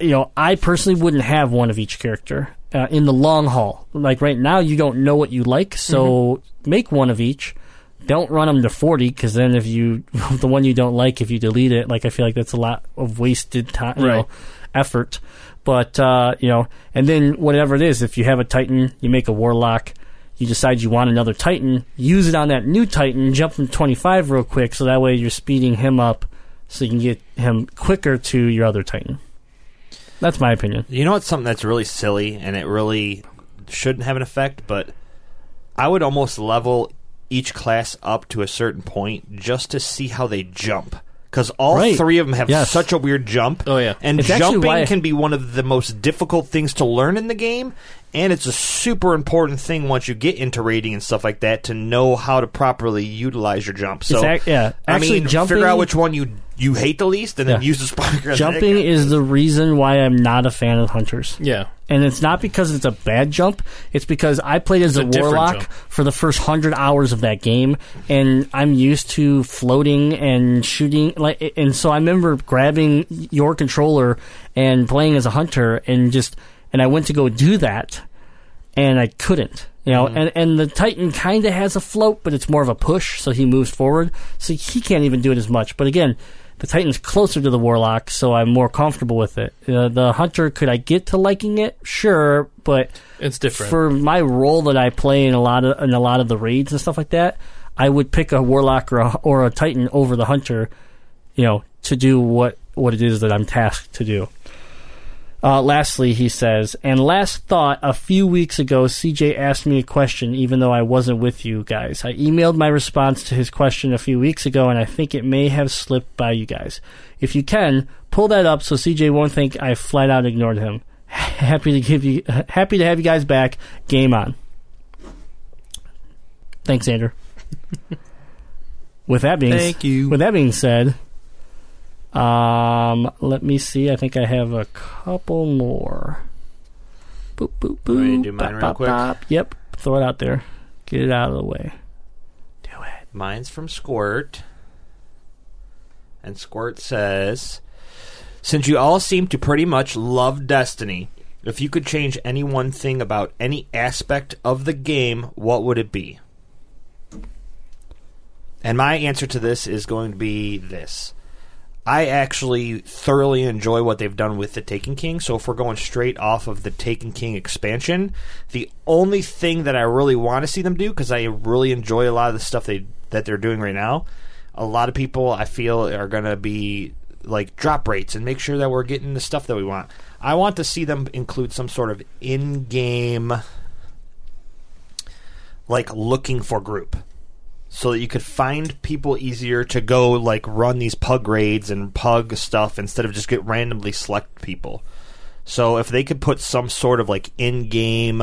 Speaker 5: you know, I personally wouldn't have one of each character uh, in the long haul. Like right now, you don't know what you like, so make one of each. Don't run them to forty because then if you *laughs* the one you don't like, if you delete it, like I feel like that's a lot of wasted time, you
Speaker 6: Right.
Speaker 5: know, effort. But uh, you know, and then whatever it is, if you have a Titan, you make a Warlock you decide you want another Titan, use it on that new Titan, jump from 25 real quick, so that way you're speeding him up so you can get him quicker to your other Titan. That's my opinion.
Speaker 7: You know what's something that's really silly and it really shouldn't have an effect, but I would almost level each class up to a certain point just to see how they jump. Because all
Speaker 5: Right.
Speaker 7: three of them have
Speaker 5: Yes.
Speaker 7: such a weird jump.
Speaker 6: Oh, yeah.
Speaker 7: And
Speaker 5: It's actually
Speaker 7: jumping
Speaker 5: why-
Speaker 7: can be one of the most difficult things to learn in the game. And it's a super important thing once you get into raiding and stuff like that to know how to properly utilize your jump. So,
Speaker 5: ac- yeah.
Speaker 7: I
Speaker 5: Actually,
Speaker 7: mean,
Speaker 5: jumping-
Speaker 7: figure out which one you you hate the least and then
Speaker 5: Yeah.
Speaker 7: use the *laughs* spark. on
Speaker 5: Jumping
Speaker 7: that.
Speaker 5: is the reason why I'm not a fan of Hunters.
Speaker 6: Yeah.
Speaker 5: And it's not because it's a bad jump. It's because I played as
Speaker 6: It's
Speaker 5: a,
Speaker 6: a different
Speaker 5: warlock
Speaker 6: jump.
Speaker 5: for the first hundred hours of that game, and I'm used to floating and shooting. Like, and so I remember grabbing your controller and playing as a hunter, and just and I went to go do that, and I couldn't. You know,
Speaker 6: Mm-hmm.
Speaker 5: and, and the Titan kind of has a float, but it's more of a push, so he moves forward. So he can't even do it as much. But again, the Titan's closer to the Warlock, so I'm more comfortable with it. Uh, the Hunter, could I get to liking it? Sure, but
Speaker 6: It's different.
Speaker 5: for my role that I play in a lot of in a lot of the raids and stuff like that. I would pick a Warlock or a, or a Titan over the Hunter, you know, to do what what it is that I'm tasked to do. Uh, lastly, he says, and last thought, a few weeks ago, CJ asked me a question, even though I wasn't with you guys. I emailed my response to his question a few weeks ago, and I think it may have slipped by you guys. If you can, pull that up so CJ won't think I flat out ignored him. *laughs* Happy to give you, *laughs* happy to have you guys back. Game on. Thanks, Andrew. with that being s-
Speaker 6: Thank you.
Speaker 5: with that being said, um, let me see. I think I have a couple more. Boop boop boop.
Speaker 7: me to do mine real quick?
Speaker 5: Yep, throw it out there. Get it out of the way. Do it.
Speaker 7: Mine's from Squirt. And Squirt says Since you all seem to pretty much love Destiny, If you could change any one thing about any aspect of the game, what would it be? And my answer to this is going to be this. I actually thoroughly enjoy what they've done with the Taken King. So if we're going straight off of the Taken King expansion, the only thing that I really want to see them do because I really enjoy a lot of the stuff they that they're doing right now. A lot of people I feel are going to be like drop rates and make sure that we're getting the stuff that we want. I want to see them include some sort of in-game like looking for group so that you could find people easier to go like run these pug raids and pug stuff instead of just get randomly select people. So if they could put some sort of like in-game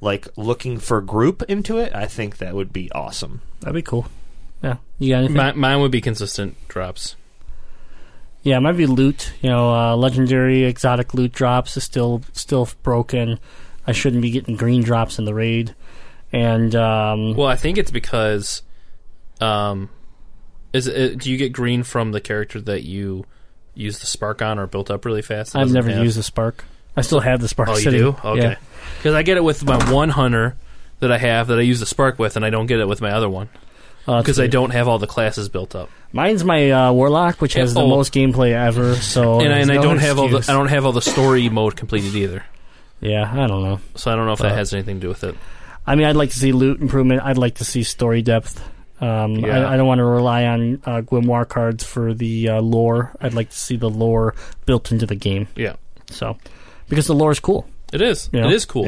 Speaker 7: like looking for group into it, I think that would be awesome.
Speaker 5: That'd be cool. Yeah. You got anything?
Speaker 6: Mi- mine would be consistent drops.
Speaker 5: yeah, it might be loot. You know, uh, legendary exotic loot drops is still still broken. I shouldn't be getting green drops in the raid. And um,
Speaker 6: Well, I think it's because, um, is it, do you get green from the character that you use the spark on or built up really fast? that
Speaker 5: I've
Speaker 6: doesn't
Speaker 5: never
Speaker 6: have-
Speaker 5: used the spark. I still have the spark.
Speaker 6: Oh, you
Speaker 5: sitting.
Speaker 6: do? Okay.
Speaker 5: Yeah.
Speaker 6: Because I get it with my one hunter that I have that I use the spark with, and I don't get it with my other one
Speaker 5: Uh,
Speaker 6: because I
Speaker 5: it's-
Speaker 6: don't have all the classes built up,
Speaker 5: Mine's my uh, warlock, which has the
Speaker 6: Oh.
Speaker 5: most gameplay ever. So
Speaker 6: *laughs* and I,
Speaker 5: there's
Speaker 6: and I
Speaker 5: no
Speaker 6: don't have all the
Speaker 5: excuse.
Speaker 6: I don't have all the story mode completed either.
Speaker 5: Yeah, I don't know.
Speaker 6: So I don't know if that has anything to do with it.
Speaker 5: I mean, I'd like to see loot improvement. I'd like to see story depth. Um,
Speaker 6: Yeah.
Speaker 5: I, I don't want to rely on uh, grimoire cards for the uh, lore. I'd like to see the lore built into the game.
Speaker 6: Yeah,
Speaker 5: So, because the lore is cool.
Speaker 6: it is.
Speaker 5: Yeah.
Speaker 6: It is cool.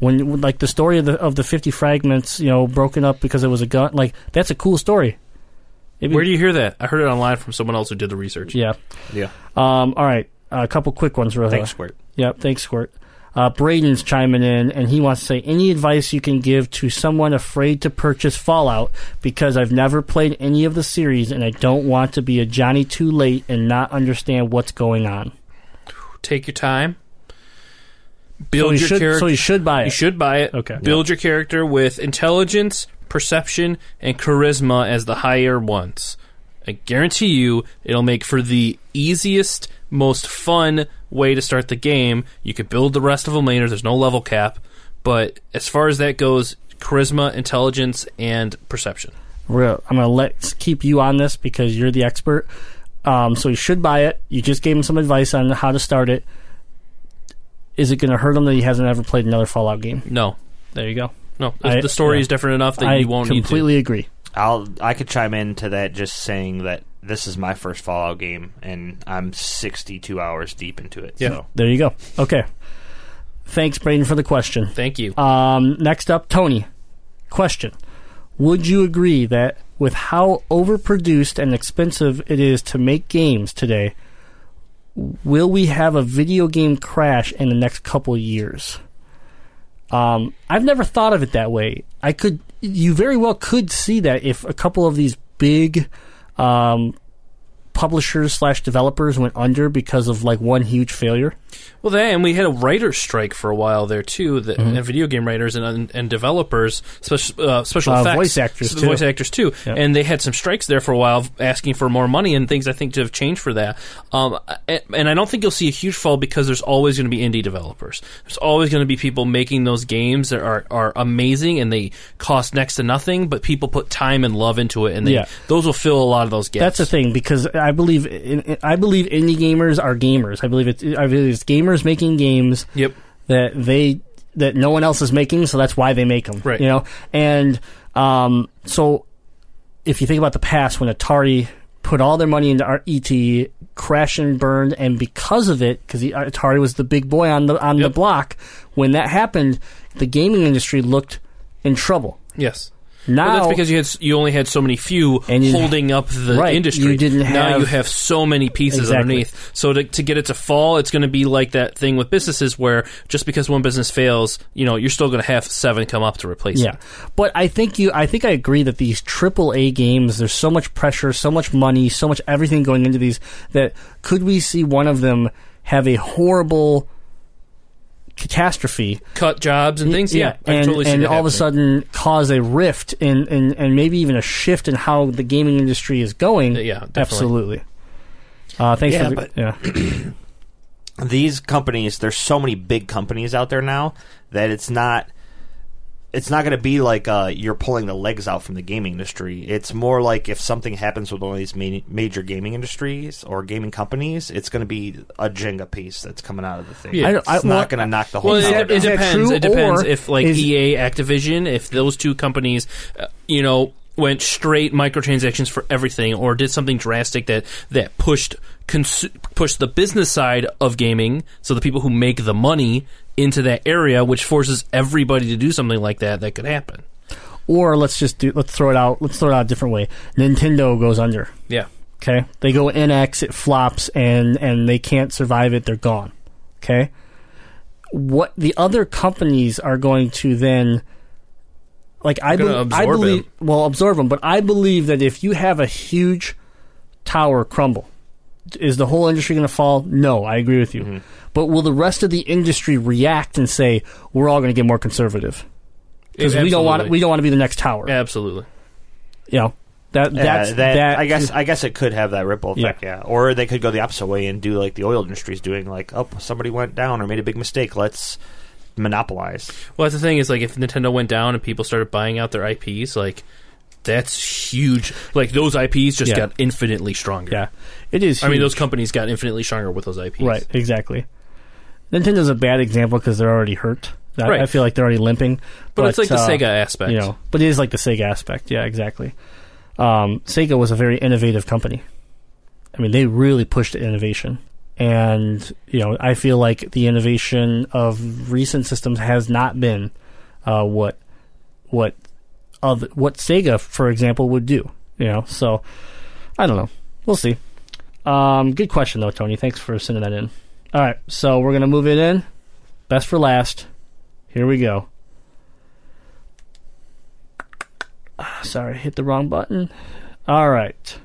Speaker 5: When when, like the story of the of the fifty fragments, you know, broken up because it was a gun. Like that's a cool story. It'd be-
Speaker 6: Where do you hear that? I heard it online from someone else who did the research.
Speaker 5: Yeah.
Speaker 7: Yeah.
Speaker 6: Uh,
Speaker 5: Um. All right. a couple quick ones, real
Speaker 7: Thanks, Squirt.
Speaker 5: Yep, thanks, Squirt. Uh, Braden's chiming in, and he wants to say any advice you can give to someone afraid to purchase Fallout because I've never played any of the series, and I don't want to be a Johnny too late and not understand what's going on.
Speaker 6: Take your time.
Speaker 5: So
Speaker 6: Build
Speaker 5: you
Speaker 6: your
Speaker 5: should,
Speaker 6: character.
Speaker 5: so you should buy it.
Speaker 6: You should buy it.
Speaker 5: Okay.
Speaker 6: Build your character with intelligence, perception, and charisma as the higher ones. I guarantee you it'll make for the easiest, most fun way to start the game. You could build the rest of them later. There's no level cap. But as far as that goes, charisma, intelligence, and perception.
Speaker 5: Real, I'm gonna let keep you on this because you're the expert. Um, so you should buy it. You just gave him some advice on how to start it. Is it gonna hurt him that he hasn't ever played another Fallout game?
Speaker 6: No.
Speaker 5: There you go.
Speaker 6: No.
Speaker 5: I-
Speaker 6: the story
Speaker 5: yeah.
Speaker 6: is different enough that
Speaker 5: I
Speaker 6: you won't need to.
Speaker 5: completely agree.
Speaker 7: I'll I could chime in to that just saying that this is my first Fallout game and I'm 62 hours deep into it.
Speaker 6: Yeah.
Speaker 7: So
Speaker 5: There you go. Okay. Thanks, Braden, for the question.
Speaker 6: Thank you.
Speaker 5: Um, next up, Tony. Question Would you agree that with how overproduced and expensive it is to make games today, will we have a video game crash in the next couple years? Um, I've never thought of it that way. I could, you very well could see that if a couple of these big um, publishers slash developers went under because of like one huge failure.
Speaker 6: Well, that and we had a writer's strike for a while there too. That
Speaker 5: Mm-hmm.
Speaker 6: and video game writers and and developers, special uh, special
Speaker 5: Uh,
Speaker 6: effects,
Speaker 5: voice actors,
Speaker 6: so
Speaker 5: too.
Speaker 6: voice actors too.
Speaker 5: Yep.
Speaker 6: And they had some strikes there for a while, asking for more money and things. I think to have changed for that. Um, and, and I don't think you'll see a huge fall because there's always going to be indie developers. There's always going to be people making those games that are are amazing and they cost next to nothing, but people put time and love into it, and they,
Speaker 5: Yeah.
Speaker 6: those will fill a lot of those gaps.
Speaker 5: That's the thing because I believe in, in- I believe indie gamers are gamers. I believe it's I believe it's gamers making games
Speaker 6: Yep.
Speaker 5: that they that no one else is making, so that's why they make them.
Speaker 6: Right.
Speaker 5: You know, and um, so if you think about the past when Atari put all their money into our ET, crashed and burned, and because of it, because Atari was the big boy on the on the
Speaker 6: Yep.
Speaker 5: block, when that happened, the gaming industry looked in trouble.
Speaker 6: Yes.
Speaker 5: Now
Speaker 6: Well, that's because you had s- you only had so many few
Speaker 5: And you-
Speaker 6: holding up the
Speaker 5: Right,
Speaker 6: industry.
Speaker 5: you didn't
Speaker 6: now
Speaker 5: have-
Speaker 6: you have so many pieces
Speaker 5: Exactly.
Speaker 6: underneath. So to, to get it to fall, it's going to be like that thing with businesses where just because one business fails, you know, you're still going to have seven come up to replace
Speaker 5: Yeah,
Speaker 6: it.
Speaker 5: but I think you. I think I agree that these triple A games. There's so much pressure, so much money, so much everything going into these. That could we see one of them have a horrible catastrophe?
Speaker 6: Cut jobs and things. Yeah, I
Speaker 5: and,
Speaker 6: totally see
Speaker 5: and
Speaker 6: that
Speaker 5: all of a
Speaker 6: happening.
Speaker 5: sudden cause a rift in, in and maybe even a shift in how the gaming industry is going.
Speaker 6: Yeah, definitely.
Speaker 5: absolutely. Uh, thanks
Speaker 7: Yeah,
Speaker 5: for the,
Speaker 7: but-
Speaker 5: yeah.
Speaker 7: these companies there's so many big companies out there now that it's not it's not going to be like uh, you're pulling the legs out from the gaming industry. It's more like if something happens with one of these ma- major gaming industries or gaming companies, it's going to be a Jenga piece that's coming out of the thing.
Speaker 6: Yeah. I
Speaker 5: don't-
Speaker 7: it's
Speaker 5: I-
Speaker 7: not
Speaker 5: well-
Speaker 7: going to knock the whole.
Speaker 6: Well,
Speaker 7: tower
Speaker 6: it, it
Speaker 7: down.
Speaker 5: Is that
Speaker 6: depends.
Speaker 5: true,
Speaker 6: It depends
Speaker 5: or
Speaker 6: if like
Speaker 5: is-
Speaker 6: EA, Activision, if those two companies, uh, you know, went straight microtransactions for everything, or did something drastic that that pushed cons- pushed the business side of gaming, so the people who make the money into that area, which forces everybody to do something like that. That could happen.
Speaker 5: Or let's just do let's throw it out let's throw it out a different way. Nintendo goes under.
Speaker 6: Yeah.
Speaker 5: Okay, they go NX, it flops, and and they can't survive it. They're gone. Okay, what the other companies are going to then? Like I,
Speaker 6: Gonna
Speaker 5: bel- I
Speaker 6: absorb
Speaker 5: believe, well, absorb them. But I believe that if you have a huge tower crumble, is the whole industry going to fall? No, I agree with you.
Speaker 6: Mm-hmm.
Speaker 5: But will the rest of the industry react and say we're all going to get more conservative because we don't want
Speaker 6: Absolutely.
Speaker 5: we don't want to be the next tower?
Speaker 6: Absolutely.
Speaker 5: You know that
Speaker 7: Yeah,
Speaker 5: that's
Speaker 7: that,
Speaker 5: that
Speaker 7: I guess I guess it could have that ripple effect,
Speaker 5: Yeah.
Speaker 7: yeah. Or they could go the opposite way and do like the oil industry's doing, like, oh, somebody went down or made a big mistake. Let's monopolize.
Speaker 6: Well, that's the thing is like if Nintendo went down and people started buying out their IPs, like that's huge. Like those IPs just
Speaker 5: Yeah.
Speaker 6: got infinitely stronger.
Speaker 5: yeah. It is.
Speaker 6: I mean,
Speaker 5: huge.
Speaker 6: those companies got infinitely stronger with those IPs.
Speaker 5: Right, exactly. Nintendo's a bad example because they're already hurt. I,
Speaker 6: Right.
Speaker 5: I feel like they're already limping.
Speaker 6: But, it's like the
Speaker 5: uh,
Speaker 6: Sega aspect.
Speaker 5: you know. But it is like the Sega aspect. Yeah, exactly. Um, Sega was a very innovative company. I mean, they really pushed innovation, and you know, I feel like the innovation of recent systems has not been uh, what what of what Sega, for example, would do. You know, so I don't know. We'll see. Um, good question though, Tony. Thanks for sending that in. All right, so we're gonna move it in. Best for last. Here we go. Ah, Sorry, hit the wrong button. All right.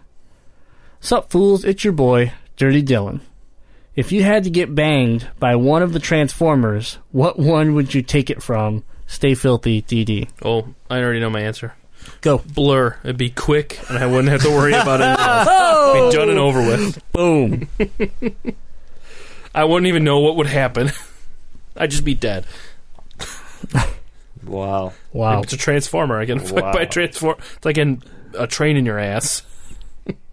Speaker 5: Sup, fools? It's your boy, Dirty Dylan. If you had to get banged by one of the Transformers, what one would you take it from? Stay filthy, DD.
Speaker 6: Oh, I already know my answer.
Speaker 5: Go.
Speaker 6: Blur. It'd be quick, and I wouldn't have to worry about it.
Speaker 5: *laughs* Oh!
Speaker 6: Be done and over with.
Speaker 7: *laughs*
Speaker 5: Boom.
Speaker 6: I wouldn't even know what would happen. *laughs* I'd just be dead.
Speaker 7: Wow.
Speaker 5: Wow.
Speaker 6: It's a transformer. I get fucked
Speaker 7: Wow.
Speaker 6: by a transform. It's like an, a train in your ass.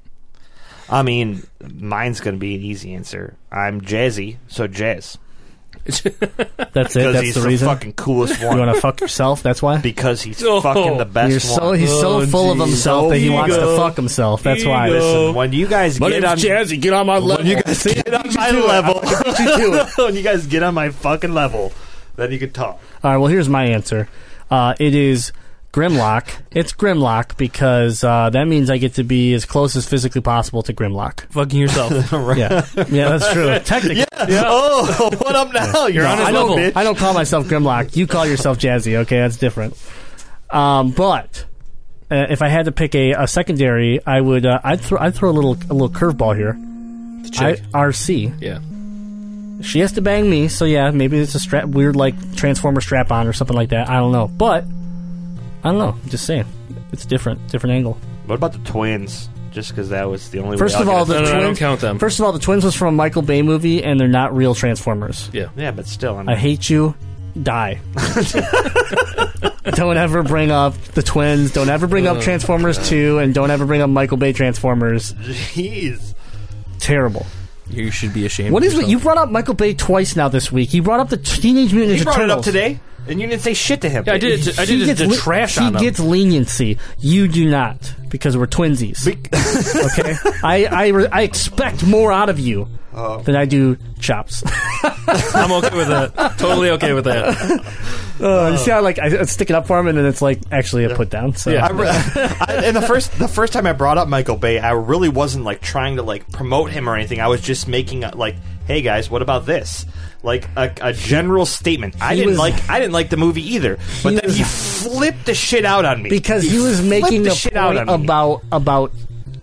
Speaker 6: *laughs*
Speaker 7: I mean, mine's going to be an easy answer. I'm jazzy, so jazz.
Speaker 5: That's it.
Speaker 7: Because
Speaker 5: That's
Speaker 7: he's
Speaker 5: the
Speaker 7: the,
Speaker 5: reason.
Speaker 7: fucking coolest
Speaker 5: you
Speaker 7: one.
Speaker 5: want to fuck yourself? That's
Speaker 7: *laughs*
Speaker 5: why.
Speaker 7: because he's
Speaker 6: Oh.
Speaker 7: fucking the best
Speaker 5: You're so
Speaker 7: one.
Speaker 5: he's so
Speaker 6: Oh,
Speaker 5: full of
Speaker 6: geez.
Speaker 5: himself that he wants to
Speaker 6: Ego.
Speaker 5: fuck himself. That's why.
Speaker 6: Ego.
Speaker 7: Listen, when you guys get on
Speaker 5: Jazzy. Get on my level. You guys
Speaker 7: get on my level, *laughs* when you guys get on my fucking level, then you can talk.
Speaker 5: All right. Well, here's my answer. Uh, it is Grimlock. It's Grimlock because uh, that means I get to be as close as physically possible to Grimlock.
Speaker 6: Fucking yourself.
Speaker 5: *laughs* Yeah, yeah, that's true. Technically,
Speaker 7: *laughs* Oh, what up now? You're on
Speaker 5: I don't. I don't call myself Grimlock. You call yourself Jazzy. Okay, that's different. Um, but uh, if I had to pick a, a secondary, I would. Uh, I'd throw. I'd throw a little a little curveball here. I,
Speaker 6: chick.
Speaker 5: RC.
Speaker 6: yeah.
Speaker 5: She has to bang me, so yeah, maybe it's a strap, weird like transformer strap on or something like that. I don't know, but I don't know. Just saying, it's different, different angle.
Speaker 7: What about the twins? Just because that was the only.
Speaker 5: First
Speaker 7: way
Speaker 5: of
Speaker 7: I
Speaker 5: all,
Speaker 7: could-
Speaker 5: the
Speaker 6: No, no, I
Speaker 5: twins.
Speaker 6: don't count them.
Speaker 5: First of all, the twins was from a Michael Bay movie, and they're not real transformers.
Speaker 6: Yeah.
Speaker 7: yeah, but still, I'm,
Speaker 5: I hate you.
Speaker 6: *laughs*
Speaker 5: Die. don't ever bring up the twins. Don't ever bring
Speaker 6: Oh,
Speaker 5: up Transformers Two, and don't ever bring up Michael Bay Transformers.
Speaker 7: *laughs* jeez.
Speaker 5: Terrible.
Speaker 6: You should be ashamed.
Speaker 5: What
Speaker 6: of
Speaker 5: is it?
Speaker 6: yourself.
Speaker 5: You brought up Michael Bay twice now this week. He brought up the Teenage Mutant
Speaker 7: He brought it
Speaker 5: Turtles.
Speaker 7: up today, and you didn't say shit to him.
Speaker 6: Yeah, I did. It to, I
Speaker 5: She
Speaker 6: did it to
Speaker 5: li-
Speaker 6: trash
Speaker 5: she
Speaker 6: on them.
Speaker 5: gets leniency. You do not because we're twinsies. okay, *laughs* I I, re- I expect more out of you than I do chops.
Speaker 6: I'm okay with that. Totally okay with that.
Speaker 5: Uh, *laughs* you see how like I, I stick it up for him and then it's like actually a put down. So
Speaker 7: I re- *laughs* I- and the first the first time I brought up Michael Bay, I really wasn't like trying to like promote him or anything. I was just making a, like, "Hey guys, what about this?" Like a, a general statement. I
Speaker 5: He
Speaker 7: didn't
Speaker 5: was-
Speaker 7: like I didn't like the movie either, but
Speaker 5: He
Speaker 7: then
Speaker 5: was-
Speaker 7: he flipped the shit out on me
Speaker 5: because he
Speaker 7: *laughs*
Speaker 5: was
Speaker 7: flipped
Speaker 5: making
Speaker 7: the
Speaker 5: a
Speaker 7: shit
Speaker 5: point
Speaker 7: out on me.
Speaker 5: about about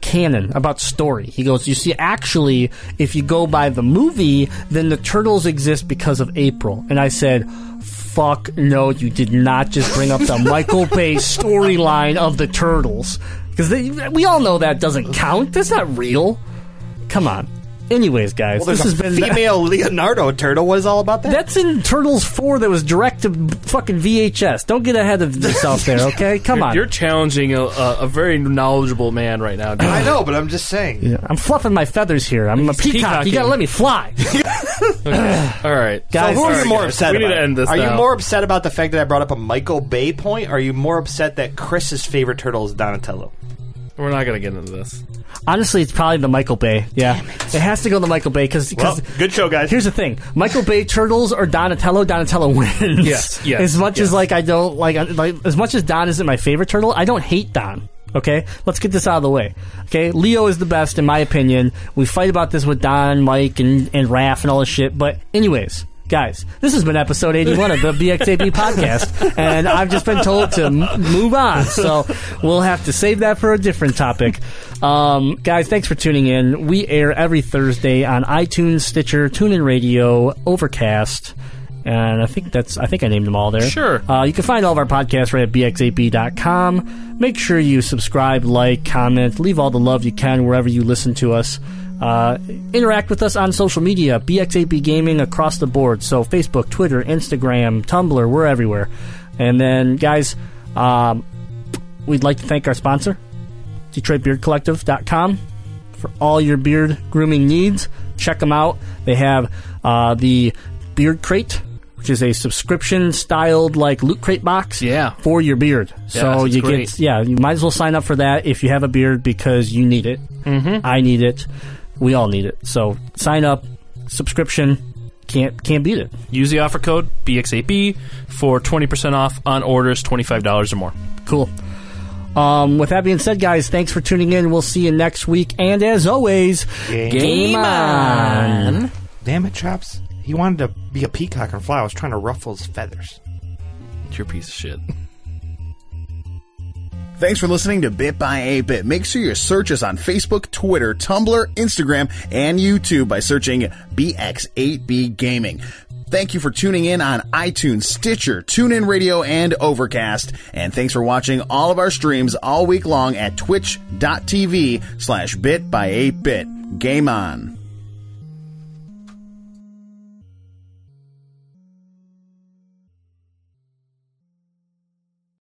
Speaker 5: canon about story he goes you see actually if you go by the movie then the turtles exist because of april and i said fuck no you did not just bring up
Speaker 7: *laughs*
Speaker 5: the michael bay storyline of the turtles because we all know that doesn't count that's not real come on Anyways, guys,
Speaker 7: Well,
Speaker 5: this
Speaker 7: there's
Speaker 5: has
Speaker 7: a
Speaker 5: been
Speaker 7: female Leonardo turtle. What is all about
Speaker 5: *laughs*
Speaker 7: that?
Speaker 5: That's in Turtles 4 that was direct to fucking VHS. Don't get ahead of yourself there, okay? Come
Speaker 6: You're,
Speaker 5: on.
Speaker 6: you're challenging a, a, a very knowledgeable man right now. Dude.
Speaker 4: I know, but I'm just saying.
Speaker 5: I'm fluffing my feathers here. I'm a peacock. You
Speaker 6: peacocking.
Speaker 5: gotta let me fly.
Speaker 6: All right,
Speaker 5: Guys,
Speaker 4: Who
Speaker 5: All
Speaker 4: are
Speaker 5: right,
Speaker 4: you more
Speaker 6: guys,
Speaker 4: upset
Speaker 6: we
Speaker 4: about?
Speaker 6: need to end this
Speaker 4: are
Speaker 6: now.
Speaker 4: you more upset about the fact that I brought up a Michael Bay point? Are you more upset that Chris's favorite turtle is Donatello?
Speaker 6: we're not gonna get into this.
Speaker 5: Honestly, it's probably the Michael Bay. Yeah. it. has to go to Michael Bay because.
Speaker 4: Well, good show, guys.
Speaker 5: Here's the thing: Michael Bay turtles or Donatello. Donatello wins.
Speaker 6: Yes, yes,
Speaker 5: As much
Speaker 6: yes.
Speaker 5: as like I don't like, I- like as much as Don isn't my favorite turtle, I don't hate Don. Okay, let's get this out of the way. Okay, Leo is the best in my opinion. We fight about this with Don, Mike, and and Raph and all this shit. But anyways. Guys, this has been episode 81 of the BXAB podcast, and I've just been told to m- move on. So we'll have to save that for a different topic. Um, guys, thanks for tuning in. We air every Thursday on iTunes, Stitcher, TuneIn Radio, Overcast, and I think that's I think I named them all there.
Speaker 6: Sure.
Speaker 5: Uh, you can find all of our podcasts right at bxap.com. Make sure you subscribe, like, comment, leave all the love you can wherever you listen to us. Uh, interact with us on social media, BXAP Gaming across the board. So Facebook, Twitter, Instagram, Tumblr, we're everywhere. And then, guys, um, we'd like to thank our sponsor, DetroitBeardCollective.com for all your beard grooming needs. Check them out. They have uh, the Beard Crate, which is a subscription styled like loot crate box
Speaker 6: Yeah.
Speaker 5: for your beard. so
Speaker 6: that's
Speaker 5: you
Speaker 6: great.
Speaker 5: get yeah, you might as well sign up for that if you have a beard because you need it. Mm-hmm. I need it. We all need it. So sign up, subscription. Can't can't beat it.
Speaker 6: Use the offer code BXAP for twenty percent off on orders twenty five dollars or more.
Speaker 5: Cool. Um, with that being said, guys, thanks for tuning in. We'll see you next week. And as always,
Speaker 7: Game
Speaker 5: on.
Speaker 7: Damn it, Chops. He wanted to be a peacock and fly. I was trying to ruffle his feathers.
Speaker 6: You're a piece of shit.
Speaker 1: Thanks for listening to Bit by 8 Bit. Make sure you search us on Facebook, Twitter, Tumblr, Instagram, and YouTube by searching BX8B Gaming. Thank you for tuning in on iTunes, Stitcher, TuneIn Radio, and Overcast. And thanks for watching all of our streams all week long at twitch.tv slash bit by 8 bit. Game on.